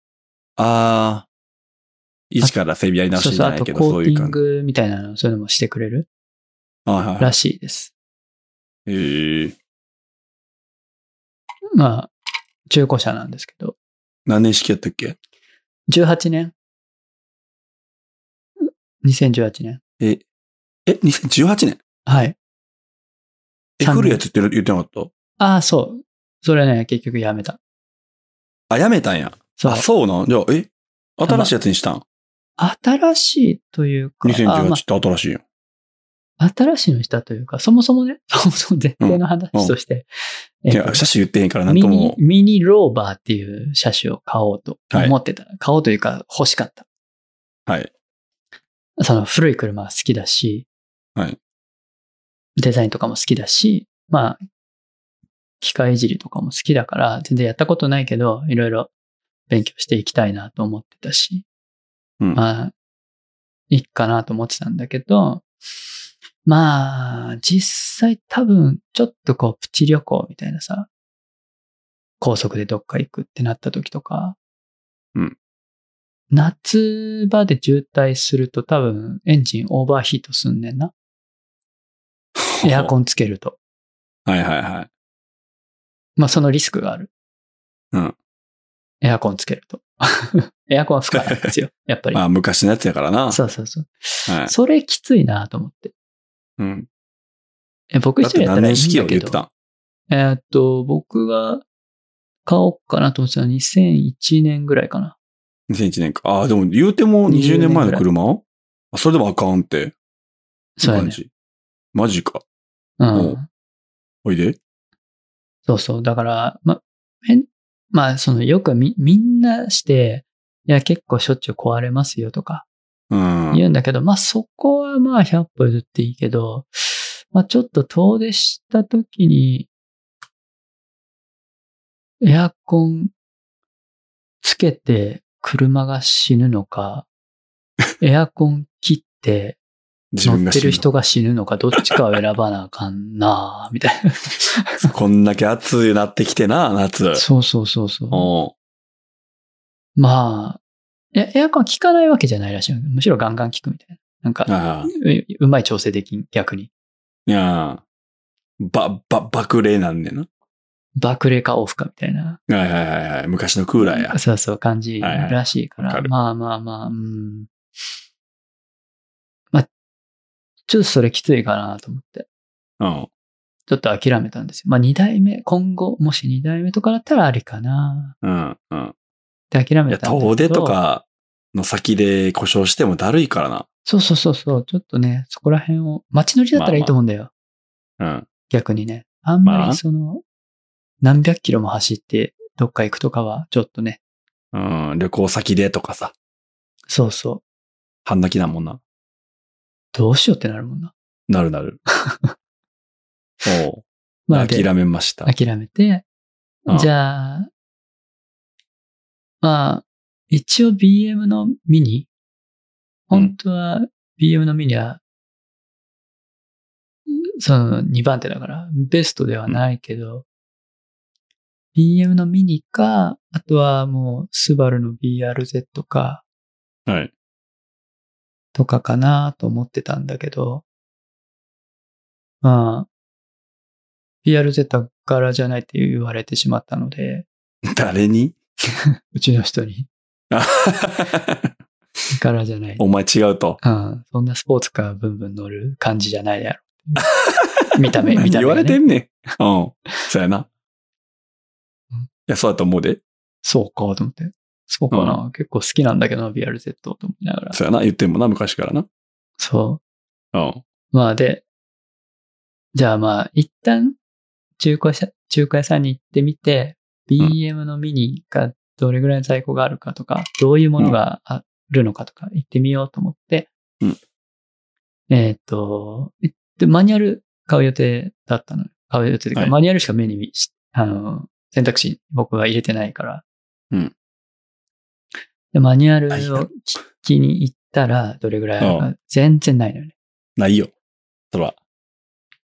[SPEAKER 1] あー。一から整備やり直
[SPEAKER 2] そ
[SPEAKER 1] し
[SPEAKER 2] う
[SPEAKER 1] じ
[SPEAKER 2] そう、
[SPEAKER 1] ゃ
[SPEAKER 2] あ
[SPEAKER 1] ない
[SPEAKER 2] と
[SPEAKER 1] けど、
[SPEAKER 2] コ
[SPEAKER 1] そ
[SPEAKER 2] ー
[SPEAKER 1] う
[SPEAKER 2] テ
[SPEAKER 1] いう
[SPEAKER 2] ィン
[SPEAKER 1] 感じ。
[SPEAKER 2] グみたいなの、そういうのもしてくれる
[SPEAKER 1] はいはいは
[SPEAKER 2] ら
[SPEAKER 1] い。
[SPEAKER 2] しいです。
[SPEAKER 1] えー、
[SPEAKER 2] まあ、中古車なんですけど、
[SPEAKER 1] 何年式やったっけ
[SPEAKER 2] 18年 ?2018 年。
[SPEAKER 1] え、え、2018年
[SPEAKER 2] はい。
[SPEAKER 1] え、
[SPEAKER 2] 三年
[SPEAKER 1] 古いやつって言ってなかっ
[SPEAKER 2] ああ、そう。それね、結局やめた。
[SPEAKER 1] たあ、やめたんや。
[SPEAKER 2] そう
[SPEAKER 1] あ、。そうなん。じゃあ、え新しいやつにしたん
[SPEAKER 2] 新しいというか、あー
[SPEAKER 1] ?2018
[SPEAKER 2] ま
[SPEAKER 1] って新しいよ。
[SPEAKER 2] あ新しいのしたというか、そもそもね、そもそも前提の話として、
[SPEAKER 1] い
[SPEAKER 2] えっと
[SPEAKER 1] や、車種言ってへんからなん
[SPEAKER 2] ミ
[SPEAKER 1] と
[SPEAKER 2] ニ
[SPEAKER 1] も、。
[SPEAKER 2] ミニローバーっていう車種を買おうと思ってた。買おうというか欲しかった。
[SPEAKER 1] はい。
[SPEAKER 2] その古い車が好きだし、
[SPEAKER 1] はい
[SPEAKER 2] デザインとかも好きだし、まあ、機械いじりとかも好きだから、全然やったことないけど、いろいろ勉強していきたいなと思ってたし、
[SPEAKER 1] うん。
[SPEAKER 2] まあ、いいかなと思ってたんだけど、まあ、実際多分、ちょっとこう、プチ旅行みたいなさ、高速でどっか行くってなった時とか、
[SPEAKER 1] うん
[SPEAKER 2] 夏場で渋滞すると多分、エンジンオーバーヒートすんね んな。エアコ
[SPEAKER 1] ン。
[SPEAKER 2] ンつけると。
[SPEAKER 1] はいはいはい。
[SPEAKER 2] まあ、そのリスクがある。
[SPEAKER 1] うん。
[SPEAKER 2] エアコンつけると。 エアコンは負荷なんですよ。やっぱり。
[SPEAKER 1] まあ、昔のやつやからな。
[SPEAKER 2] そうそうそう。
[SPEAKER 1] はい。
[SPEAKER 2] それきついなと思って。
[SPEAKER 1] うん。
[SPEAKER 2] え、僕
[SPEAKER 1] だっ
[SPEAKER 2] 一人
[SPEAKER 1] て
[SPEAKER 2] やった
[SPEAKER 1] 何
[SPEAKER 2] らいい
[SPEAKER 1] 年
[SPEAKER 2] ん
[SPEAKER 1] 式
[SPEAKER 2] だ
[SPEAKER 1] を言
[SPEAKER 2] け
[SPEAKER 1] って
[SPEAKER 2] ど。
[SPEAKER 1] た
[SPEAKER 2] えーっと、僕が買おうかなと思ってたのは2001年ぐらいかな。
[SPEAKER 1] ん ?2001 年か。ああ、でも言うても20年前の車あ、それでもあかんって。
[SPEAKER 2] そうや
[SPEAKER 1] 感
[SPEAKER 2] ね。
[SPEAKER 1] じ。マジか。
[SPEAKER 2] う
[SPEAKER 1] お
[SPEAKER 2] ん
[SPEAKER 1] う。おいで。
[SPEAKER 2] そうそう。だから、ま、えまあ、その、よくみ、みんなして、いや、結構しょっちゅう壊れますよとか
[SPEAKER 1] うん。
[SPEAKER 2] 言うんだけど、まあ、そこはまあ、100歩譲っていいけど、まあ、ちょっと遠出した時に、エアコンつけて車が死ぬ のか、エアコン切って
[SPEAKER 1] 自分
[SPEAKER 2] 乗っ
[SPEAKER 1] が
[SPEAKER 2] て
[SPEAKER 1] 死ぬ
[SPEAKER 2] る人が死ぬのか、どっちかを選ばなあかんなあ、みたいな。
[SPEAKER 1] こんだけ暑くなってきてな、夏。
[SPEAKER 2] そうそうそうそう。
[SPEAKER 1] おう
[SPEAKER 2] まあ、いやエアコンは効かないわけじゃないらしいよね。むしろガンガン効くみたいな。なんか、
[SPEAKER 1] ああ。
[SPEAKER 2] ううまい調整できん、逆に。
[SPEAKER 1] いやあば、ば、爆霊なんねんな。
[SPEAKER 2] 爆霊かオフかみたい
[SPEAKER 1] は
[SPEAKER 2] な。
[SPEAKER 1] いはいはいはい。昔のクーラーや。
[SPEAKER 2] そうそう、感じらしいから。
[SPEAKER 1] はいはい
[SPEAKER 2] まあまあまあ、うん。まあ、ちょっとそれきついかなと思って。
[SPEAKER 1] うん。
[SPEAKER 2] ちょっと諦めたんですよ。まあ二代目、今後、もし二代目とかだったらありかな
[SPEAKER 1] うん。うん。
[SPEAKER 2] って諦
[SPEAKER 1] い
[SPEAKER 2] め
[SPEAKER 1] や、
[SPEAKER 2] たんですけど。
[SPEAKER 1] 遠出とかの先で故障してもだるいから
[SPEAKER 2] そうそうそうそう、ちょっとね、そこら辺を、街乗りだったらいいと思うんだよ。
[SPEAKER 1] な。うん。
[SPEAKER 2] 逆にね。あんま
[SPEAKER 1] まあ
[SPEAKER 2] りその、何百キロも走ってどっか行くとかは、ちょっとね、
[SPEAKER 1] うん、旅行先でとかさ、
[SPEAKER 2] そうそう、
[SPEAKER 1] 半泣きだもんな。
[SPEAKER 2] どうしようってなるもんな。
[SPEAKER 1] なるな る。おう
[SPEAKER 2] まあ、で
[SPEAKER 1] 諦めました。
[SPEAKER 2] 諦めて、
[SPEAKER 1] うん
[SPEAKER 2] じゃあ、まあ、一応 BM のミニ本当は BM のミニは、その2番手だから、ベストではないけど、BM のミニか、あとはもう、スバルの BRZ か、
[SPEAKER 1] はい。
[SPEAKER 2] とかかなと思ってたんだけど、まあ、BRZ 柄じゃないって言われてしまったので、
[SPEAKER 1] 誰に
[SPEAKER 2] うちの人に 柄じゃない。
[SPEAKER 1] お前違うと。
[SPEAKER 2] うん、そんなスポーツカーブンブン乗る感じじゃないだろ う。見た目、
[SPEAKER 1] 何
[SPEAKER 2] 見た目、
[SPEAKER 1] 言
[SPEAKER 2] ね。
[SPEAKER 1] われてんねん。 うん。そうやな。いや、そうやと思うで。
[SPEAKER 2] そうか、と思って。そうかな、結構好きなんだけどな、BRZ と思いながら。
[SPEAKER 1] そうやな。言ってんもんな、昔からな。
[SPEAKER 2] そう。
[SPEAKER 1] うん。
[SPEAKER 2] まあで、じゃあまあ、一旦、中古屋さ、中古屋さんに行ってみて、BM のミニがどれぐらい在庫があるかとか、どういうものがあるのかとか行ってみようと思って、
[SPEAKER 1] うん
[SPEAKER 2] えっ、と、で、マニュアル買う予定だったのよ。買う予定というか、
[SPEAKER 1] はい
[SPEAKER 2] マニュアルしか目に見し、あの、選択肢僕は入れてないから。
[SPEAKER 1] うん
[SPEAKER 2] で、マニュアル
[SPEAKER 1] あいいな
[SPEAKER 2] を聞きに行ったら、どれぐらいある
[SPEAKER 1] う
[SPEAKER 2] か、全然ないのよね。
[SPEAKER 1] ないよ。そら。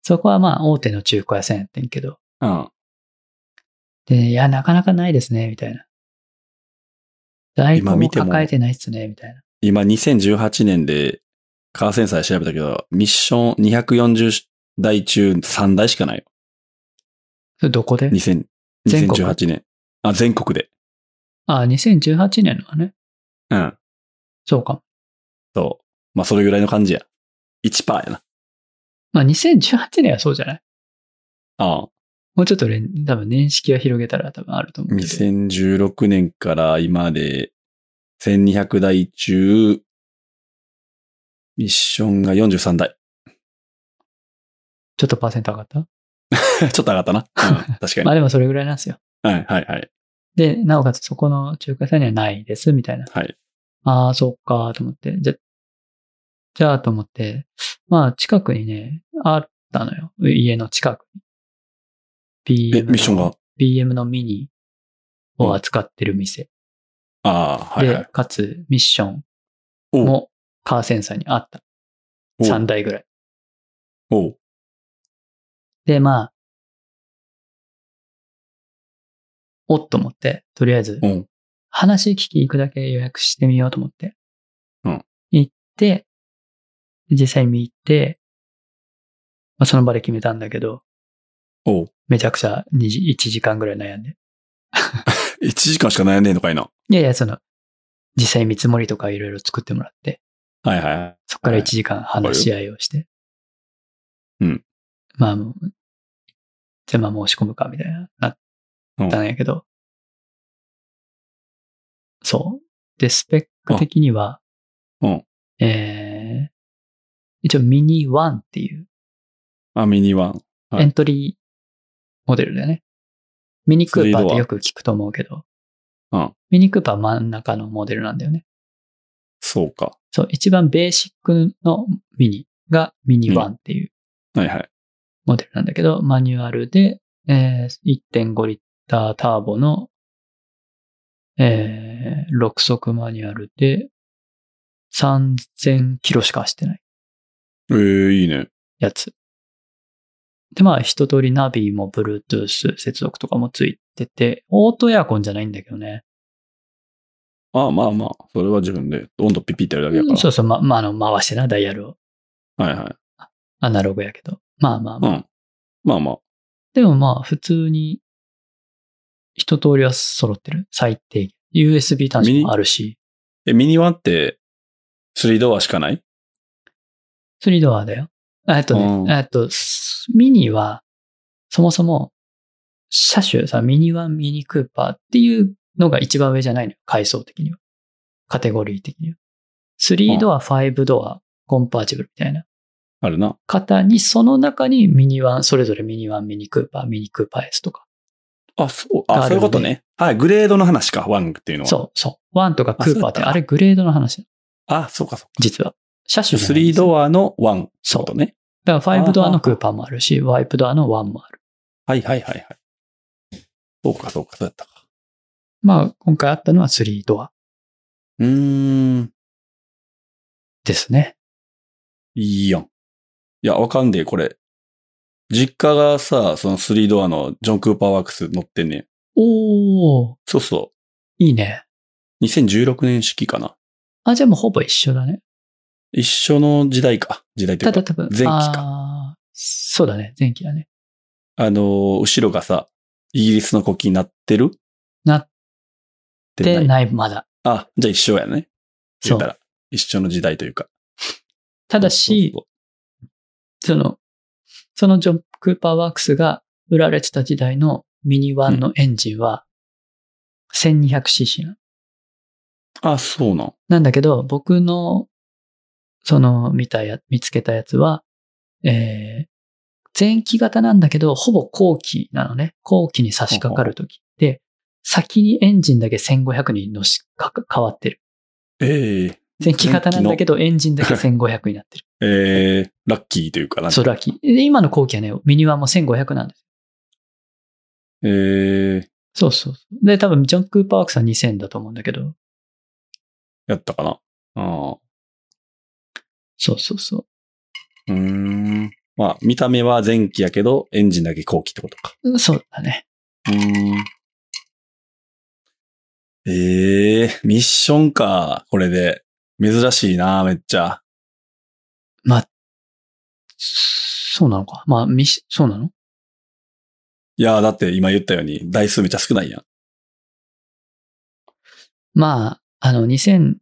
[SPEAKER 2] そこはまあ大手の中古屋さんやってんけど。
[SPEAKER 1] うん。
[SPEAKER 2] で、いや、なかなかないですね、みたいな。在庫
[SPEAKER 1] 今
[SPEAKER 2] も
[SPEAKER 1] 見ても
[SPEAKER 2] 抱えてないっすね、みたいな。
[SPEAKER 1] 今、2018年で、カーセンサーで調べたけど、ミッション240台中3台しかないよ。
[SPEAKER 2] それどこで
[SPEAKER 1] 2000
[SPEAKER 2] 全国
[SPEAKER 1] 2018年。あ、全国で。
[SPEAKER 2] あ、2018年のはね。
[SPEAKER 1] うん。
[SPEAKER 2] そうか。
[SPEAKER 1] そう。まあ、それぐらいの感じや。1%やな。
[SPEAKER 2] まあ2018年はそうじゃない
[SPEAKER 1] ああ。
[SPEAKER 2] もうちょっとれん多分年式が広げたら多分あると思うけど。
[SPEAKER 1] 2016年から今で、1200台中、ミッションが43台。
[SPEAKER 2] ちょっとパーセント上がった
[SPEAKER 1] ちょっと上がったな。うん、確かに。
[SPEAKER 2] ま
[SPEAKER 1] は
[SPEAKER 2] あ
[SPEAKER 1] い、
[SPEAKER 2] でもそれぐらいなんですよ。
[SPEAKER 1] はい、はい。
[SPEAKER 2] で、なおかつそこの中華屋さんにはないです、みたいな。
[SPEAKER 1] はい。
[SPEAKER 2] ああ、そっか、と思って。じゃ、じゃあと思って。まあ近くにね、あったのよ。家の近くに。
[SPEAKER 1] え、
[SPEAKER 2] BM の
[SPEAKER 1] ミッションが、
[SPEAKER 2] BM のミニを扱ってる店。
[SPEAKER 1] ああ、はい、は
[SPEAKER 2] で
[SPEAKER 1] い。、
[SPEAKER 2] かつミッション
[SPEAKER 1] おう
[SPEAKER 2] もカーセンサーにあった。
[SPEAKER 1] おう
[SPEAKER 2] 3台ぐらい。
[SPEAKER 1] おう
[SPEAKER 2] で、まあ、おっと思って、とりあえず
[SPEAKER 1] う、ん。
[SPEAKER 2] 話聞き行くだけ予約してみようと思って。
[SPEAKER 1] うん
[SPEAKER 2] 行って、実際見て、まあ、その場で決めたんだけど、
[SPEAKER 1] おう。
[SPEAKER 2] めちゃくちゃ2時、1時間ぐらい悩んで。
[SPEAKER 1] 1時間しか悩んねえのかいな。
[SPEAKER 2] いやいや、その、実際見積もりとかいろいろ作ってもらって、
[SPEAKER 1] はい、は
[SPEAKER 2] そこから
[SPEAKER 1] は
[SPEAKER 2] 1
[SPEAKER 1] い
[SPEAKER 2] 時間話し合いをして。
[SPEAKER 1] うん。
[SPEAKER 2] まあもう、じゃあまあ申し込むか、みたいな、なったんやけど。そう。で、スペック的には、
[SPEAKER 1] い。うん。
[SPEAKER 2] えー、一応ミニ1っていう
[SPEAKER 1] あ、ミニワン。はい
[SPEAKER 2] エントリーモデルだよね。ミニクーパーってよく聞くと思うけど、
[SPEAKER 1] うん
[SPEAKER 2] ミニクーパー真ん中のモデルなんだよね。
[SPEAKER 1] そうか。
[SPEAKER 2] そう、一番ベーシックのミニがミニ1っていう
[SPEAKER 1] はい、はい。
[SPEAKER 2] モデルなんだけど、マニュアルで、えー1.5リッターターボの、え6速マニュアルで3000キロしか走ってない
[SPEAKER 1] ええいいね。
[SPEAKER 2] やつ。で、まあ一通りナビも Bluetooth 接続とかもついてて、オートエアコンじゃないんだけどね。
[SPEAKER 1] ああ、まあまあ、それは自分で、温度ピッピってやるだけだから。
[SPEAKER 2] そうそう、ま、まあ、あの、回してな、ダイヤルを。
[SPEAKER 1] はいはい。
[SPEAKER 2] アナログやけど。まあまあま
[SPEAKER 1] う
[SPEAKER 2] あ。
[SPEAKER 1] ん。まあまあ。
[SPEAKER 2] でもまあ、普通に、一通りは揃ってる。最低限。USB 端子もあるし、
[SPEAKER 1] え、ミニワンって、3ドアしかない
[SPEAKER 2] 3ドアだよ。えっと
[SPEAKER 1] うん
[SPEAKER 2] ね、えっと、すミニは、そもそも、車種さ、ミニワン、ミニクーパーっていうのが一番上じゃないのよ。階層的には。カテゴリー的には。3ドア、5ドア、コンパーチブルみたいな。
[SPEAKER 1] あるな。
[SPEAKER 2] 方に、その中にミニワン、それぞれミニワン、ミニクーパー、ミニクーパー S とか。
[SPEAKER 1] あ、そう、
[SPEAKER 2] が
[SPEAKER 1] あ、そ
[SPEAKER 2] あ
[SPEAKER 1] う
[SPEAKER 2] る
[SPEAKER 1] い
[SPEAKER 2] ん
[SPEAKER 1] う
[SPEAKER 2] で
[SPEAKER 1] ことね。はい、グレードの話か、ワンっていうのは。う。
[SPEAKER 2] そう、そう。ワンとかク
[SPEAKER 1] あそ
[SPEAKER 2] ーパーって、
[SPEAKER 1] うだったな
[SPEAKER 2] あれグレードの話だ
[SPEAKER 1] あ、そうか、そう
[SPEAKER 2] 実は。車種
[SPEAKER 1] か。
[SPEAKER 2] じゃないん
[SPEAKER 1] 3
[SPEAKER 2] ですよ
[SPEAKER 1] ドアのワンって
[SPEAKER 2] そ
[SPEAKER 1] こ
[SPEAKER 2] う
[SPEAKER 1] と。ね。
[SPEAKER 2] だから5ドアのクーパーもあるし、ワイプドアのワンもある。
[SPEAKER 1] はいはいはいはい。そうか、そうか、そうやったか。
[SPEAKER 2] まあ、今回あったのは3ドア
[SPEAKER 1] うーん。
[SPEAKER 2] ですね。
[SPEAKER 1] いいやん。いや、わかんねえ、これ。実家がさ、その3ドアのジョン・クーパーワークス乗ってんねん。
[SPEAKER 2] おー、
[SPEAKER 1] そうそ
[SPEAKER 2] いいね。
[SPEAKER 1] う。2016年式かな。
[SPEAKER 2] あ、じゃあもうほぼ一緒だね。
[SPEAKER 1] 一緒の時代か。時代とい
[SPEAKER 2] た
[SPEAKER 1] うか
[SPEAKER 2] だ。多分、
[SPEAKER 1] 前期か
[SPEAKER 2] あーそうだね、前期だね。
[SPEAKER 1] あのー後ろがさ、イギリスの国旗になってる
[SPEAKER 2] なっ
[SPEAKER 1] で
[SPEAKER 2] てない、まだ。
[SPEAKER 1] あ、じゃあ一緒やね。
[SPEAKER 2] そ
[SPEAKER 1] 言っ
[SPEAKER 2] う
[SPEAKER 1] たら。一緒の時代というか。
[SPEAKER 2] ただし、
[SPEAKER 1] そう
[SPEAKER 2] その、そのジョン・クーパーワークスが売られてた時代のミニワンのエンジンは 1200cc な
[SPEAKER 1] そ
[SPEAKER 2] の
[SPEAKER 1] うあ、そうなん。
[SPEAKER 2] なんだけど、僕の、その、見たや、見つけたやつは、えー、前期型なんだけど、ほぼ後期なのね。後期に差し掛かるとき。で、先にエンジンだけ1500にのし、かか、変わってる。
[SPEAKER 1] ええ
[SPEAKER 2] 前期型なんだけど、エンジンだけ1500にな ってる。
[SPEAKER 1] ええラッキーというかなんか
[SPEAKER 2] そう、ラッキー。で、今の後期はね、ミニワンも1500なんです
[SPEAKER 1] ええ
[SPEAKER 2] そうそうそう。で、多分、ジョン・クーパーワークスは2000だと思うんだけど。
[SPEAKER 1] やったかな。ああ。
[SPEAKER 2] そうそうそう
[SPEAKER 1] ーん。まあ、見た目は前期やけど、エンジンだけ後期ってことか。
[SPEAKER 2] う。そうだね。
[SPEAKER 1] うーん。ええミッションか。これで。珍しいな、めっちゃ。
[SPEAKER 2] まあ、そうなのか。まあ、みし、そうなの
[SPEAKER 1] いやー、だって今言ったように、台数めっちゃ少ないやん。
[SPEAKER 2] まあ、あの、2020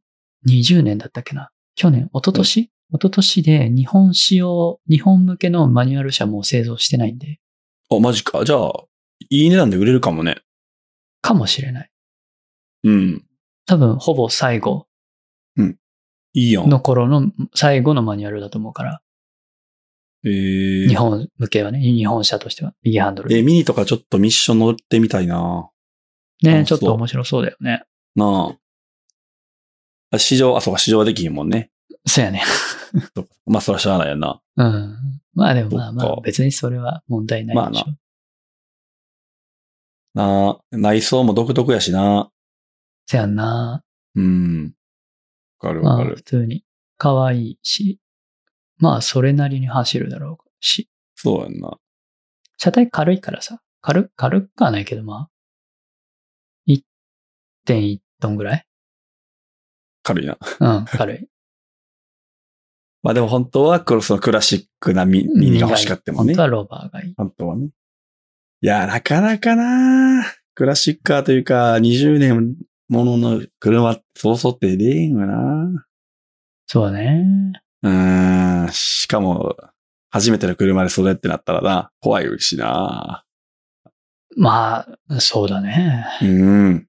[SPEAKER 2] 年だったっけな。去年、一昨年、一昨年で日本仕様、日本向けのマニュアル車もう製造してないんで、
[SPEAKER 1] あ、マジか。じゃあ、いい値段で売れるかもね。
[SPEAKER 2] かもしれない。
[SPEAKER 1] うん。
[SPEAKER 2] 多分、ほぼ最後
[SPEAKER 1] いいやん。
[SPEAKER 2] の頃の最後のマニュアルだと思うから、
[SPEAKER 1] えー
[SPEAKER 2] 日本向けはね、日本車としては、右ハンド
[SPEAKER 1] え、
[SPEAKER 2] ル。
[SPEAKER 1] ミニとかちょっとミッション乗ってみたいな
[SPEAKER 2] ね、
[SPEAKER 1] あ
[SPEAKER 2] ちょっと
[SPEAKER 1] そう
[SPEAKER 2] 面白そうだよね。
[SPEAKER 1] なあ。あ市場、あ、そうか、市場はできひんもんね。
[SPEAKER 2] そうやね。
[SPEAKER 1] そうかまあ、そらしゃあないやな。
[SPEAKER 2] うん。まあでもまあま
[SPEAKER 1] そっ
[SPEAKER 2] あ
[SPEAKER 1] か、
[SPEAKER 2] 別にそれは問題ないでしょ。
[SPEAKER 1] まなあ、内装も独特やしな。
[SPEAKER 2] せやんな。
[SPEAKER 1] うん。わかるわ
[SPEAKER 2] ま
[SPEAKER 1] か
[SPEAKER 2] あ
[SPEAKER 1] る
[SPEAKER 2] 普。通に可愛いし、まあそれなりに走るだろうし、
[SPEAKER 1] そうやんな。
[SPEAKER 2] 車体軽いからさ、軽、軽くはないけどまあ、1.1トンぐらい
[SPEAKER 1] 軽いな。
[SPEAKER 2] うん、軽い。
[SPEAKER 1] まあでも本当は、クロスのクラシックなミミニが欲しかったもんね
[SPEAKER 2] 本当。はローバーがいい。
[SPEAKER 1] 本当はね。いや、なかなかなクラシッカーというか、20年ものの車、そうそうって出えへんわな
[SPEAKER 2] そうね。
[SPEAKER 1] うーん、しかも、初めての車でそれってなったらな、怖いしな。
[SPEAKER 2] まあ、そうだね。
[SPEAKER 1] うん。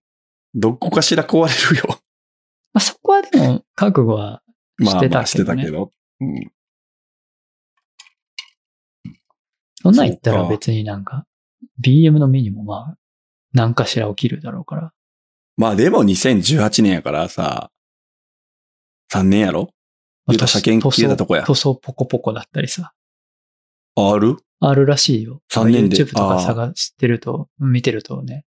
[SPEAKER 1] どこかしら壊れるよ。
[SPEAKER 2] まあそこはでも、覚悟は
[SPEAKER 1] まあまあ し
[SPEAKER 2] し
[SPEAKER 1] てて
[SPEAKER 2] た
[SPEAKER 1] た
[SPEAKER 2] け
[SPEAKER 1] けど。うん。
[SPEAKER 2] そんなん言った
[SPEAKER 1] そう
[SPEAKER 2] ら
[SPEAKER 1] か
[SPEAKER 2] 別になんか、BM のミニもまあ、何かしら起きるだろうから。
[SPEAKER 1] まあでも2018年やからさ、3年やろ言うたら車検切れたとこや
[SPEAKER 2] 塗装塗装ポコポコだったりさ。
[SPEAKER 1] ある
[SPEAKER 2] あるらしいよ。
[SPEAKER 1] 三年で
[SPEAKER 2] YouTube とか探してると、見てるとね。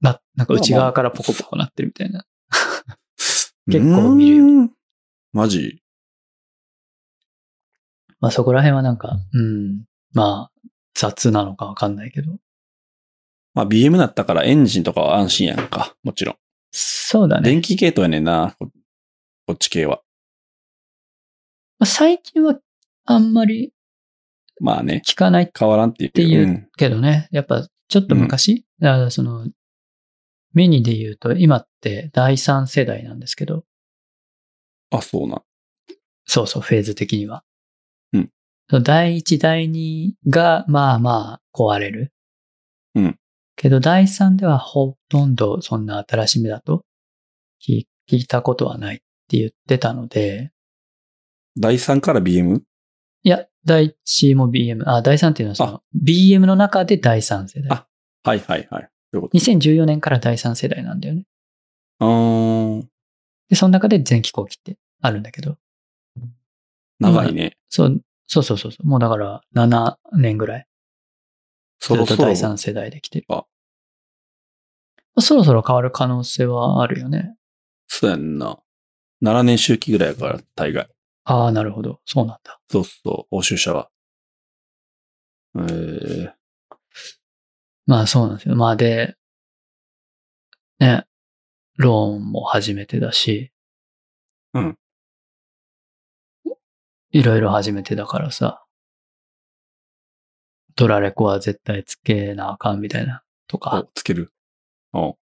[SPEAKER 2] な、なんか内側からポコポコなってるみたいな。結構見るよ
[SPEAKER 1] よ。マジ
[SPEAKER 2] まあそこら辺はなんか、うん。まあ、雑なのかわかんないけど。
[SPEAKER 1] まあ BM だったからエンジンとかは安心やんか。もちろん。
[SPEAKER 2] そうだね。
[SPEAKER 1] 電気系統やねんな、ここっち系は。
[SPEAKER 2] まあ最近はあんまり
[SPEAKER 1] まあね、
[SPEAKER 2] 聞かない
[SPEAKER 1] 変わらんっていう。
[SPEAKER 2] っていう
[SPEAKER 1] うん
[SPEAKER 2] けどね、やっぱちょっと昔、だからその、ミニで言うと、今って第三世代なんですけど、
[SPEAKER 1] あ、そうなん。
[SPEAKER 2] そうそう、フェーズ的には。
[SPEAKER 1] うん
[SPEAKER 2] その第一、第二が、まあまあ、壊れる。
[SPEAKER 1] うん
[SPEAKER 2] けど、第三ではほとんどそんな新しめだと聞聞いたことはないって言ってたので、
[SPEAKER 1] 第3から BM?
[SPEAKER 2] いや、第一も BM、あ、第三っていうのはその、BM の中で第三世代
[SPEAKER 1] あ。はいはいはい。そういうこと。
[SPEAKER 2] 2014年から第三世代なんだよね。
[SPEAKER 1] うーん。
[SPEAKER 2] で、その中で前期後期ってあるんだけど、
[SPEAKER 1] 長いね。
[SPEAKER 2] そう、そうそうそうそう、もうだから7年ぐらい、ず
[SPEAKER 1] そろ
[SPEAKER 2] っと
[SPEAKER 1] そろ
[SPEAKER 2] 第。三世代で来てる。
[SPEAKER 1] あ
[SPEAKER 2] そろそろ変わる可能性はあるよね。
[SPEAKER 1] そうやんな。7年周期ぐらいやから、大概。
[SPEAKER 2] ああ、なるほど。そうなんだ。
[SPEAKER 1] そうそう、欧州者は。えー、
[SPEAKER 2] まあそうなんですよ。まあで、ね、ローンも初めてだし、
[SPEAKER 1] うん。
[SPEAKER 2] いろいろ初めてだからさ、ドラレコは絶対つけなあかんみたいな、とか。
[SPEAKER 1] おつける。お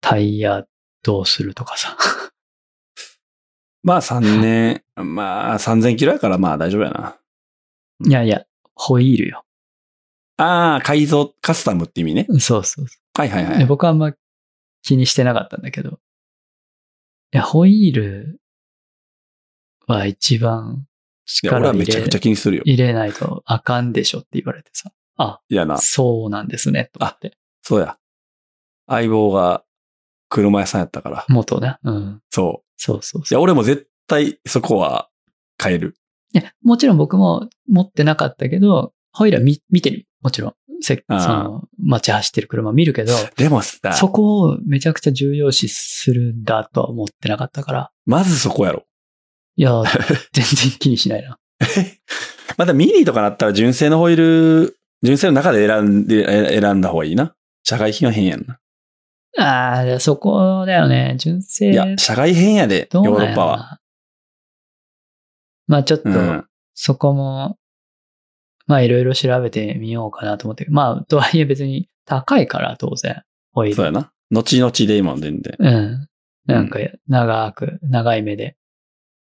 [SPEAKER 2] タイヤどうするとかさ。
[SPEAKER 1] まあ3年、 まあ3000キロやからまあ大丈夫やな。
[SPEAKER 2] いやいや、ホイールよ。
[SPEAKER 1] ああ、改造、カスタムって意味ね。
[SPEAKER 2] そうそうそ、
[SPEAKER 1] はいはいうは
[SPEAKER 2] で
[SPEAKER 1] い。
[SPEAKER 2] 僕はあんま気にしてなかったんだけど。いや、ホイールは一番
[SPEAKER 1] いや俺
[SPEAKER 2] 力
[SPEAKER 1] は
[SPEAKER 2] 入
[SPEAKER 1] めちゃ
[SPEAKER 2] れ
[SPEAKER 1] くちゃ気にするよ。
[SPEAKER 2] 入れないとあかんでしょって言われてさ。あ、
[SPEAKER 1] いやな。
[SPEAKER 2] そうなんですね、と思って。
[SPEAKER 1] そうや。相棒が車屋さんやったから。
[SPEAKER 2] 元ね。うん。
[SPEAKER 1] そう。
[SPEAKER 2] そうそう
[SPEAKER 1] い
[SPEAKER 2] そう。
[SPEAKER 1] や、俺も絶対そこは変える。
[SPEAKER 2] いや、もちろん僕も持ってなかったけど、ホイールは見見てる。もちろん。せそ
[SPEAKER 1] あー
[SPEAKER 2] の、街走ってる車見るけど、
[SPEAKER 1] でもさ、
[SPEAKER 2] そこをめちゃくちゃ重要視するんだとは思ってなかったから。
[SPEAKER 1] まずそこやろ。
[SPEAKER 2] いや、全然気にしないな。
[SPEAKER 1] またミニとかなったら純正のホイール、純正の中で選んで、え選んだ方がいいな。社外品は変やんな。
[SPEAKER 2] ああ、そこだよね。純正。
[SPEAKER 1] いや、社外変やで、
[SPEAKER 2] ど
[SPEAKER 1] ヨ
[SPEAKER 2] う
[SPEAKER 1] ー
[SPEAKER 2] なん
[SPEAKER 1] ロ
[SPEAKER 2] やろな
[SPEAKER 1] ッパは。。
[SPEAKER 2] まあちょっと
[SPEAKER 1] う、ん。
[SPEAKER 2] そこも、まあいろいろ調べてみようかなと思って。まあ、とはいえ別に高いから当然。ホイー
[SPEAKER 1] そう
[SPEAKER 2] ル。
[SPEAKER 1] やな。後々で今の全然。
[SPEAKER 2] うん。なんか長く、長い目で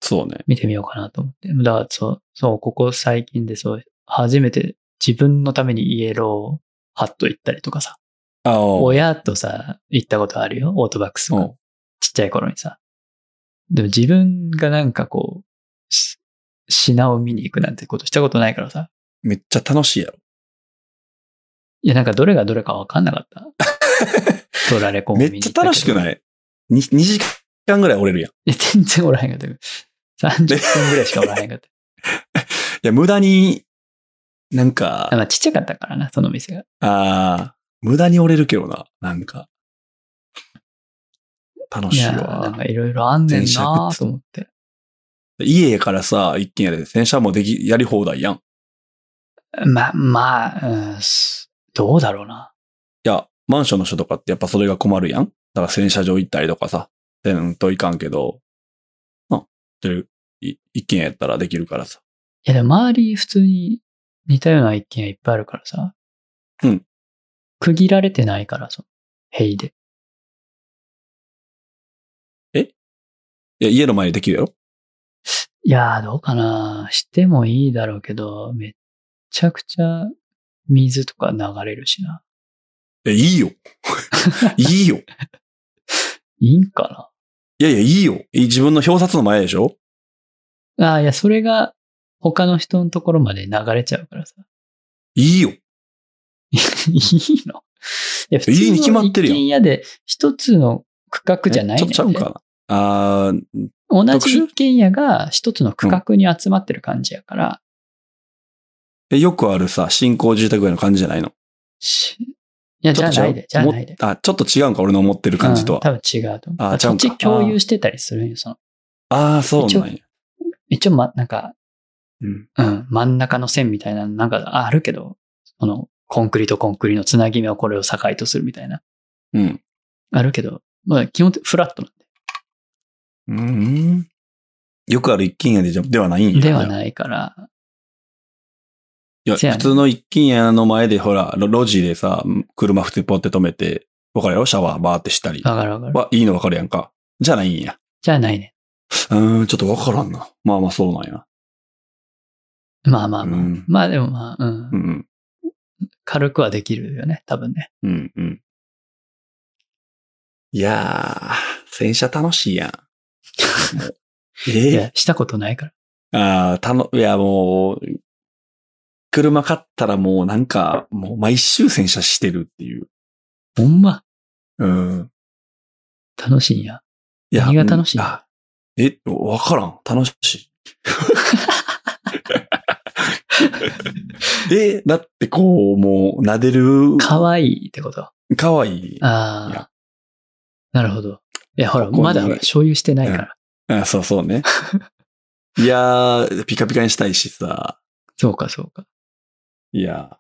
[SPEAKER 1] そうね。
[SPEAKER 2] 見てみようかなと思って。だからそう、そう、ここ最近でそう、初めて自分のためにイエローハット行ったりとかさ。
[SPEAKER 1] あお
[SPEAKER 2] 親とさ、行ったことあるよ。オートバックスとか
[SPEAKER 1] お
[SPEAKER 2] ちっちゃい頃にさ。でも自分がなんかこう、し品を見に行くなんてことしたことないからさ。
[SPEAKER 1] めっちゃ楽しいやろ。
[SPEAKER 2] いや、なんかどれがどれかわかんなか った。ドラレコも見
[SPEAKER 1] め
[SPEAKER 2] に
[SPEAKER 1] っち
[SPEAKER 2] 行
[SPEAKER 1] ゃ楽しく
[SPEAKER 2] い
[SPEAKER 1] ない 2, 時間ぐらい折れるやん。い
[SPEAKER 2] や、全然おらへんかったよ。30分ぐ らいしかおらへんかった。
[SPEAKER 1] や、無駄に、なんか
[SPEAKER 2] あ、まあ、ちっちゃかったからな、その店が。
[SPEAKER 1] ああ、無駄に折れるけどな。なんか。楽
[SPEAKER 2] い
[SPEAKER 1] しい
[SPEAKER 2] や、な
[SPEAKER 1] わ
[SPEAKER 2] んか。いろいろあんねんなと思って。
[SPEAKER 1] 家やからさ、一軒家で洗車もでき、やり放題やん。い
[SPEAKER 2] まあ、まあ、うんすどうだろうな。
[SPEAKER 1] や、マンションの人とかってやっぱそれが困るやん。だから洗車場行ったりとかさ、せんといかんけど、あ、で、い一軒家やったらできるからさ。
[SPEAKER 2] いや、でも周り普通に似たような一軒家いっぱいあるからさ。
[SPEAKER 1] うん。
[SPEAKER 2] 区切られてないから、その、塀で。
[SPEAKER 1] いや、家の前にできるやろ
[SPEAKER 2] いやー、どうかなしてもいいだろうけど、めっちゃくちゃ水とか流れるしな。
[SPEAKER 1] え、い いよ。いいよ。
[SPEAKER 2] いいんか
[SPEAKER 1] いやいや、いいよ。い自分の表札の前でしょ
[SPEAKER 2] なあーいや、それが他の人のところまで流れちゃうからさ。
[SPEAKER 1] いいよ。
[SPEAKER 2] いいのいや、普通
[SPEAKER 1] いいに決ま
[SPEAKER 2] の
[SPEAKER 1] って
[SPEAKER 2] 一
[SPEAKER 1] るやん
[SPEAKER 2] 軒家で一つの区画じゃない
[SPEAKER 1] えち
[SPEAKER 2] ね
[SPEAKER 1] ょ
[SPEAKER 2] ん
[SPEAKER 1] っと
[SPEAKER 2] で
[SPEAKER 1] ちゃうんかな。あー
[SPEAKER 2] 同
[SPEAKER 1] 特
[SPEAKER 2] じ
[SPEAKER 1] 殊
[SPEAKER 2] 一軒家が一つの区画に集まってる感じやから、
[SPEAKER 1] え、よくあるさ、新興住宅街の感じじゃないの
[SPEAKER 2] しいや、
[SPEAKER 1] ち
[SPEAKER 2] じ
[SPEAKER 1] ょ
[SPEAKER 2] ゃ
[SPEAKER 1] っと
[SPEAKER 2] な
[SPEAKER 1] 違
[SPEAKER 2] いうで、じゃないで。
[SPEAKER 1] もっあ、ちょっと違うんか、俺の思ってる感じと
[SPEAKER 2] うん
[SPEAKER 1] は。
[SPEAKER 2] 多分違うと思う。
[SPEAKER 1] あーちゃう
[SPEAKER 2] 土
[SPEAKER 1] んか
[SPEAKER 2] 地共有してたりするんよ、その。
[SPEAKER 1] ああ、そうなんや。
[SPEAKER 2] 一応、ま、なんか、
[SPEAKER 1] うん。
[SPEAKER 2] うん、真ん中の線みたいなのなんかあるけど、その、コンクリとコンクリのつなぎ目をこれを境とするみたいな。
[SPEAKER 1] うん。
[SPEAKER 2] あるけど、まあ基本的にフラットなん
[SPEAKER 1] うん。よくある一軒家でじゃ、ではないんや。。
[SPEAKER 2] で。ではいないから、
[SPEAKER 1] いや、
[SPEAKER 2] せやね
[SPEAKER 1] 普通の一軒家の前で、ほら、路路地でさ、車普通にポって止めて、わかるやろシャワーバーってしたり。
[SPEAKER 2] わかるわかる。
[SPEAKER 1] は、いいのわかるやんか。じゃないんや。
[SPEAKER 2] じゃあないね。
[SPEAKER 1] うーん、ちょっとわからんな。まあまあそうなんや。
[SPEAKER 2] まあまあまあ。
[SPEAKER 1] うん
[SPEAKER 2] まあでもまあ、うん。
[SPEAKER 1] うん。
[SPEAKER 2] 軽くはできるよね、多分ね。
[SPEAKER 1] うん、うん。いやー、洗車楽しいやん。
[SPEAKER 2] い
[SPEAKER 1] え
[SPEAKER 2] や、したことないから。
[SPEAKER 1] ああ、たの、いや、もう、車買ったらもうなんか、もう毎週洗車してるっていう。
[SPEAKER 2] ほんま、
[SPEAKER 1] うん。
[SPEAKER 2] 楽しいんや。
[SPEAKER 1] いや、
[SPEAKER 2] 何が楽しい
[SPEAKER 1] うんあえ、わからん。楽 しい。え、だってこう、もう、撫でる。
[SPEAKER 2] かわいいってこと。あ
[SPEAKER 1] かわいい。い
[SPEAKER 2] あ
[SPEAKER 1] や。
[SPEAKER 2] なるほど。いや、ほら、
[SPEAKER 1] ここに
[SPEAKER 2] まだほら、所有してないから。
[SPEAKER 1] あそうそう ね。いやー、ピカピカにしたいしさ。
[SPEAKER 2] そうか、そうか。
[SPEAKER 1] いや。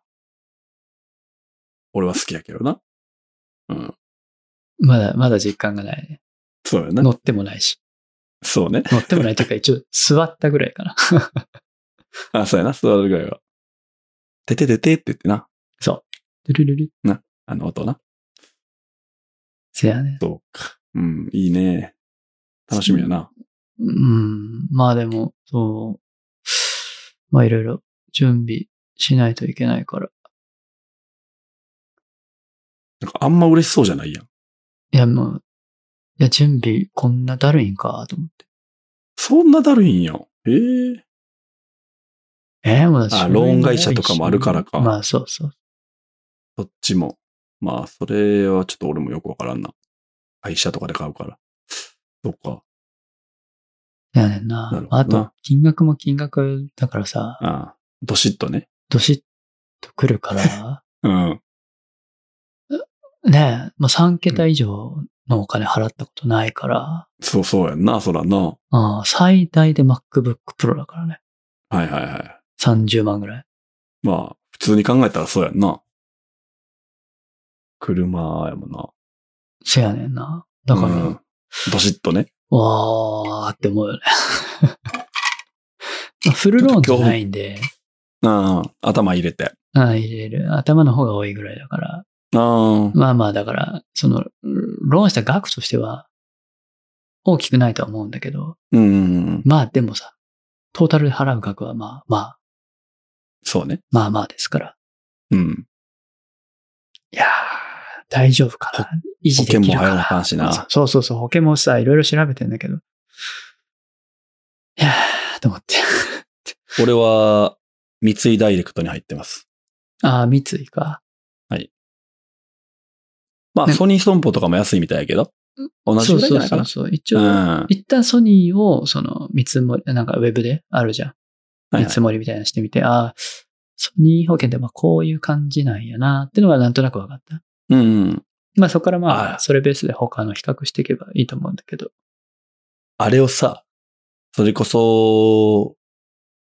[SPEAKER 1] 俺は好きやけどな。うん。
[SPEAKER 2] まだ、まだ実感がないね。
[SPEAKER 1] そうやな
[SPEAKER 2] 乗。ってもないし。
[SPEAKER 1] そうね。
[SPEAKER 2] 乗ってもないというか、一 応、座ったぐらいかな。
[SPEAKER 1] あ、そうやな、座るぐらいは。ててててって言ってな、
[SPEAKER 2] ルルルル。
[SPEAKER 1] あの音な。
[SPEAKER 2] せやね。
[SPEAKER 1] そうか。うん、いいね。楽しみやな。
[SPEAKER 2] うん。まあでも、そう。まあいろいろ準備しないといけないから。
[SPEAKER 1] なんかあんま嬉しそうじゃないやん。
[SPEAKER 2] いや、もう、いや、準備こんなだるいんか、と思って。
[SPEAKER 1] そんなだるいんやん。ええ
[SPEAKER 2] えー、もう
[SPEAKER 1] あローン会社とかもあるからか
[SPEAKER 2] まあそうそう。
[SPEAKER 1] どっちも。まあ、それはちょっと俺もよくわからんな。会社とかで買うから。そうか。
[SPEAKER 2] いやねんな。
[SPEAKER 1] なるほどな
[SPEAKER 2] あと、金額も金額だからさ、
[SPEAKER 1] ああどしっとね。
[SPEAKER 2] どしっと来 るから、
[SPEAKER 1] うん。
[SPEAKER 2] ねえ、まあ3桁以上のお金払ったことないから、
[SPEAKER 1] そうそうやんな、そらな。は
[SPEAKER 2] ああ最大で MacBook Pro だからね。
[SPEAKER 1] いはいは
[SPEAKER 2] 30万ぐらい。
[SPEAKER 1] い。まあ、普通に考えたらそうやんな。車やもんな。
[SPEAKER 2] せやねんな。だから、
[SPEAKER 1] うんどしっとね。
[SPEAKER 2] わーって思うよね。 まあフルローンじゃないんで、
[SPEAKER 1] ああ、頭入れて。
[SPEAKER 2] ああ入れる。頭の方が多いぐらいだから。
[SPEAKER 1] ああ、
[SPEAKER 2] まあまあ、だから、その、ローンした額としては、大きくないとは思うんだけど、
[SPEAKER 1] うん、
[SPEAKER 2] まあでもさ、トータルで払う額はまあまあ、
[SPEAKER 1] そうね。
[SPEAKER 2] まあまあですから。
[SPEAKER 1] うん。
[SPEAKER 2] いやー、大丈夫かな。維持できる
[SPEAKER 1] 保険
[SPEAKER 2] か
[SPEAKER 1] も入らなあか
[SPEAKER 2] な。
[SPEAKER 1] んしな
[SPEAKER 2] そうそうそう、保険もさ、いろいろ調べてんだけど。いやー、と思って。
[SPEAKER 1] 俺は、三井ダイレクトに入ってます。
[SPEAKER 2] ああ、三井か。
[SPEAKER 1] まあ、
[SPEAKER 2] ね
[SPEAKER 1] ソニー損保とかも安いみたいやけど。同じぐらいじゃないかな。
[SPEAKER 2] そうそうそうそう。一応、
[SPEAKER 1] うん
[SPEAKER 2] 一旦ソニーを、その、見積もり、なんかウェブであるじゃん。
[SPEAKER 1] はい
[SPEAKER 2] 見
[SPEAKER 1] はい
[SPEAKER 2] 積もりみたいなのしてみて、ああ、ソニー保険ってまあこういう感じなんやなってのがなんとなく分かった。
[SPEAKER 1] うんうん。
[SPEAKER 2] まあそこから
[SPEAKER 1] は
[SPEAKER 2] まあ、
[SPEAKER 1] い
[SPEAKER 2] それベースで他の比較していけばいいと思うんだけど。
[SPEAKER 1] あれをさ、それこそ、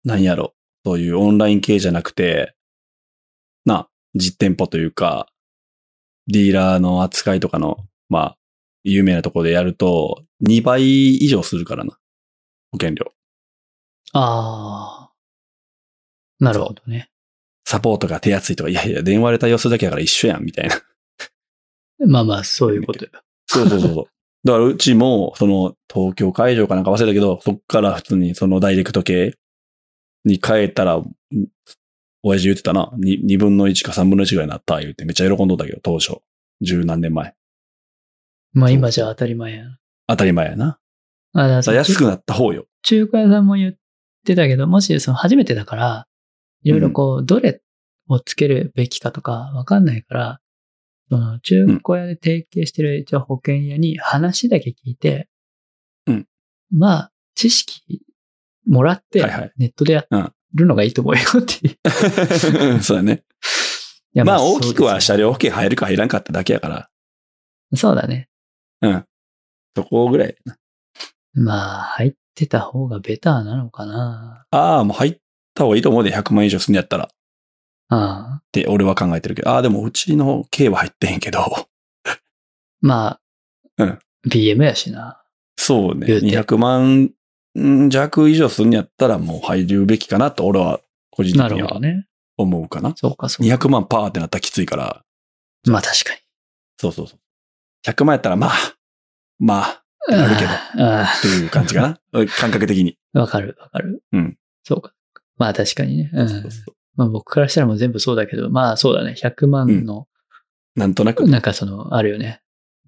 [SPEAKER 1] なんやろ。そういうオンライン系じゃなくて、な、実店舗というか、ディーラーの扱いとかの、まあ、有名なところでやると、2倍以上するからな。保険料。
[SPEAKER 2] ああ。なるほどね。
[SPEAKER 1] サポートが手厚いとか、いやいや、電話で対応するだけだから一緒やん、みたいな。
[SPEAKER 2] まあまあ、そういうことよ。
[SPEAKER 1] そうそう そうそう。だからうちも、その、東京会場かなんか忘れたけど、そっから普通にそのダイレクト系に変えたら、ん親父言ってたな。に2分の1か3分の1ぐらいになった、言ってめっちゃ喜んどったけど、当初。十何年前。
[SPEAKER 2] まあ今じゃ当たり前やな。
[SPEAKER 1] 当たり前やな。
[SPEAKER 2] あだ
[SPEAKER 1] だか
[SPEAKER 2] からら
[SPEAKER 1] 安
[SPEAKER 2] 中
[SPEAKER 1] くなった 方よ。
[SPEAKER 2] 中華屋さんも言ってたけど、もしその初めてだから、いろいろこう、どれをつけるべきかとかわかんないから、その中古屋で提携してる一応保険屋に話だけ聞いて、
[SPEAKER 1] うん
[SPEAKER 2] まあ、知識もらって
[SPEAKER 1] はいはい、
[SPEAKER 2] ネットでやるのがいいと思うよっていう。い
[SPEAKER 1] そうだね。
[SPEAKER 2] や
[SPEAKER 1] まあ、大きくは
[SPEAKER 2] そ
[SPEAKER 1] 車
[SPEAKER 2] うですよ
[SPEAKER 1] 両保険入るか入らんかっただけやから。
[SPEAKER 2] そうだね。
[SPEAKER 1] うん。そこぐらい。
[SPEAKER 2] まあ、入ってた方がベターなのかな。
[SPEAKER 1] ああ、もう入った方がいいと思うで、100万以上すんのやったら。っ
[SPEAKER 2] ああ
[SPEAKER 1] て俺は考えてるけど。ああ、でもうちの K は入ってへんけど。
[SPEAKER 2] まあ、
[SPEAKER 1] うん。
[SPEAKER 2] BM やしな。
[SPEAKER 1] そうね。
[SPEAKER 2] 言うて
[SPEAKER 1] 200万弱以上すんやったらもう入るべきかなと、俺は個人
[SPEAKER 2] な
[SPEAKER 1] 的に
[SPEAKER 2] るほど
[SPEAKER 1] は
[SPEAKER 2] ね。
[SPEAKER 1] 思うかな。
[SPEAKER 2] そうか、そうか。
[SPEAKER 1] 200万パーってなったらきついから、
[SPEAKER 2] まあ確かに。
[SPEAKER 1] そうそうそう。100万やったらまあ、まあ、なるけど
[SPEAKER 2] あ
[SPEAKER 1] という感じかな。 うん感覚的に。
[SPEAKER 2] あ、わかる、わかる。
[SPEAKER 1] うん。
[SPEAKER 2] そうか。まあ確かにね。う
[SPEAKER 1] そうんそう。そう
[SPEAKER 2] まあ僕からしたらもう全部そうだけど、まあそうだね。100万の、
[SPEAKER 1] なんとなく。
[SPEAKER 2] なんかその、あるよね。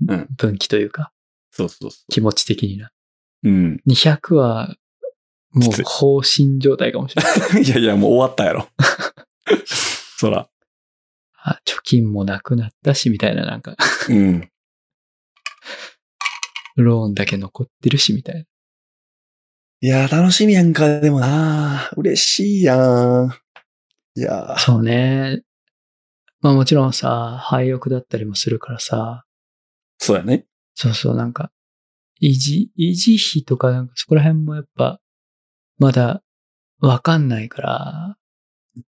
[SPEAKER 1] うん
[SPEAKER 2] 分岐というか、
[SPEAKER 1] そうそうそ
[SPEAKER 2] 気持ち的にな。
[SPEAKER 1] う。うん。
[SPEAKER 2] 200は、もう
[SPEAKER 1] きつい
[SPEAKER 2] 放心状態かも しれない。
[SPEAKER 1] いやいや、もう終わったやろ。 そら。
[SPEAKER 2] あ貯金もなくなったし、みたいな、なんか、
[SPEAKER 1] うん。
[SPEAKER 2] ローンだけ残ってるし、みたいな。
[SPEAKER 1] いやー、楽しみやんか、でもなー嬉しいやん。いやー
[SPEAKER 2] そうね。まあもちろんさ、廃屋だったりもするからさ、
[SPEAKER 1] そうやね。
[SPEAKER 2] そうそう、なんか、維持、維持費とかなんかそこら辺もやっぱ、まだわかんないから、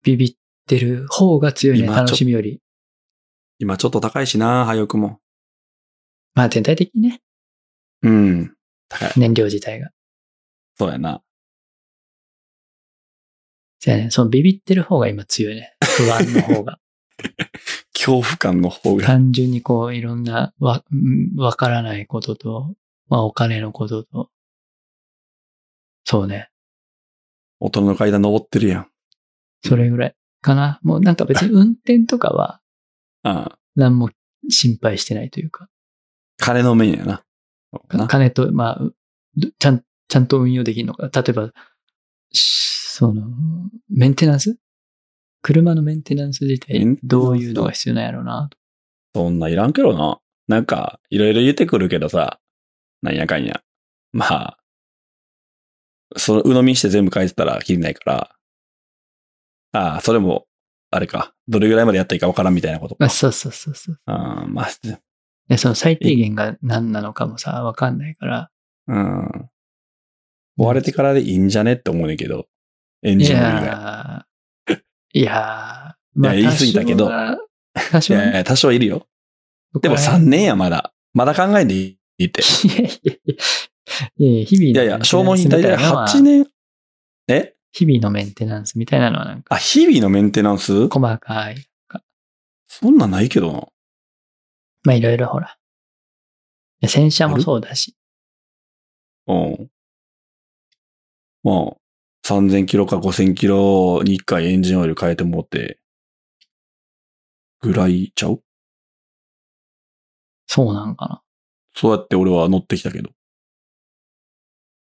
[SPEAKER 2] ビビってる方が強いね、
[SPEAKER 1] 今ちょ
[SPEAKER 2] 楽しみより。
[SPEAKER 1] 今ちょっと高いしなー早くも。
[SPEAKER 2] まあ全体的にね、
[SPEAKER 1] うん。高い。
[SPEAKER 2] 燃料自体が。
[SPEAKER 1] そうやな。
[SPEAKER 2] そうやね、そのビビってる方が今強いね。不安の 方が。
[SPEAKER 1] 恐怖感の方が。
[SPEAKER 2] 単純にこう、いろんなわ、んわからないことと、まあお金のことと。そうね。
[SPEAKER 1] 大人の階段登ってるやん。
[SPEAKER 2] それぐらいかな。もうなんか別に運転とかは
[SPEAKER 1] ああ
[SPEAKER 2] 何も心配してないというか、
[SPEAKER 1] 金の面やな。そうな
[SPEAKER 2] 金と、まあ、うちゃん、ちゃんと運用できるのか。例えば、しその、メンテナンス車のメンテナンス自
[SPEAKER 1] メン
[SPEAKER 2] 体
[SPEAKER 1] テナンス
[SPEAKER 2] どういうのが必要なんやろうな。
[SPEAKER 1] そんないらんけどな。なんか、いろいろ言ってくるけどさ。なんやかんや。まあ。その、鵜呑みして全部返せたら切りないから。ああ、それも、あれか。どれぐらいまでやっていいかわからんみたいなことか
[SPEAKER 2] まあ、。そうそうそうそう。
[SPEAKER 1] ああ、まあ、
[SPEAKER 2] で、その最低限が何なのかもさ、わかんないから。
[SPEAKER 1] うん。追われてからでいいんじゃねって思うねんけど。エン
[SPEAKER 2] い
[SPEAKER 1] ジンの以外。
[SPEAKER 2] やー、いやー、まあ、
[SPEAKER 1] いや言い過ぎたけど
[SPEAKER 2] 多少は。多
[SPEAKER 1] い
[SPEAKER 2] 少は
[SPEAKER 1] やい
[SPEAKER 2] ね
[SPEAKER 1] や多少いるよ。でも3年や、まだ。まだ考えんでいいって。
[SPEAKER 2] いやいやいやいや、日々
[SPEAKER 1] いやいや、消耗品大体8。年。え
[SPEAKER 2] 日々のメンテナンスみたいなのはなんか、
[SPEAKER 1] あ、日々のメンテナンス
[SPEAKER 2] 細かい。
[SPEAKER 1] そんなんないけどな。
[SPEAKER 2] まあいろいろほら。いや洗車もそうだし。
[SPEAKER 1] うん。まあ、3000キロか5000キロに1回エンジンオイル変えてもうて、ぐらいちゃう
[SPEAKER 2] そうなんかな。
[SPEAKER 1] そうやって俺は乗ってきたけど。
[SPEAKER 2] い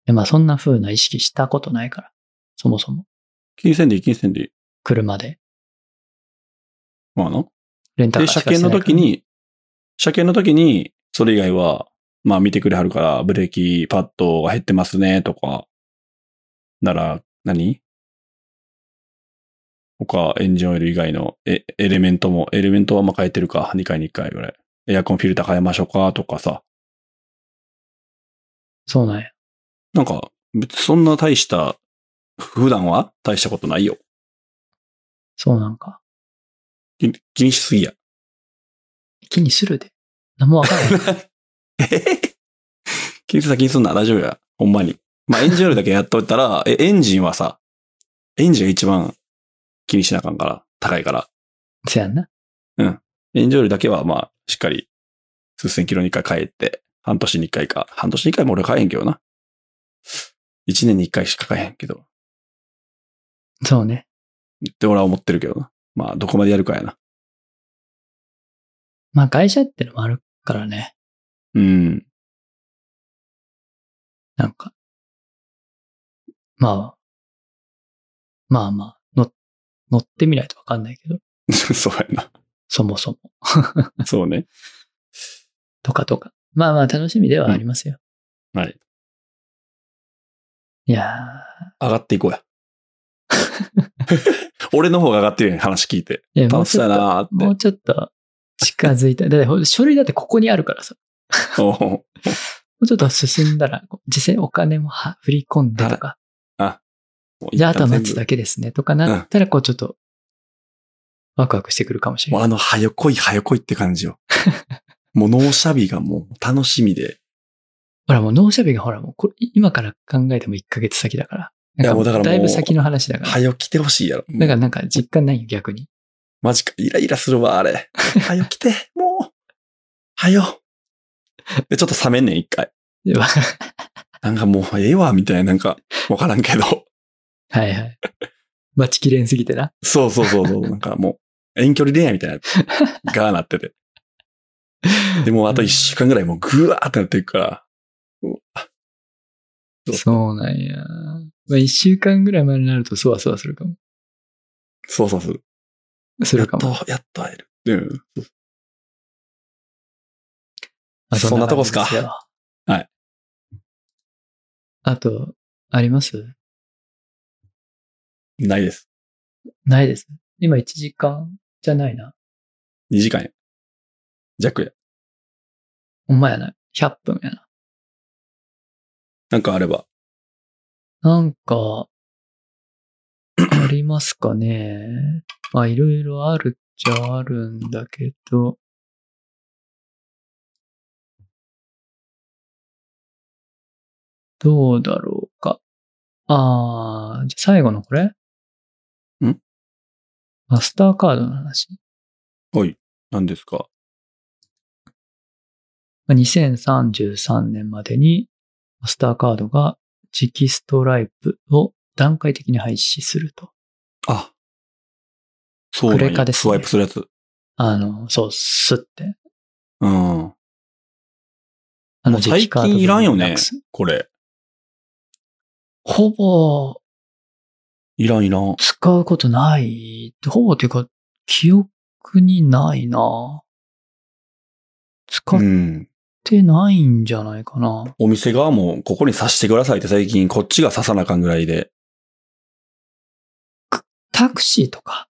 [SPEAKER 2] やまあそんな風な意識したことないから。そもそも。
[SPEAKER 1] 金銭でいい、金銭でいい。
[SPEAKER 2] 車で。
[SPEAKER 1] まあな。
[SPEAKER 2] レンタカ
[SPEAKER 1] で、
[SPEAKER 2] ーしか
[SPEAKER 1] 車
[SPEAKER 2] してな
[SPEAKER 1] 検
[SPEAKER 2] いから
[SPEAKER 1] の時。に、車検の時に、それ以外は、まあ見てくれはるから、ブレーキパッドが減ってますね、とか、なら何、他、エンジンオイル以外のエエレメントも、エレメントはまあ変えてるか、2回に1回ぐらい。エアコンフィルター変えましょうか、とかさ。
[SPEAKER 2] そうなんや。
[SPEAKER 1] なんか、別にそんな大した、普段は大したことないよ。
[SPEAKER 2] そうなんか。
[SPEAKER 1] 気気にしすぎや。
[SPEAKER 2] 気にするで。何もわか らない。
[SPEAKER 1] 気にするな気にすんな。大丈夫や。ほんまに。まあ、エンジンオイルだけやっといたら、 え、エンジンはさ、エンジンが一番気にしなあかんから、高いから。
[SPEAKER 2] せやんな。
[SPEAKER 1] エンジンオイルだけは、まあ、しっかり、数千キロに一回帰って、半年に一回か。半年に一回も俺買えへんけどな。一年に一回しか買えへんけど。
[SPEAKER 2] そうね。
[SPEAKER 1] って俺は思ってるけどな。まあ、どこまでやるかやな。
[SPEAKER 2] まあ会社ってのもあるからね。
[SPEAKER 1] うん。
[SPEAKER 2] なんか。まあ。まあまあ。乗乗ってみないとわかんないけど。
[SPEAKER 1] そうや
[SPEAKER 2] そもそも。
[SPEAKER 1] な。そうね。
[SPEAKER 2] とかとか。まあまあ楽しみではありますよ。
[SPEAKER 1] うんはい。
[SPEAKER 2] いやー
[SPEAKER 1] 上がっていこう や。俺の方が上がってるやん、話聞いて。
[SPEAKER 2] いやも
[SPEAKER 1] 楽
[SPEAKER 2] う
[SPEAKER 1] し
[SPEAKER 2] ち
[SPEAKER 1] そう
[SPEAKER 2] ょ
[SPEAKER 1] や
[SPEAKER 2] っと、
[SPEAKER 1] なーって。
[SPEAKER 2] もうちょっと近づいた。だってほ書類だってここにあるからさ。
[SPEAKER 1] おう
[SPEAKER 2] もうちょっと進んだら、こう実際お金もは振り込んでとか、
[SPEAKER 1] もう
[SPEAKER 2] じゃああとは
[SPEAKER 1] 全
[SPEAKER 2] 待
[SPEAKER 1] 部
[SPEAKER 2] つだけですねとかなったら、こうちょっと、ワクワクしてくるかもしれ
[SPEAKER 1] もう
[SPEAKER 2] な
[SPEAKER 1] あ
[SPEAKER 2] い。
[SPEAKER 1] の、早来い、早来いって感じよ。もう納車日がもう楽しみで。
[SPEAKER 2] ほらもう納車日がほらもうこれ、今から考えても1ヶ月先だから。
[SPEAKER 1] いや
[SPEAKER 2] なん
[SPEAKER 1] もうだからもう
[SPEAKER 2] だいぶ先の話だから。
[SPEAKER 1] 早起きてほしいやろ。
[SPEAKER 2] だからなんか実感ないよ、逆に。
[SPEAKER 1] マジか、イライラするわ、あれ。 早起きて、もう。早よ。で、ちょっと冷めんねん、一回。
[SPEAKER 2] いやわかる
[SPEAKER 1] なんかもう、ええわ、みたいな、なんか、わからんけ ど。
[SPEAKER 2] はいはい。待ちきれんすぎてな。
[SPEAKER 1] そうそうそうそう。なんかもう、遠距離恋愛みたいな、がーなってて。でも、あと一週間ぐらいもうぐわーってなっていくから。そう
[SPEAKER 2] そうなんや。まあ一週間ぐらい前になるとそわそわするかも。
[SPEAKER 1] そうそうする。
[SPEAKER 2] するか
[SPEAKER 1] や
[SPEAKER 2] も。
[SPEAKER 1] っと、やっと会える。うん。
[SPEAKER 2] まあ
[SPEAKER 1] そんなとこっすか
[SPEAKER 2] 感じよ
[SPEAKER 1] はい。
[SPEAKER 2] あと、あります
[SPEAKER 1] ないです。
[SPEAKER 2] ないです。今1時間じゃないな。
[SPEAKER 1] 2時間や。弱や。
[SPEAKER 2] ほんまやな。100分やな。
[SPEAKER 1] なんかあれば。
[SPEAKER 2] なんか、ありますかね。まあ、いろいろあるっちゃあるんだけど。どうだろうか。あー、じゃあ最後のこれんマスターカードの話。
[SPEAKER 1] 何ですか
[SPEAKER 2] まあ2033年までに、マスターカードが磁気ストライプを段階的に廃止すると。
[SPEAKER 1] あ。そうなんや
[SPEAKER 2] クレカです
[SPEAKER 1] ス
[SPEAKER 2] ね
[SPEAKER 1] ワイプするやつ。
[SPEAKER 2] あの、そう、すって。
[SPEAKER 1] うん。
[SPEAKER 2] あ
[SPEAKER 1] も
[SPEAKER 2] の、
[SPEAKER 1] う
[SPEAKER 2] 磁気カード
[SPEAKER 1] 最近いらんよね
[SPEAKER 2] なくす
[SPEAKER 1] これ。
[SPEAKER 2] ほぼ、
[SPEAKER 1] いらんいらん。
[SPEAKER 2] 使うことない。ほぼっていうか、記憶にないな。使
[SPEAKER 1] う
[SPEAKER 2] っ
[SPEAKER 1] ん。
[SPEAKER 2] てないんじゃないかな。
[SPEAKER 1] お店側も、ここに刺してくださいって最近、こっちが刺さなあかんぐらいで。
[SPEAKER 2] タクシーとか、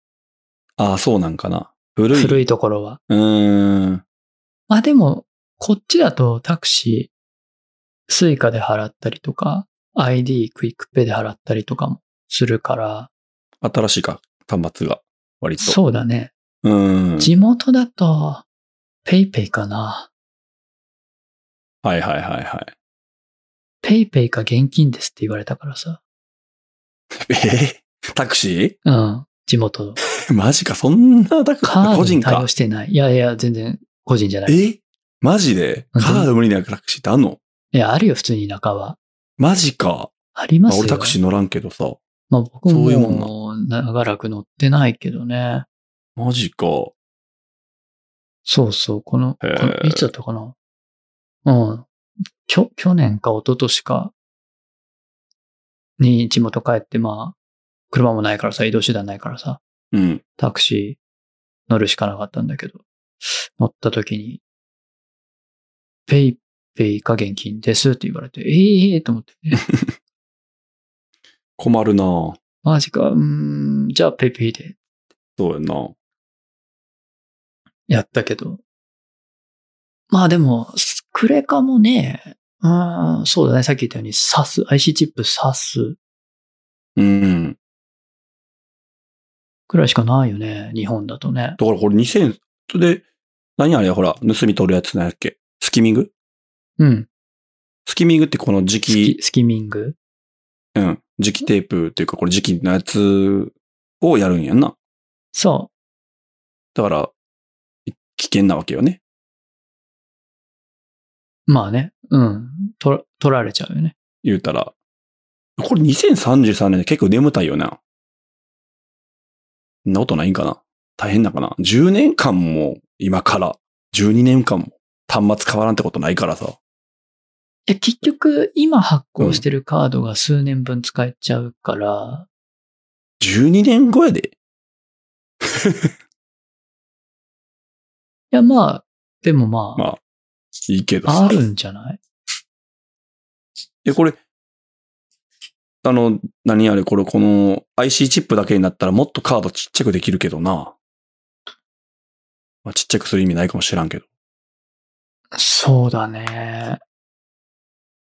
[SPEAKER 1] ああ、そうなんかな。古い。
[SPEAKER 2] 古
[SPEAKER 1] い。
[SPEAKER 2] いところは。
[SPEAKER 1] うーん。
[SPEAKER 2] まあでも、こっちだとタクシー、スイカで払ったりとか、ID、クイックペイで払ったりとかもするから、
[SPEAKER 1] 新しいか、端末が。割と。
[SPEAKER 2] そうだね。
[SPEAKER 1] う。うん。
[SPEAKER 2] 地元だと、ペイペイかな。
[SPEAKER 1] はいはいはいはい。
[SPEAKER 2] ペイペイか現金ですって言われたからさ。
[SPEAKER 1] え ータクシ
[SPEAKER 2] うん。地元。
[SPEAKER 1] ー マジか、そんなタクシ
[SPEAKER 2] カ
[SPEAKER 1] ー、
[SPEAKER 2] ード
[SPEAKER 1] 個
[SPEAKER 2] に
[SPEAKER 1] 人
[SPEAKER 2] 対
[SPEAKER 1] か
[SPEAKER 2] 応。してない。いやいや、全然個人じゃない。
[SPEAKER 1] えマジで
[SPEAKER 2] うん
[SPEAKER 1] カード無理なタクシーってあんの
[SPEAKER 2] いや、あるよ、普通に田舎は。
[SPEAKER 1] マジか。
[SPEAKER 2] あり
[SPEAKER 1] ま
[SPEAKER 2] ま
[SPEAKER 1] あ
[SPEAKER 2] すよ。
[SPEAKER 1] 俺タクシー乗らんけどさ。
[SPEAKER 2] まあ僕
[SPEAKER 1] そういうも
[SPEAKER 2] も長らく乗ってないけどね。
[SPEAKER 1] マジか。
[SPEAKER 2] そうそう、この、こ
[SPEAKER 1] へー
[SPEAKER 2] のいつだったかな。うん。きょ、去年か一昨年か、に地元帰って、まあ、車もないからさ、移動手段ないからさ、
[SPEAKER 1] うん。
[SPEAKER 2] タクシー乗るしかなかったんだけど、乗った時に、ペイペイか現金ですって言われて、ええー、と思って、え
[SPEAKER 1] 困るなぁ
[SPEAKER 2] マジか、うーん、じゃあペイペイで
[SPEAKER 1] そうやな
[SPEAKER 2] やったけど。まあでも、スクレカもね、うーん、そうだね。さっき言ったように、サス、IC チップサス
[SPEAKER 1] うん。
[SPEAKER 2] くらいしかないよね。日本だとね。
[SPEAKER 1] だからこれ2000、それで、何あれほら、盗み取るやつなんやっけスキミング
[SPEAKER 2] うん。
[SPEAKER 1] スキミングってこの磁
[SPEAKER 2] スキ
[SPEAKER 1] 気、
[SPEAKER 2] スキミング。
[SPEAKER 1] うん。磁気テープっていうか、これ磁気のやつをやるんやんな。
[SPEAKER 2] そ
[SPEAKER 1] だから、い危険なわけよね。
[SPEAKER 2] う。まあね。うん。と取られちゃうよね。
[SPEAKER 1] 言うたら。これ2033年で結構眠たいよな。そんなことないんかな大変なんかな ?10 年間も今から、12年間も端末変わらんってことないからさ。
[SPEAKER 2] いや、結局、今発行してるカードが数年分使えちゃうから、
[SPEAKER 1] 12年後やで。
[SPEAKER 2] いや、まあ、でもまあ、
[SPEAKER 1] まいいけど
[SPEAKER 2] あ
[SPEAKER 1] さ。
[SPEAKER 2] るんじゃない
[SPEAKER 1] え、これ、あの、何あれ、これ、この IC チップだけになったらもっとカードちっちゃくできるけどな。まあ、ちっちゃくする意味ないかもしらんけど。
[SPEAKER 2] そうだね。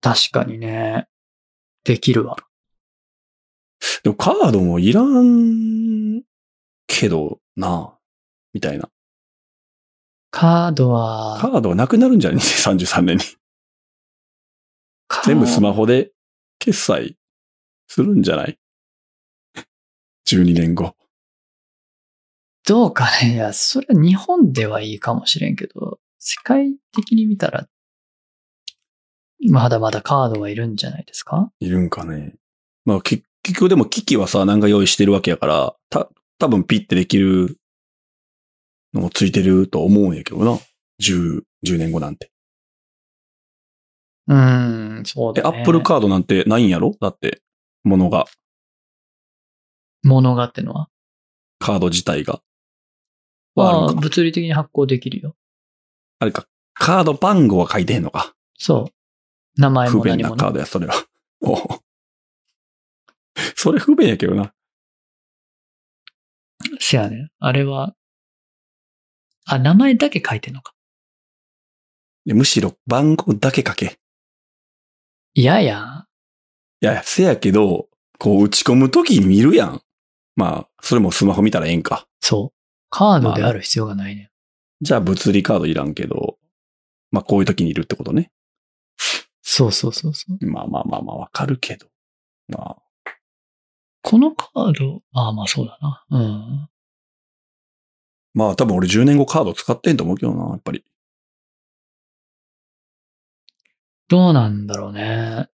[SPEAKER 2] 確かにね。できるわ。
[SPEAKER 1] でもカードもいらんけどな、みたいな。
[SPEAKER 2] カード
[SPEAKER 1] カ
[SPEAKER 2] は、
[SPEAKER 1] ードはなくなるんじゃない ?33 年に。全部スマホで決済するんじゃない ?12 年後。
[SPEAKER 2] どうかね。いや、それは日本ではいいかもしれんけど、世界的に見たら、まだまだカードはいるんじゃないですか
[SPEAKER 1] いるんかね。まあ結結局でも機器はさ、なんか用意してるわけやから、た、多分ピッてできるのもついてると思うんやけどな。10、10年後なんて。
[SPEAKER 2] うーん、そう
[SPEAKER 1] え、
[SPEAKER 2] だ
[SPEAKER 1] ア
[SPEAKER 2] ね。
[SPEAKER 1] ップルカードなんてないんやろだって、ものが、
[SPEAKER 2] 物がってのは。
[SPEAKER 1] カード自体が。は
[SPEAKER 2] ま
[SPEAKER 1] あ
[SPEAKER 2] あ、
[SPEAKER 1] るのか
[SPEAKER 2] 物理的に発行できるよ。
[SPEAKER 1] あれか。カード番号は書いてへんのか。
[SPEAKER 2] そう。名前
[SPEAKER 1] 不
[SPEAKER 2] も
[SPEAKER 1] 便
[SPEAKER 2] 何
[SPEAKER 1] な
[SPEAKER 2] も
[SPEAKER 1] カ
[SPEAKER 2] ね。
[SPEAKER 1] ードや、それは。 おうそれ不便やけどな。
[SPEAKER 2] せやね。あれは、あ、名前だけ書いてんのか。
[SPEAKER 1] でむしろ番号だけ書け。
[SPEAKER 2] いやいや。
[SPEAKER 1] いや、せやけど、こう打ち込むとき見るやん。まあ、それもスマホ見たらええんか。
[SPEAKER 2] そう。カードである必要がないね。
[SPEAKER 1] じゃあ物理カードいらんけど、まあこういうときにいるってことね。
[SPEAKER 2] そうそうそうそう。
[SPEAKER 1] まあまあまあまあわかるけど。まあ、
[SPEAKER 2] このカード、ああまあそうだな。うん。
[SPEAKER 1] まあ多分俺10年後カード使ってんと思うけどな、やっぱり。
[SPEAKER 2] どうなんだろうね。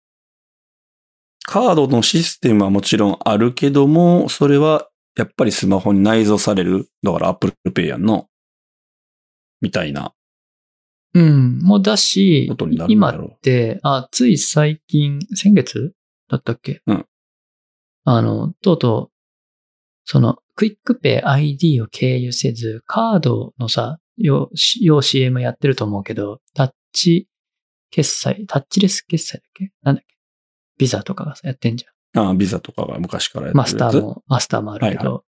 [SPEAKER 1] カードのシステムはもちろんあるけども、それはやっぱりスマホに内蔵される。だから Apple Pay やんの。みたいな
[SPEAKER 2] うん。もうだし
[SPEAKER 1] ことにな、るん
[SPEAKER 2] 今
[SPEAKER 1] だ
[SPEAKER 2] っ
[SPEAKER 1] ろ
[SPEAKER 2] て、あ、つい最近、先月だったっけ
[SPEAKER 1] うん。
[SPEAKER 2] あの、とうとう、その、クイックペイ ID を経由せず、カードのさ、よう、よう CM やってると思うけど、タッチ決済、タッチレス決済だっけなんだっけビザとかがさ、やってんじゃん。
[SPEAKER 1] う。ああ、ビザとかが昔からやってる
[SPEAKER 2] マ
[SPEAKER 1] やつ
[SPEAKER 2] スター。も、マスターもあるけど、
[SPEAKER 1] はい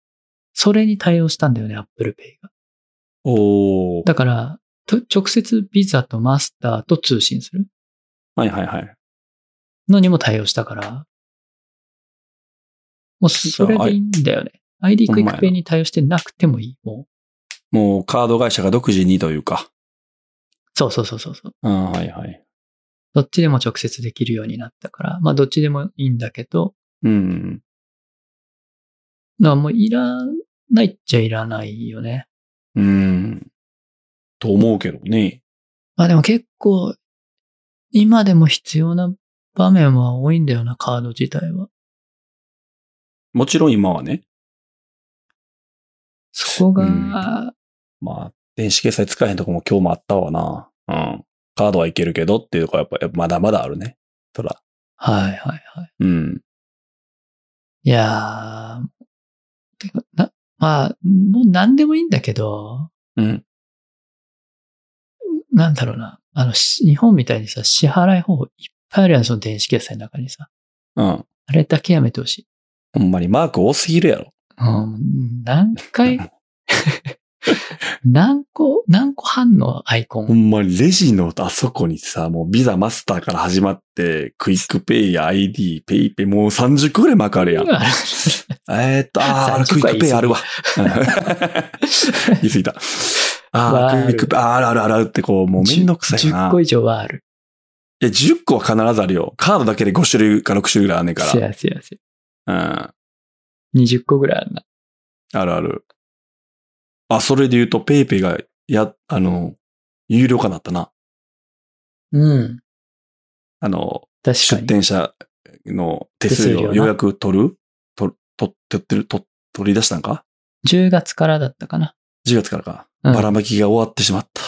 [SPEAKER 2] それに対応したんだよね、Apple Pay が。
[SPEAKER 1] おー。
[SPEAKER 2] だから、と直接ビザとマスターと通信する
[SPEAKER 1] はいはいはい。
[SPEAKER 2] のにも対応したから、もうそれでいいんだよね。ID
[SPEAKER 1] ほんま
[SPEAKER 2] クイ
[SPEAKER 1] やな
[SPEAKER 2] ックペイに対応してなくてもいい。もう。
[SPEAKER 1] もうカード会社が独自にというか。
[SPEAKER 2] そうそうそうそうそう。
[SPEAKER 1] うん、はいはい。
[SPEAKER 2] どっちでも直接できるようになったから、まあどっちでもいいんだけど、
[SPEAKER 1] うん。
[SPEAKER 2] だからもういらないっちゃいらないよね。
[SPEAKER 1] うん。と思うけどね。
[SPEAKER 2] まあでも結構、今でも必要な場面は多いんだよな、カード自体は。
[SPEAKER 1] もちろん今はね。
[SPEAKER 2] そこが、
[SPEAKER 1] うんまあ、電子決済使えへんとこも今日もあったわな。うん。カードはいけるけどっていうとこはやっぱやっぱまだまだあるね。そら。
[SPEAKER 2] はいはいはい。
[SPEAKER 1] うん。
[SPEAKER 2] いやー、てかな、まあ、もう何でもいいんだけど、
[SPEAKER 1] うん。
[SPEAKER 2] なんだろうな。あの、し日本みたいにさ、支払い方法いっぱいあるやん、その電子決済の中にさ。
[SPEAKER 1] うん。
[SPEAKER 2] あれだけやめてほしい。
[SPEAKER 1] ほんまにマーク多すぎるやろ。
[SPEAKER 2] うん、何回、 何個、何個半のアイコ
[SPEAKER 1] ほ
[SPEAKER 2] ン。
[SPEAKER 1] んまにレジのあそこにさ、もうビザマスターから始まって、クイックペイや ID、ペイペイ、もう30個ぐらいマークあるやん。えーっと、あー、ク
[SPEAKER 2] 30
[SPEAKER 1] イックペイあるわ。 言い過ぎた。あ
[SPEAKER 2] わ
[SPEAKER 1] あ、
[SPEAKER 2] ー
[SPEAKER 1] クイックペイ、あーあるあるあるあるってこう、もうめんどくさいな。
[SPEAKER 2] 10個以上はある。
[SPEAKER 1] いや、10個は必ずあるよ。カードだけで5種類か6種類ぐらいあんねんか
[SPEAKER 2] せやせやせや。
[SPEAKER 1] ら。
[SPEAKER 2] 20個ぐらいあるな。
[SPEAKER 1] うん。あるある。あ、それで言うと、ペイペイが、や、あの、有料化になったな。
[SPEAKER 2] うん。
[SPEAKER 1] あの、
[SPEAKER 2] 確か
[SPEAKER 1] 出
[SPEAKER 2] に。
[SPEAKER 1] 店者の手数
[SPEAKER 2] 手数料
[SPEAKER 1] 料、
[SPEAKER 2] な
[SPEAKER 1] 予約取る取、取取ってる、取、取り出したんか
[SPEAKER 2] 10月からだったかな。
[SPEAKER 1] ?10 月からか。
[SPEAKER 2] うん
[SPEAKER 1] ばらまきが終わってしまった。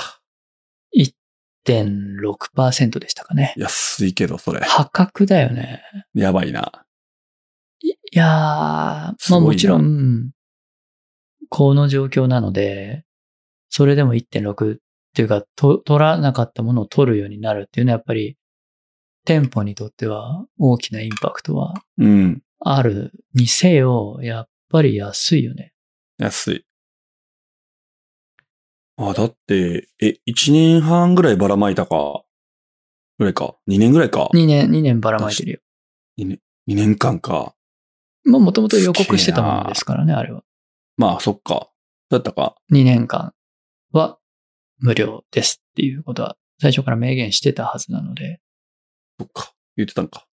[SPEAKER 2] 1.6%でしたかね。
[SPEAKER 1] 安いけど、それ。
[SPEAKER 2] 破格だよね。
[SPEAKER 1] やばいな。
[SPEAKER 2] いいやー、ます
[SPEAKER 1] ご
[SPEAKER 2] あ
[SPEAKER 1] いな
[SPEAKER 2] もちろんうん、この状況なので、それでも1.6っていうか、と取らなかったものを取るようになるっていうのはやっぱり、店舗にとっては大きなインパクトは
[SPEAKER 1] うん。
[SPEAKER 2] あるにせよ、やっぱり安いよね。
[SPEAKER 1] 安い。あ、だって、え、1年半ぐらいばらまいたか。ぐらいか。2年ぐらいか。
[SPEAKER 2] 2年、2年ばらまいてるよ。
[SPEAKER 1] 2年間か。
[SPEAKER 2] まあもともと予告してたものですからね、あれは。
[SPEAKER 1] まあ、そっか。だったか。
[SPEAKER 2] 2年間は無料ですっていうことは最初から明言してたはずなので、
[SPEAKER 1] そっか。言ってたのか。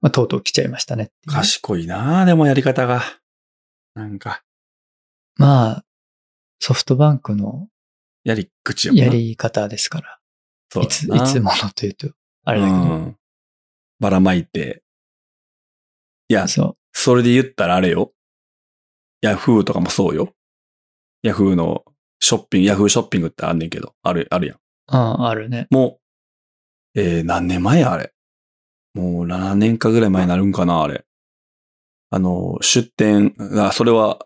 [SPEAKER 2] まあ、とうとう来ちゃいましたねっていうね
[SPEAKER 1] 賢いなあでもやり方が。なんか、
[SPEAKER 2] まあ、ソフトバンクの
[SPEAKER 1] やり口やもんな
[SPEAKER 2] やり方ですから、
[SPEAKER 1] そう
[SPEAKER 2] いつ、いつ
[SPEAKER 1] も
[SPEAKER 2] ものというと、あれだけど、
[SPEAKER 1] うん。ばらまいて。いや、
[SPEAKER 2] そ
[SPEAKER 1] それで言ったらあれよ。ヤフーとかもそうよ。ヤフーのショッピング、ヤフーショッピングってあんねんけど、ある、あるやん。
[SPEAKER 2] う、うん、あるね。
[SPEAKER 1] もう、えー、何年前やあれ。もう7年かぐらい前になるんかな、あれ。あの、出店、あ、それは、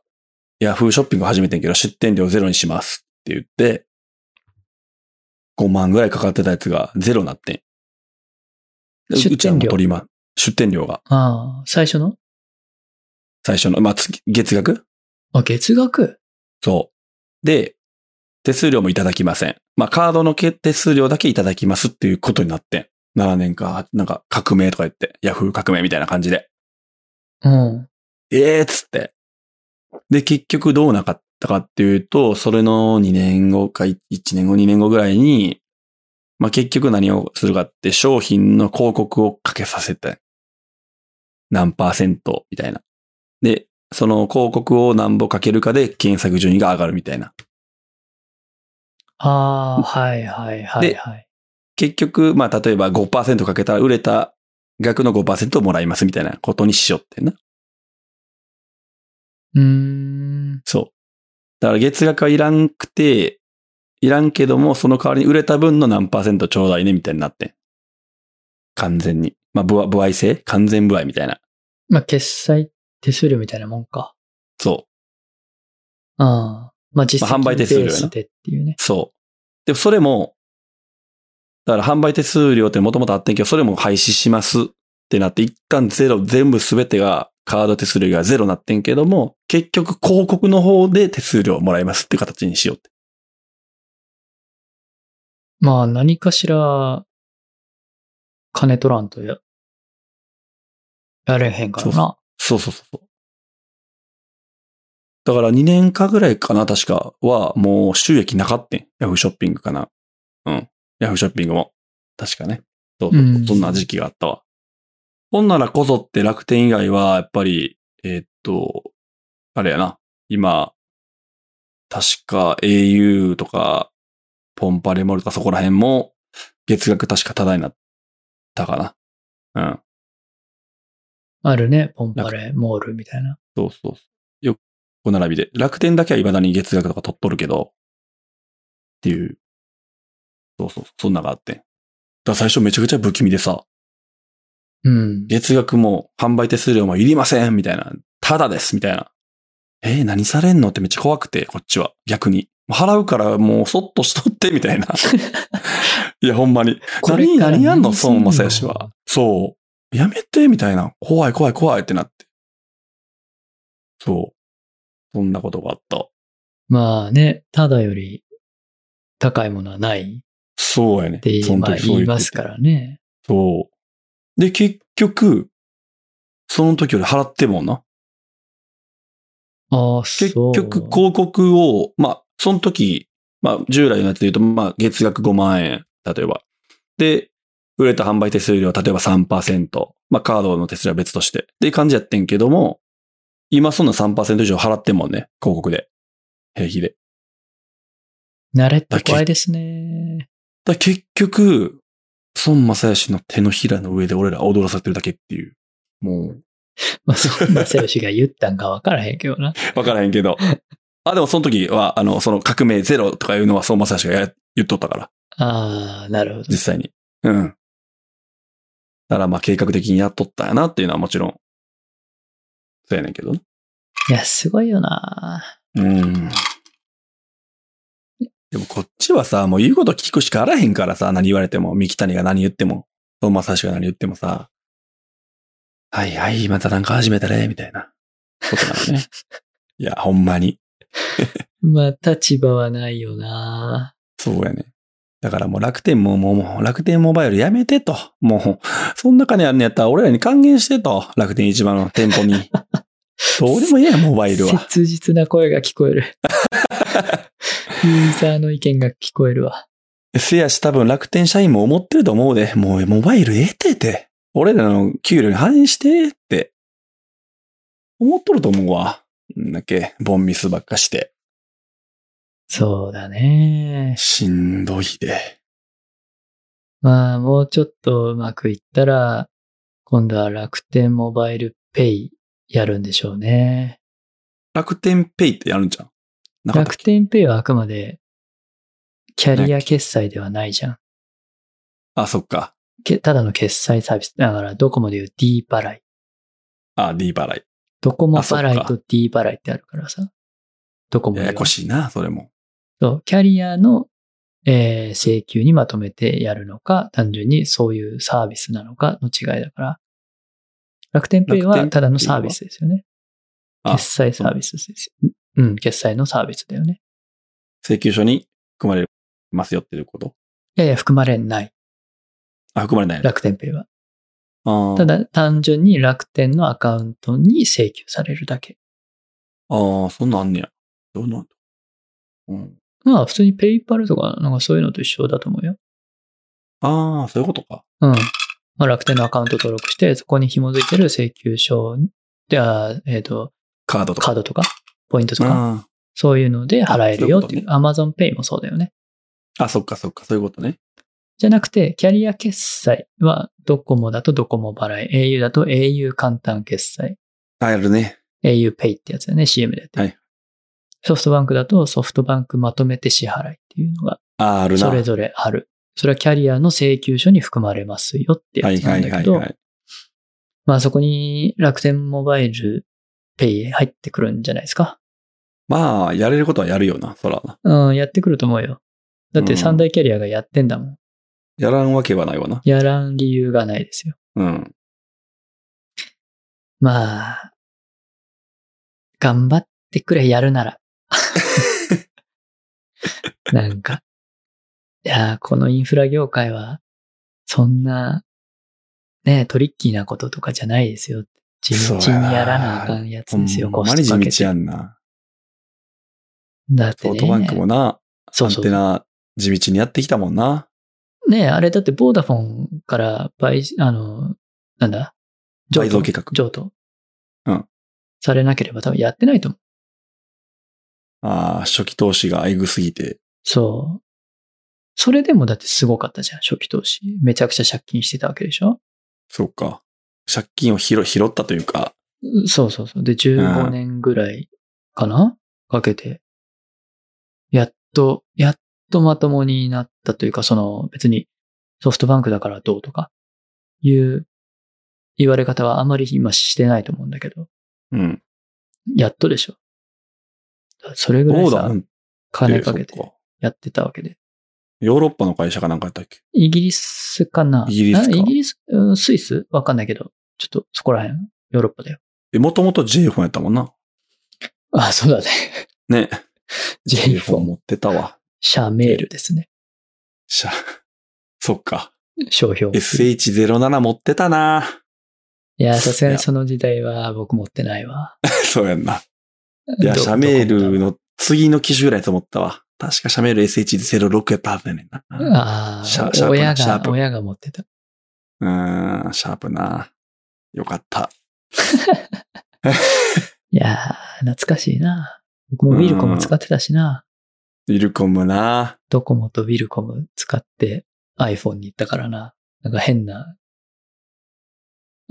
[SPEAKER 1] ヤフーショッピング始めてんけど、出店料ゼロにしますって言って、5万ぐらいかかってたやつがゼロになってん。で
[SPEAKER 2] 出店料
[SPEAKER 1] うちはもう取りま、出店料が、
[SPEAKER 2] ああ、最初の
[SPEAKER 1] 最初の、まあ、月月額
[SPEAKER 2] あ、月額
[SPEAKER 1] そう。で、手数料もいただきません。まあ、カードのけ手数料だけいただきますっていうことになってん。7年か、なんか革命とか言って、ヤフー革命みたいな感じで。
[SPEAKER 2] うん。
[SPEAKER 1] ええー、っつって。で、結局どうなかったかっていうと、それの2年後か1年後2年後ぐらいに、まあ、結局何をするかって商品の広告をかけさせて、何パーセントみたいな。で、その広告を何ぼかけるかで検索順位が上がるみたいな。
[SPEAKER 2] ああ、はいはいはいはい。
[SPEAKER 1] 結局、まあ、例えば5%かけたら売れた額の5%をもらいますみたいなことにしようってんな。
[SPEAKER 2] うーん。
[SPEAKER 1] そう。だから月額はいらんくて、いらんけども、その代わりに売れた分の何パーセントちょうだいね、みたいになってん。完全に。まあ、不不愛性完全不愛みたいな。
[SPEAKER 2] まあ、決済手数料みたいなもんか。
[SPEAKER 1] そう。
[SPEAKER 2] ああ。まあ、実
[SPEAKER 1] まあ
[SPEAKER 2] 績
[SPEAKER 1] 販売手数料やな
[SPEAKER 2] ベースでっていうね。
[SPEAKER 1] そう。でもそれも、だから販売手数料ってもともとあってんけど、それも廃止しますってなって、一旦ゼロ、全部すべてが、カード手数料がゼロなってんけども、結局広告の方で手数料をもらいますって形にしようって。
[SPEAKER 2] まあ、何かしら、金取らんとや、やれへんからな。
[SPEAKER 1] そそうそうそうそう。だから2年かぐらいかな、確かは、もう収益なかったん。ヤフーショッピングかな。うん。ヤフーショッピングも。確かね。そうそうそう
[SPEAKER 2] うん
[SPEAKER 1] そんな時期があったわ。ほんならこそって楽天以外は、やっぱり、えーっと、あれやな。今、確か au とか、ポンパレモルとかそこら辺も、月額確かタダになったかな。うん。
[SPEAKER 2] あるね。ポンパレ、モールみたいな。
[SPEAKER 1] そうそうそう。よ横並びで。楽天だけは未だに月額とか取っとるけど、っていう。そうそう、そんなのがあって。だから最初めちゃくちゃ不気味でさ、
[SPEAKER 2] うん。
[SPEAKER 1] 月額も販売手数料もいりませんみたいな。ただですみたいな。えー何されんのってめっちゃ怖くて、こっちは。逆に。払うからもうそっとしとってみ たいな。いや、ほんまに。
[SPEAKER 2] これ
[SPEAKER 1] 何、
[SPEAKER 2] から
[SPEAKER 1] 何やんの
[SPEAKER 2] 何すんの
[SPEAKER 1] 孫正義は。そう。やめて、みたいな。怖い、怖い、怖いってなって。そう。そんなことがあった。
[SPEAKER 2] まあね、ただより高いものはない
[SPEAKER 1] そうやね。
[SPEAKER 2] って
[SPEAKER 1] その
[SPEAKER 2] まあ
[SPEAKER 1] 時そう言
[SPEAKER 2] 言い
[SPEAKER 1] って
[SPEAKER 2] ますからね。
[SPEAKER 1] そう。で、結局、その時より払ってもんな。
[SPEAKER 2] ああ、
[SPEAKER 1] 結
[SPEAKER 2] そう。
[SPEAKER 1] 局、広告を、まあ、その時、まあ、従来のやつで言うと、まあ、月額5万円、例えば。で、売れた販売手数料、例えば3%。まあ、カードの手数料は別として。っていう感じやってんけども、今そんな3%以上払ってんもんね、広告で。平気で。
[SPEAKER 2] 慣れって怖いですね。
[SPEAKER 1] だから結局、孫正義の手のひらの上で俺ら踊らされてるだけっていう。も
[SPEAKER 2] まあ、そんな正義が言ったんか分からへんけどな。
[SPEAKER 1] う、わからへん けど。あ、でもその時は、あの、その革命ゼロとかいうのは孫正義がや言っとったから。
[SPEAKER 2] ああ、なるほど。
[SPEAKER 1] 実際に。うん。だからまあ計画的にやっとったんやなっていうのはもちろん、そうやねんけどね。
[SPEAKER 2] いや、すごいよな。
[SPEAKER 1] うん。でもこっちはさ、もう言うこと聞くしかあらへんからさ、何言われても、三木谷が何言っても、トーマサシが何言ってもさ、はいはい、またなんか始めたね、みたいなことなのね。 いや、ほんまに。
[SPEAKER 2] まあ、立場はないよな。
[SPEAKER 1] そうやね。だからもう楽天も、もう、もう、楽天モバイルやめてと。もう、そんな金あるんやったら俺らに還元してと。楽天市場の店舗 に。どうでもいいやん、モバイルは。
[SPEAKER 2] 切実な声が聞こえる。ユーザーの意見が聞こえるわ。
[SPEAKER 1] せやし多分楽天社員も思ってると思うで、もうモバイル得てて、俺らの給料に反映してって、思っとると思うわ。んだっけ、ボンミスばっかして。
[SPEAKER 2] そうだね。
[SPEAKER 1] しんどいで。
[SPEAKER 2] まあ、もうちょっとうまくいったら、今度は楽天モバイルペイやるんでしょうね。
[SPEAKER 1] 楽天ペイってやるんじゃん。なかった
[SPEAKER 2] 楽天ペイはあくまで、キャリア決済ではないじゃん。
[SPEAKER 1] あ、そっか。
[SPEAKER 2] けただの決済サービス。だから、ドコモでいう D 払い。
[SPEAKER 1] あ、D 払い。
[SPEAKER 2] ドコモ
[SPEAKER 1] あそっか
[SPEAKER 2] 払いと D 払いってあるからさ。ドコモで
[SPEAKER 1] や
[SPEAKER 2] は
[SPEAKER 1] やこしいな、それも。
[SPEAKER 2] そう、キャリアの、えー請求にまとめてやるのか、単純にそういうサービスなのかの違いだから。楽天ペイ
[SPEAKER 1] 楽
[SPEAKER 2] は
[SPEAKER 1] 天
[SPEAKER 2] ただのサービスですよね。
[SPEAKER 1] あ
[SPEAKER 2] 決済サービスです。うん、決済のサービスだよね。
[SPEAKER 1] 請求書に含まれますよっていうこと。
[SPEAKER 2] いやいや、含まれない。
[SPEAKER 1] あ、含まれないの。
[SPEAKER 2] 楽天ペイは。
[SPEAKER 1] あー
[SPEAKER 2] ただ、単純に楽天のアカウントに請求されるだけ。
[SPEAKER 1] あー、そんなんあんねや。どうなんだうん。
[SPEAKER 2] まあ、普通にペイパルとか、なんかそういうのと一緒だと思うよ。
[SPEAKER 1] ああ、そういうことか。
[SPEAKER 2] うん。まあ、楽天のアカウント登録して、そこに紐づいてる請求書で、あーえっ、と、
[SPEAKER 1] カードとか。
[SPEAKER 2] カードとか、ポイントとか、
[SPEAKER 1] あ
[SPEAKER 2] そういうので払えるよっていう。
[SPEAKER 1] あ
[SPEAKER 2] Amazon Pay もそうだよね。
[SPEAKER 1] ーあ、そっかそっか、そういうことね。
[SPEAKER 2] じゃなくて、キャリア決済は、ドコモだとドコモ払い、au だと au 簡単決済、
[SPEAKER 1] あ、やるね。
[SPEAKER 2] au Pay ってやつだよね、CM でやってる
[SPEAKER 1] はい
[SPEAKER 2] ソフトバンクだとソフトバンクまとめて支払いっていうのが、
[SPEAKER 1] あーあるな。
[SPEAKER 2] それぞれある。それはキャリアの請求書に含まれますよって
[SPEAKER 1] は
[SPEAKER 2] や
[SPEAKER 1] い
[SPEAKER 2] つな
[SPEAKER 1] は
[SPEAKER 2] ん
[SPEAKER 1] いは
[SPEAKER 2] だけ
[SPEAKER 1] い
[SPEAKER 2] ど
[SPEAKER 1] は、い。
[SPEAKER 2] まあそこに楽天モバイル Pay 入ってくるんじゃないですか。
[SPEAKER 1] まあ、やれることはやるよな、そらな。
[SPEAKER 2] うん、やってくると思うよ。だって
[SPEAKER 1] うん
[SPEAKER 2] 三大キャリアがやってんだもん。
[SPEAKER 1] やらんわけはないわな。
[SPEAKER 2] やらん理由がないですよ。
[SPEAKER 1] うん。
[SPEAKER 2] まあ、頑張ってくれ、やる なら。なんか、いやー、このインフラ業界は、そんな、ね、トリッキーなこととかじゃないですよ。地
[SPEAKER 1] そう
[SPEAKER 2] 道
[SPEAKER 1] やな
[SPEAKER 2] にやらなあかんやつですよ、
[SPEAKER 1] ほん
[SPEAKER 2] コ
[SPEAKER 1] ま
[SPEAKER 2] ス
[SPEAKER 1] に
[SPEAKER 2] ト
[SPEAKER 1] 地
[SPEAKER 2] かけ
[SPEAKER 1] 道
[SPEAKER 2] て。
[SPEAKER 1] やんな。
[SPEAKER 2] だって
[SPEAKER 1] ソ
[SPEAKER 2] ね
[SPEAKER 1] フトバンクもな、
[SPEAKER 2] そ
[SPEAKER 1] ア
[SPEAKER 2] う
[SPEAKER 1] ン
[SPEAKER 2] そ
[SPEAKER 1] テ
[SPEAKER 2] う。
[SPEAKER 1] ナ地道にやってきたもんな。
[SPEAKER 2] ねあれだってボーダフォンから買収、あの、なんだ
[SPEAKER 1] 倍増計画。
[SPEAKER 2] 譲渡
[SPEAKER 1] うん
[SPEAKER 2] されなければ多分やってないと思う。
[SPEAKER 1] ああ、初期投資がエグすぎて。
[SPEAKER 2] そう。それでもだってすごかったじゃん、初期投資。めちゃくちゃ借金してたわけでしょ
[SPEAKER 1] そっか。借金を拾拾ったというか、
[SPEAKER 2] うそうそうそう。で、15
[SPEAKER 1] うん
[SPEAKER 2] 年ぐらいかなかけて。やっと、やっとまともになったというか、その別にソフトバンクだからどうとかいう言われ方はあまり今してないと思うんだけど、
[SPEAKER 1] うん。
[SPEAKER 2] やっとでしょ。だからそれぐら
[SPEAKER 1] オ
[SPEAKER 2] い
[SPEAKER 1] ーダ
[SPEAKER 2] さ
[SPEAKER 1] ー、
[SPEAKER 2] 金かけて
[SPEAKER 1] そっか
[SPEAKER 2] やってたわけで。
[SPEAKER 1] ヨーロッパの会社かなんかやったっけ
[SPEAKER 2] イギリスかな
[SPEAKER 1] イギリスか
[SPEAKER 2] なイギリス、うんスイスわかんないけど、ちょっとそこら辺、ヨーロッパだよ。
[SPEAKER 1] え、もともと j フォンやったもんな。
[SPEAKER 2] あ、そう だね。
[SPEAKER 1] ね。
[SPEAKER 2] j フ
[SPEAKER 1] フォ
[SPEAKER 2] ォ
[SPEAKER 1] ン
[SPEAKER 2] ン、
[SPEAKER 1] 持ってたわ。
[SPEAKER 2] シャメールですね。
[SPEAKER 1] しゃ、 そっか。
[SPEAKER 2] 商標。い
[SPEAKER 1] SH07 持ってたな。
[SPEAKER 2] や、さすがにその時代は僕持ってないわ。
[SPEAKER 1] そうやんな。いや、
[SPEAKER 2] ど
[SPEAKER 1] シャメール。
[SPEAKER 2] どこ
[SPEAKER 1] の次の機種ぐらいと思ったわ。確かシャメール SH06 やったはずやねん
[SPEAKER 2] 持った
[SPEAKER 1] な。
[SPEAKER 2] あ
[SPEAKER 1] シャシャープ
[SPEAKER 2] あ、
[SPEAKER 1] な
[SPEAKER 2] 親
[SPEAKER 1] シャー
[SPEAKER 2] が、
[SPEAKER 1] プ
[SPEAKER 2] 親が持ってた。
[SPEAKER 1] うーん、シャープな。よかった。
[SPEAKER 2] いやー、懐かしいな。僕もウィルコム使ってたしな。
[SPEAKER 1] ウィルコムな。
[SPEAKER 2] ドコモとウィルコム使って iPhone に行ったからな。なんか変な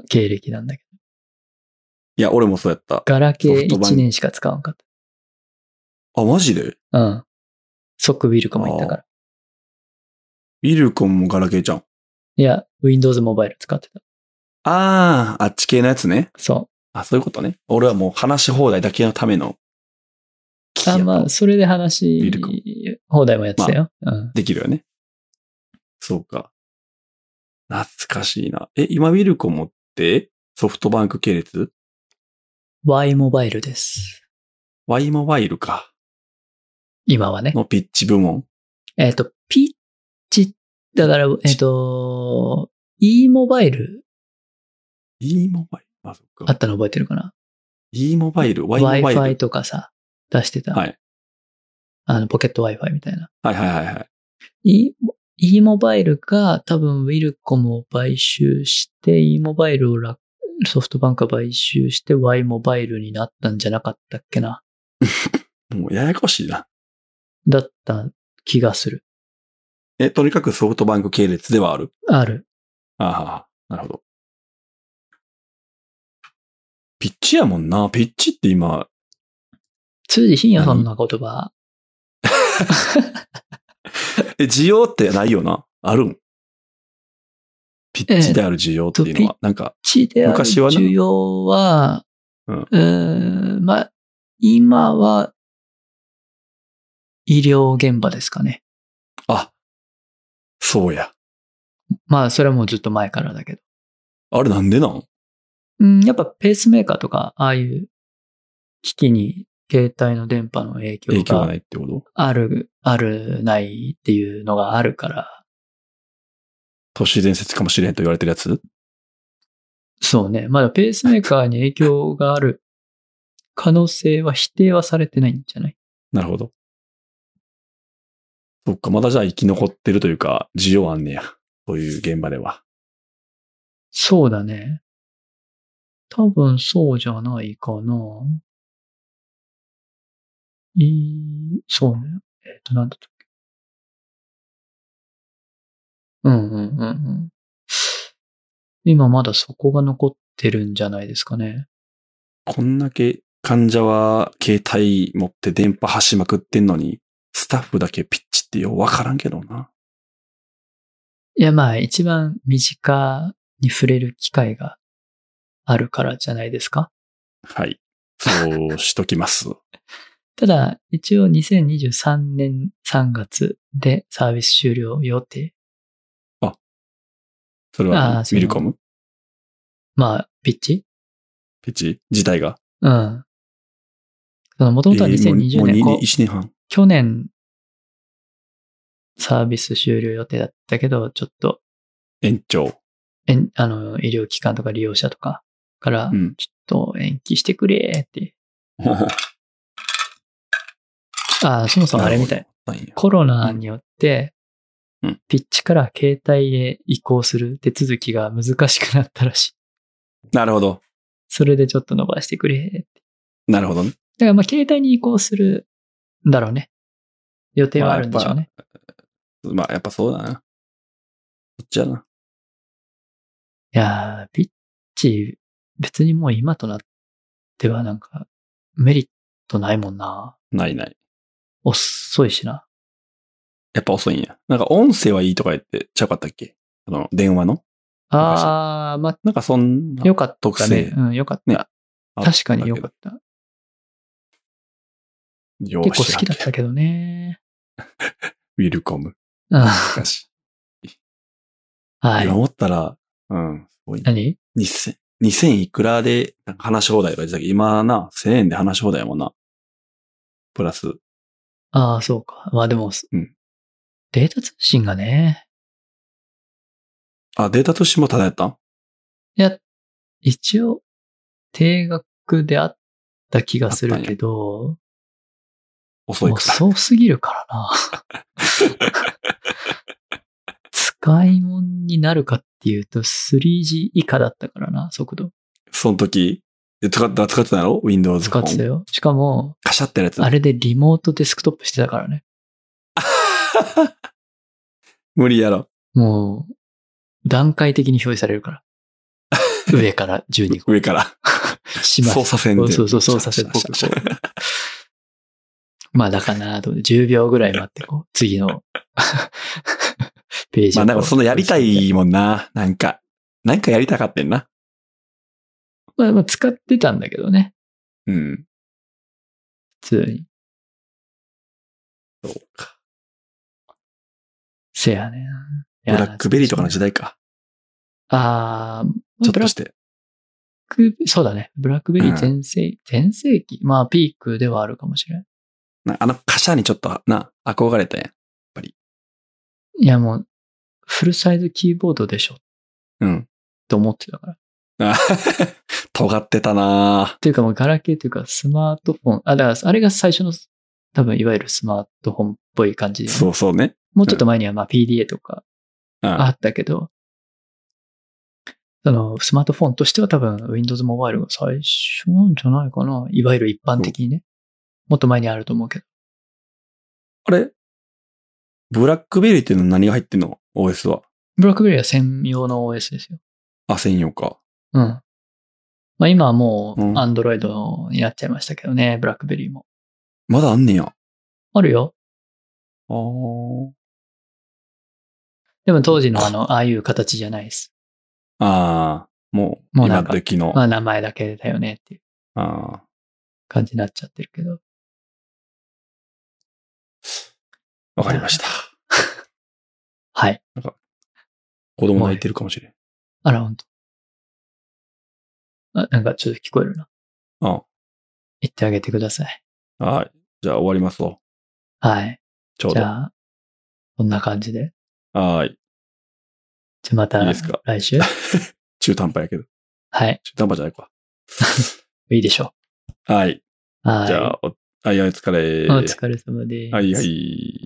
[SPEAKER 2] 経歴なんだけど。
[SPEAKER 1] いや、俺もそうやった。
[SPEAKER 2] ガラケ
[SPEAKER 1] ソ
[SPEAKER 2] ー
[SPEAKER 1] フトバン
[SPEAKER 2] 1年しか使わんかった。
[SPEAKER 1] あ、マジでウ
[SPEAKER 2] うん。即ウィルコム行ったから。
[SPEAKER 1] ィルコムもガラケーじゃん。
[SPEAKER 2] いや、Windows モバイル使ってた。
[SPEAKER 1] あー、あっち系のやつね。
[SPEAKER 2] そ
[SPEAKER 1] あ、そういうことね。俺はもう話し放題だけのための機器
[SPEAKER 2] う。
[SPEAKER 1] や
[SPEAKER 2] あ、
[SPEAKER 1] と
[SPEAKER 2] まあ、それで
[SPEAKER 1] ウ
[SPEAKER 2] 話
[SPEAKER 1] ィルコム、
[SPEAKER 2] 放題もやってたよ。うん。
[SPEAKER 1] できるよね。そうか。懐かしいな。え、今ウィルコムってソフトバンク系列
[SPEAKER 2] Y モバイルです。
[SPEAKER 1] ?Y モバイルか。
[SPEAKER 2] 今はね。
[SPEAKER 1] のピッチ部門。
[SPEAKER 2] えっ、と、ピッチ、だから、えっ、と、E モバイル
[SPEAKER 1] E モバイルあ、そっ
[SPEAKER 2] あ
[SPEAKER 1] か
[SPEAKER 2] っ。たの覚えてるかな
[SPEAKER 1] E モバイル ?Y モバイ
[SPEAKER 2] ?Wi-Fi
[SPEAKER 1] ル
[SPEAKER 2] とかさ、出してた。
[SPEAKER 1] はい
[SPEAKER 2] あの、ポケット Wi-Fi みたいな。
[SPEAKER 1] はいはいはいはい。
[SPEAKER 2] e、e モバイルが多分ウィルコムを買収して、e モバイルを楽ソフトバンクが買収して Y モバイルになったんじゃなかったっけな。
[SPEAKER 1] もうややこしいな。
[SPEAKER 2] だった気がする。
[SPEAKER 1] え、とにかくソフトバンク系列ではある。
[SPEAKER 2] ある。
[SPEAKER 1] ああ、なるほど。ピッチやもんな。ピッチって今、
[SPEAKER 2] 通じ深夜さんの言葉、
[SPEAKER 1] え、需要ってないよな。あるんピッチである需要っていうのは、なんか、
[SPEAKER 2] 地である
[SPEAKER 1] 昔はな
[SPEAKER 2] 需要は、
[SPEAKER 1] うん
[SPEAKER 2] うーんまあ、今は、医療現場ですかね。
[SPEAKER 1] あ、そうや。
[SPEAKER 2] まあ、それはもうずっと前からだけど。
[SPEAKER 1] あれなんでなん
[SPEAKER 2] うん、やっぱペースメーカーとか、ああいう機器に携帯の電波の影響
[SPEAKER 1] 影響がな
[SPEAKER 2] が
[SPEAKER 1] いってこと
[SPEAKER 2] ある、ある、ないっていうのがあるから、
[SPEAKER 1] 都市伝説かもしれんと言われてるやつ
[SPEAKER 2] そうね、まだペースメーカーに影響がある可能性は否定はされてないんじゃない
[SPEAKER 1] なるほど。そっか、まだじゃあ生き残ってるというか、需要あんねや。そういう現場では。
[SPEAKER 2] そうだね。多分そうじゃないかな。いい、そうね。えっ、と、なんだったっけ。うんうんうんうん。今まだそこが残ってるんじゃないですかね。
[SPEAKER 1] こんだけ患者は携帯持って電波発しまくってんのに、スタッフだけピッチってようわからんけどな。
[SPEAKER 2] いや、まあ一番身近に触れる機会があるからじゃないですか。
[SPEAKER 1] はい。そうしときます。
[SPEAKER 2] ただ、一応2023年3月でサービス終了予定。
[SPEAKER 1] それ
[SPEAKER 2] あ
[SPEAKER 1] は
[SPEAKER 2] ー、そう
[SPEAKER 1] ミルコム
[SPEAKER 2] まあ、ピッチ
[SPEAKER 1] ピッチ自体が。
[SPEAKER 2] うん。その、もともとは
[SPEAKER 1] えーもう
[SPEAKER 2] 2020
[SPEAKER 1] もう
[SPEAKER 2] 年、
[SPEAKER 1] に
[SPEAKER 2] こう
[SPEAKER 1] 1年半。
[SPEAKER 2] 去年、サービス終了予定だったけど、ちょっと、
[SPEAKER 1] 延長。
[SPEAKER 2] えんあの、医療機関とか利用者とかから
[SPEAKER 1] う、 ん。
[SPEAKER 2] ちょっと延期してくれって。ああ、そもそもあれみたい。
[SPEAKER 1] なんや。
[SPEAKER 2] コロナによって
[SPEAKER 1] うん、
[SPEAKER 2] ピッチから携帯へ移行する手続きが難しくなったらしい。
[SPEAKER 1] なるほど。
[SPEAKER 2] それでちょっと伸ばしてくれって。
[SPEAKER 1] なるほどね。
[SPEAKER 2] だからまあ携帯に移行するんだろうね。予定はあるんでしょうね。
[SPEAKER 1] まあ、やっぱそうだな。そっちやな。
[SPEAKER 2] いやー、ピッチ、別にもう今となってはなんか、メリットないもんな。
[SPEAKER 1] ないない。
[SPEAKER 2] 遅いしな。
[SPEAKER 1] やっぱ遅いんや。なんか音声はいいとか言ってちゃうかったっけあの、電話の
[SPEAKER 2] あー、ま
[SPEAKER 1] なんかそん
[SPEAKER 2] あ、
[SPEAKER 1] な。
[SPEAKER 2] よかった
[SPEAKER 1] 特性。
[SPEAKER 2] ねうん、よかった。
[SPEAKER 1] ねあった
[SPEAKER 2] 確かによか
[SPEAKER 1] け
[SPEAKER 2] った。
[SPEAKER 1] ど。
[SPEAKER 2] 結構好きだっ
[SPEAKER 1] よう知らんけ
[SPEAKER 2] たけどね。
[SPEAKER 1] どウィルコム。
[SPEAKER 2] うん
[SPEAKER 1] し かし。
[SPEAKER 2] はい
[SPEAKER 1] 今。思ったら、うん、すごいな。
[SPEAKER 2] 何
[SPEAKER 1] 2000、2000いくらでなんか話し放題とか言ってたけど、今な、1000円で話し放題やもんな。プラス、
[SPEAKER 2] ああ、そうか。まあでも、
[SPEAKER 1] うん
[SPEAKER 2] データ通信がね、
[SPEAKER 1] あ、データ通信もただやったん
[SPEAKER 2] いや、一応、定額であった気がするけど、
[SPEAKER 1] 遅いから。
[SPEAKER 2] 遅すぎるからな。 使い物になるかっていうと 3G 以下だったからな、速度。
[SPEAKER 1] その時、え使って、使ってたやろ ?Windows
[SPEAKER 2] 使ってたよ。しかも、
[SPEAKER 1] カシャってやつ。
[SPEAKER 2] あれでリモートデスクトップしてたからね。
[SPEAKER 1] 無理やろ。
[SPEAKER 2] もう、段階的に表示される から。上から12個。
[SPEAKER 1] 上から。
[SPEAKER 2] します
[SPEAKER 1] 操作線で。
[SPEAKER 2] そうそうそう、操作線っぽくこ
[SPEAKER 1] シャシャシャシャ
[SPEAKER 2] う。まあだからなと思って、10秒ぐらい待って、こう、次 のページ
[SPEAKER 1] ま
[SPEAKER 2] を
[SPEAKER 1] あなんかそのやりた
[SPEAKER 2] こう
[SPEAKER 1] いもんな。なんか。なんかやりたかってんな。
[SPEAKER 2] まあ、まあ使ってたんだけどね、
[SPEAKER 1] うん。
[SPEAKER 2] 普通に。
[SPEAKER 1] そうか。
[SPEAKER 2] せやねん。
[SPEAKER 1] ブラックベリーとかの時代か。
[SPEAKER 2] 代。ああ、
[SPEAKER 1] ちょっ
[SPEAKER 2] ブ
[SPEAKER 1] と
[SPEAKER 2] ラッ
[SPEAKER 1] して。
[SPEAKER 2] ク、そうだね。ブラックベリ
[SPEAKER 1] うん
[SPEAKER 2] ー全盛、全盛期まあ、ピークではあるかもしれん。
[SPEAKER 1] なあの、カシャにちょっと、な、憧れたやん。
[SPEAKER 2] いや、もう、フルサイズキーボードでしょ、
[SPEAKER 1] うん。
[SPEAKER 2] と思ってたから。っ
[SPEAKER 1] あ尖ってたなぁ
[SPEAKER 2] ていうか、もう、ガラケーというか、スマートフォン。あ、だから、あれが最初の多分いわゆるスマートフォンっぽい感じで、
[SPEAKER 1] そうそうね。
[SPEAKER 2] もうちょっと前にはまあ PDA とか
[SPEAKER 1] うん
[SPEAKER 2] あったけど、そのスマートフォンとしては多分 Windows モバイルが最初なんじゃないかな。いわゆる一般的にね。もっと前にあると思うけど。
[SPEAKER 1] あれブラックベリーっていうのは何が入ってんの ?OS は。
[SPEAKER 2] ブラックベリーは専用の OS ですよ。
[SPEAKER 1] あ、専用か。
[SPEAKER 2] うん。まあ今はもう
[SPEAKER 1] うん
[SPEAKER 2] Android になっちゃいましたけどね、ブラックベリーも。
[SPEAKER 1] まだあんねや。
[SPEAKER 2] あるよ。
[SPEAKER 1] あー
[SPEAKER 2] でも当時のあの、ああいう形じゃないです。
[SPEAKER 1] あー。もう、
[SPEAKER 2] もうな
[SPEAKER 1] 今
[SPEAKER 2] んか
[SPEAKER 1] 時の。
[SPEAKER 2] まあ名前だけだよねっていう
[SPEAKER 1] あ
[SPEAKER 2] 感じになっちゃってるけど。
[SPEAKER 1] ーわかりました。
[SPEAKER 2] はい。
[SPEAKER 1] 子供泣いてるかもしれん。
[SPEAKER 2] あら、ほんと。あ、なんかちょっと聞こえるな。
[SPEAKER 1] うん。
[SPEAKER 2] 言ってあげてください。
[SPEAKER 1] はい。じゃあ終わりますわ。
[SPEAKER 2] はい。
[SPEAKER 1] ちょう
[SPEAKER 2] じ
[SPEAKER 1] ど。
[SPEAKER 2] ゃあ、こんな感じで。
[SPEAKER 1] はーい。
[SPEAKER 2] じゃあまた
[SPEAKER 1] いいですか
[SPEAKER 2] 来週。
[SPEAKER 1] 中途半端やけど。
[SPEAKER 2] はい。
[SPEAKER 1] 中途半端じゃないか。
[SPEAKER 2] いいでしょ
[SPEAKER 1] はい。
[SPEAKER 2] う。はい。
[SPEAKER 1] じゃあ、お、はい、お疲れ。
[SPEAKER 2] お疲れ様です。
[SPEAKER 1] はいはい。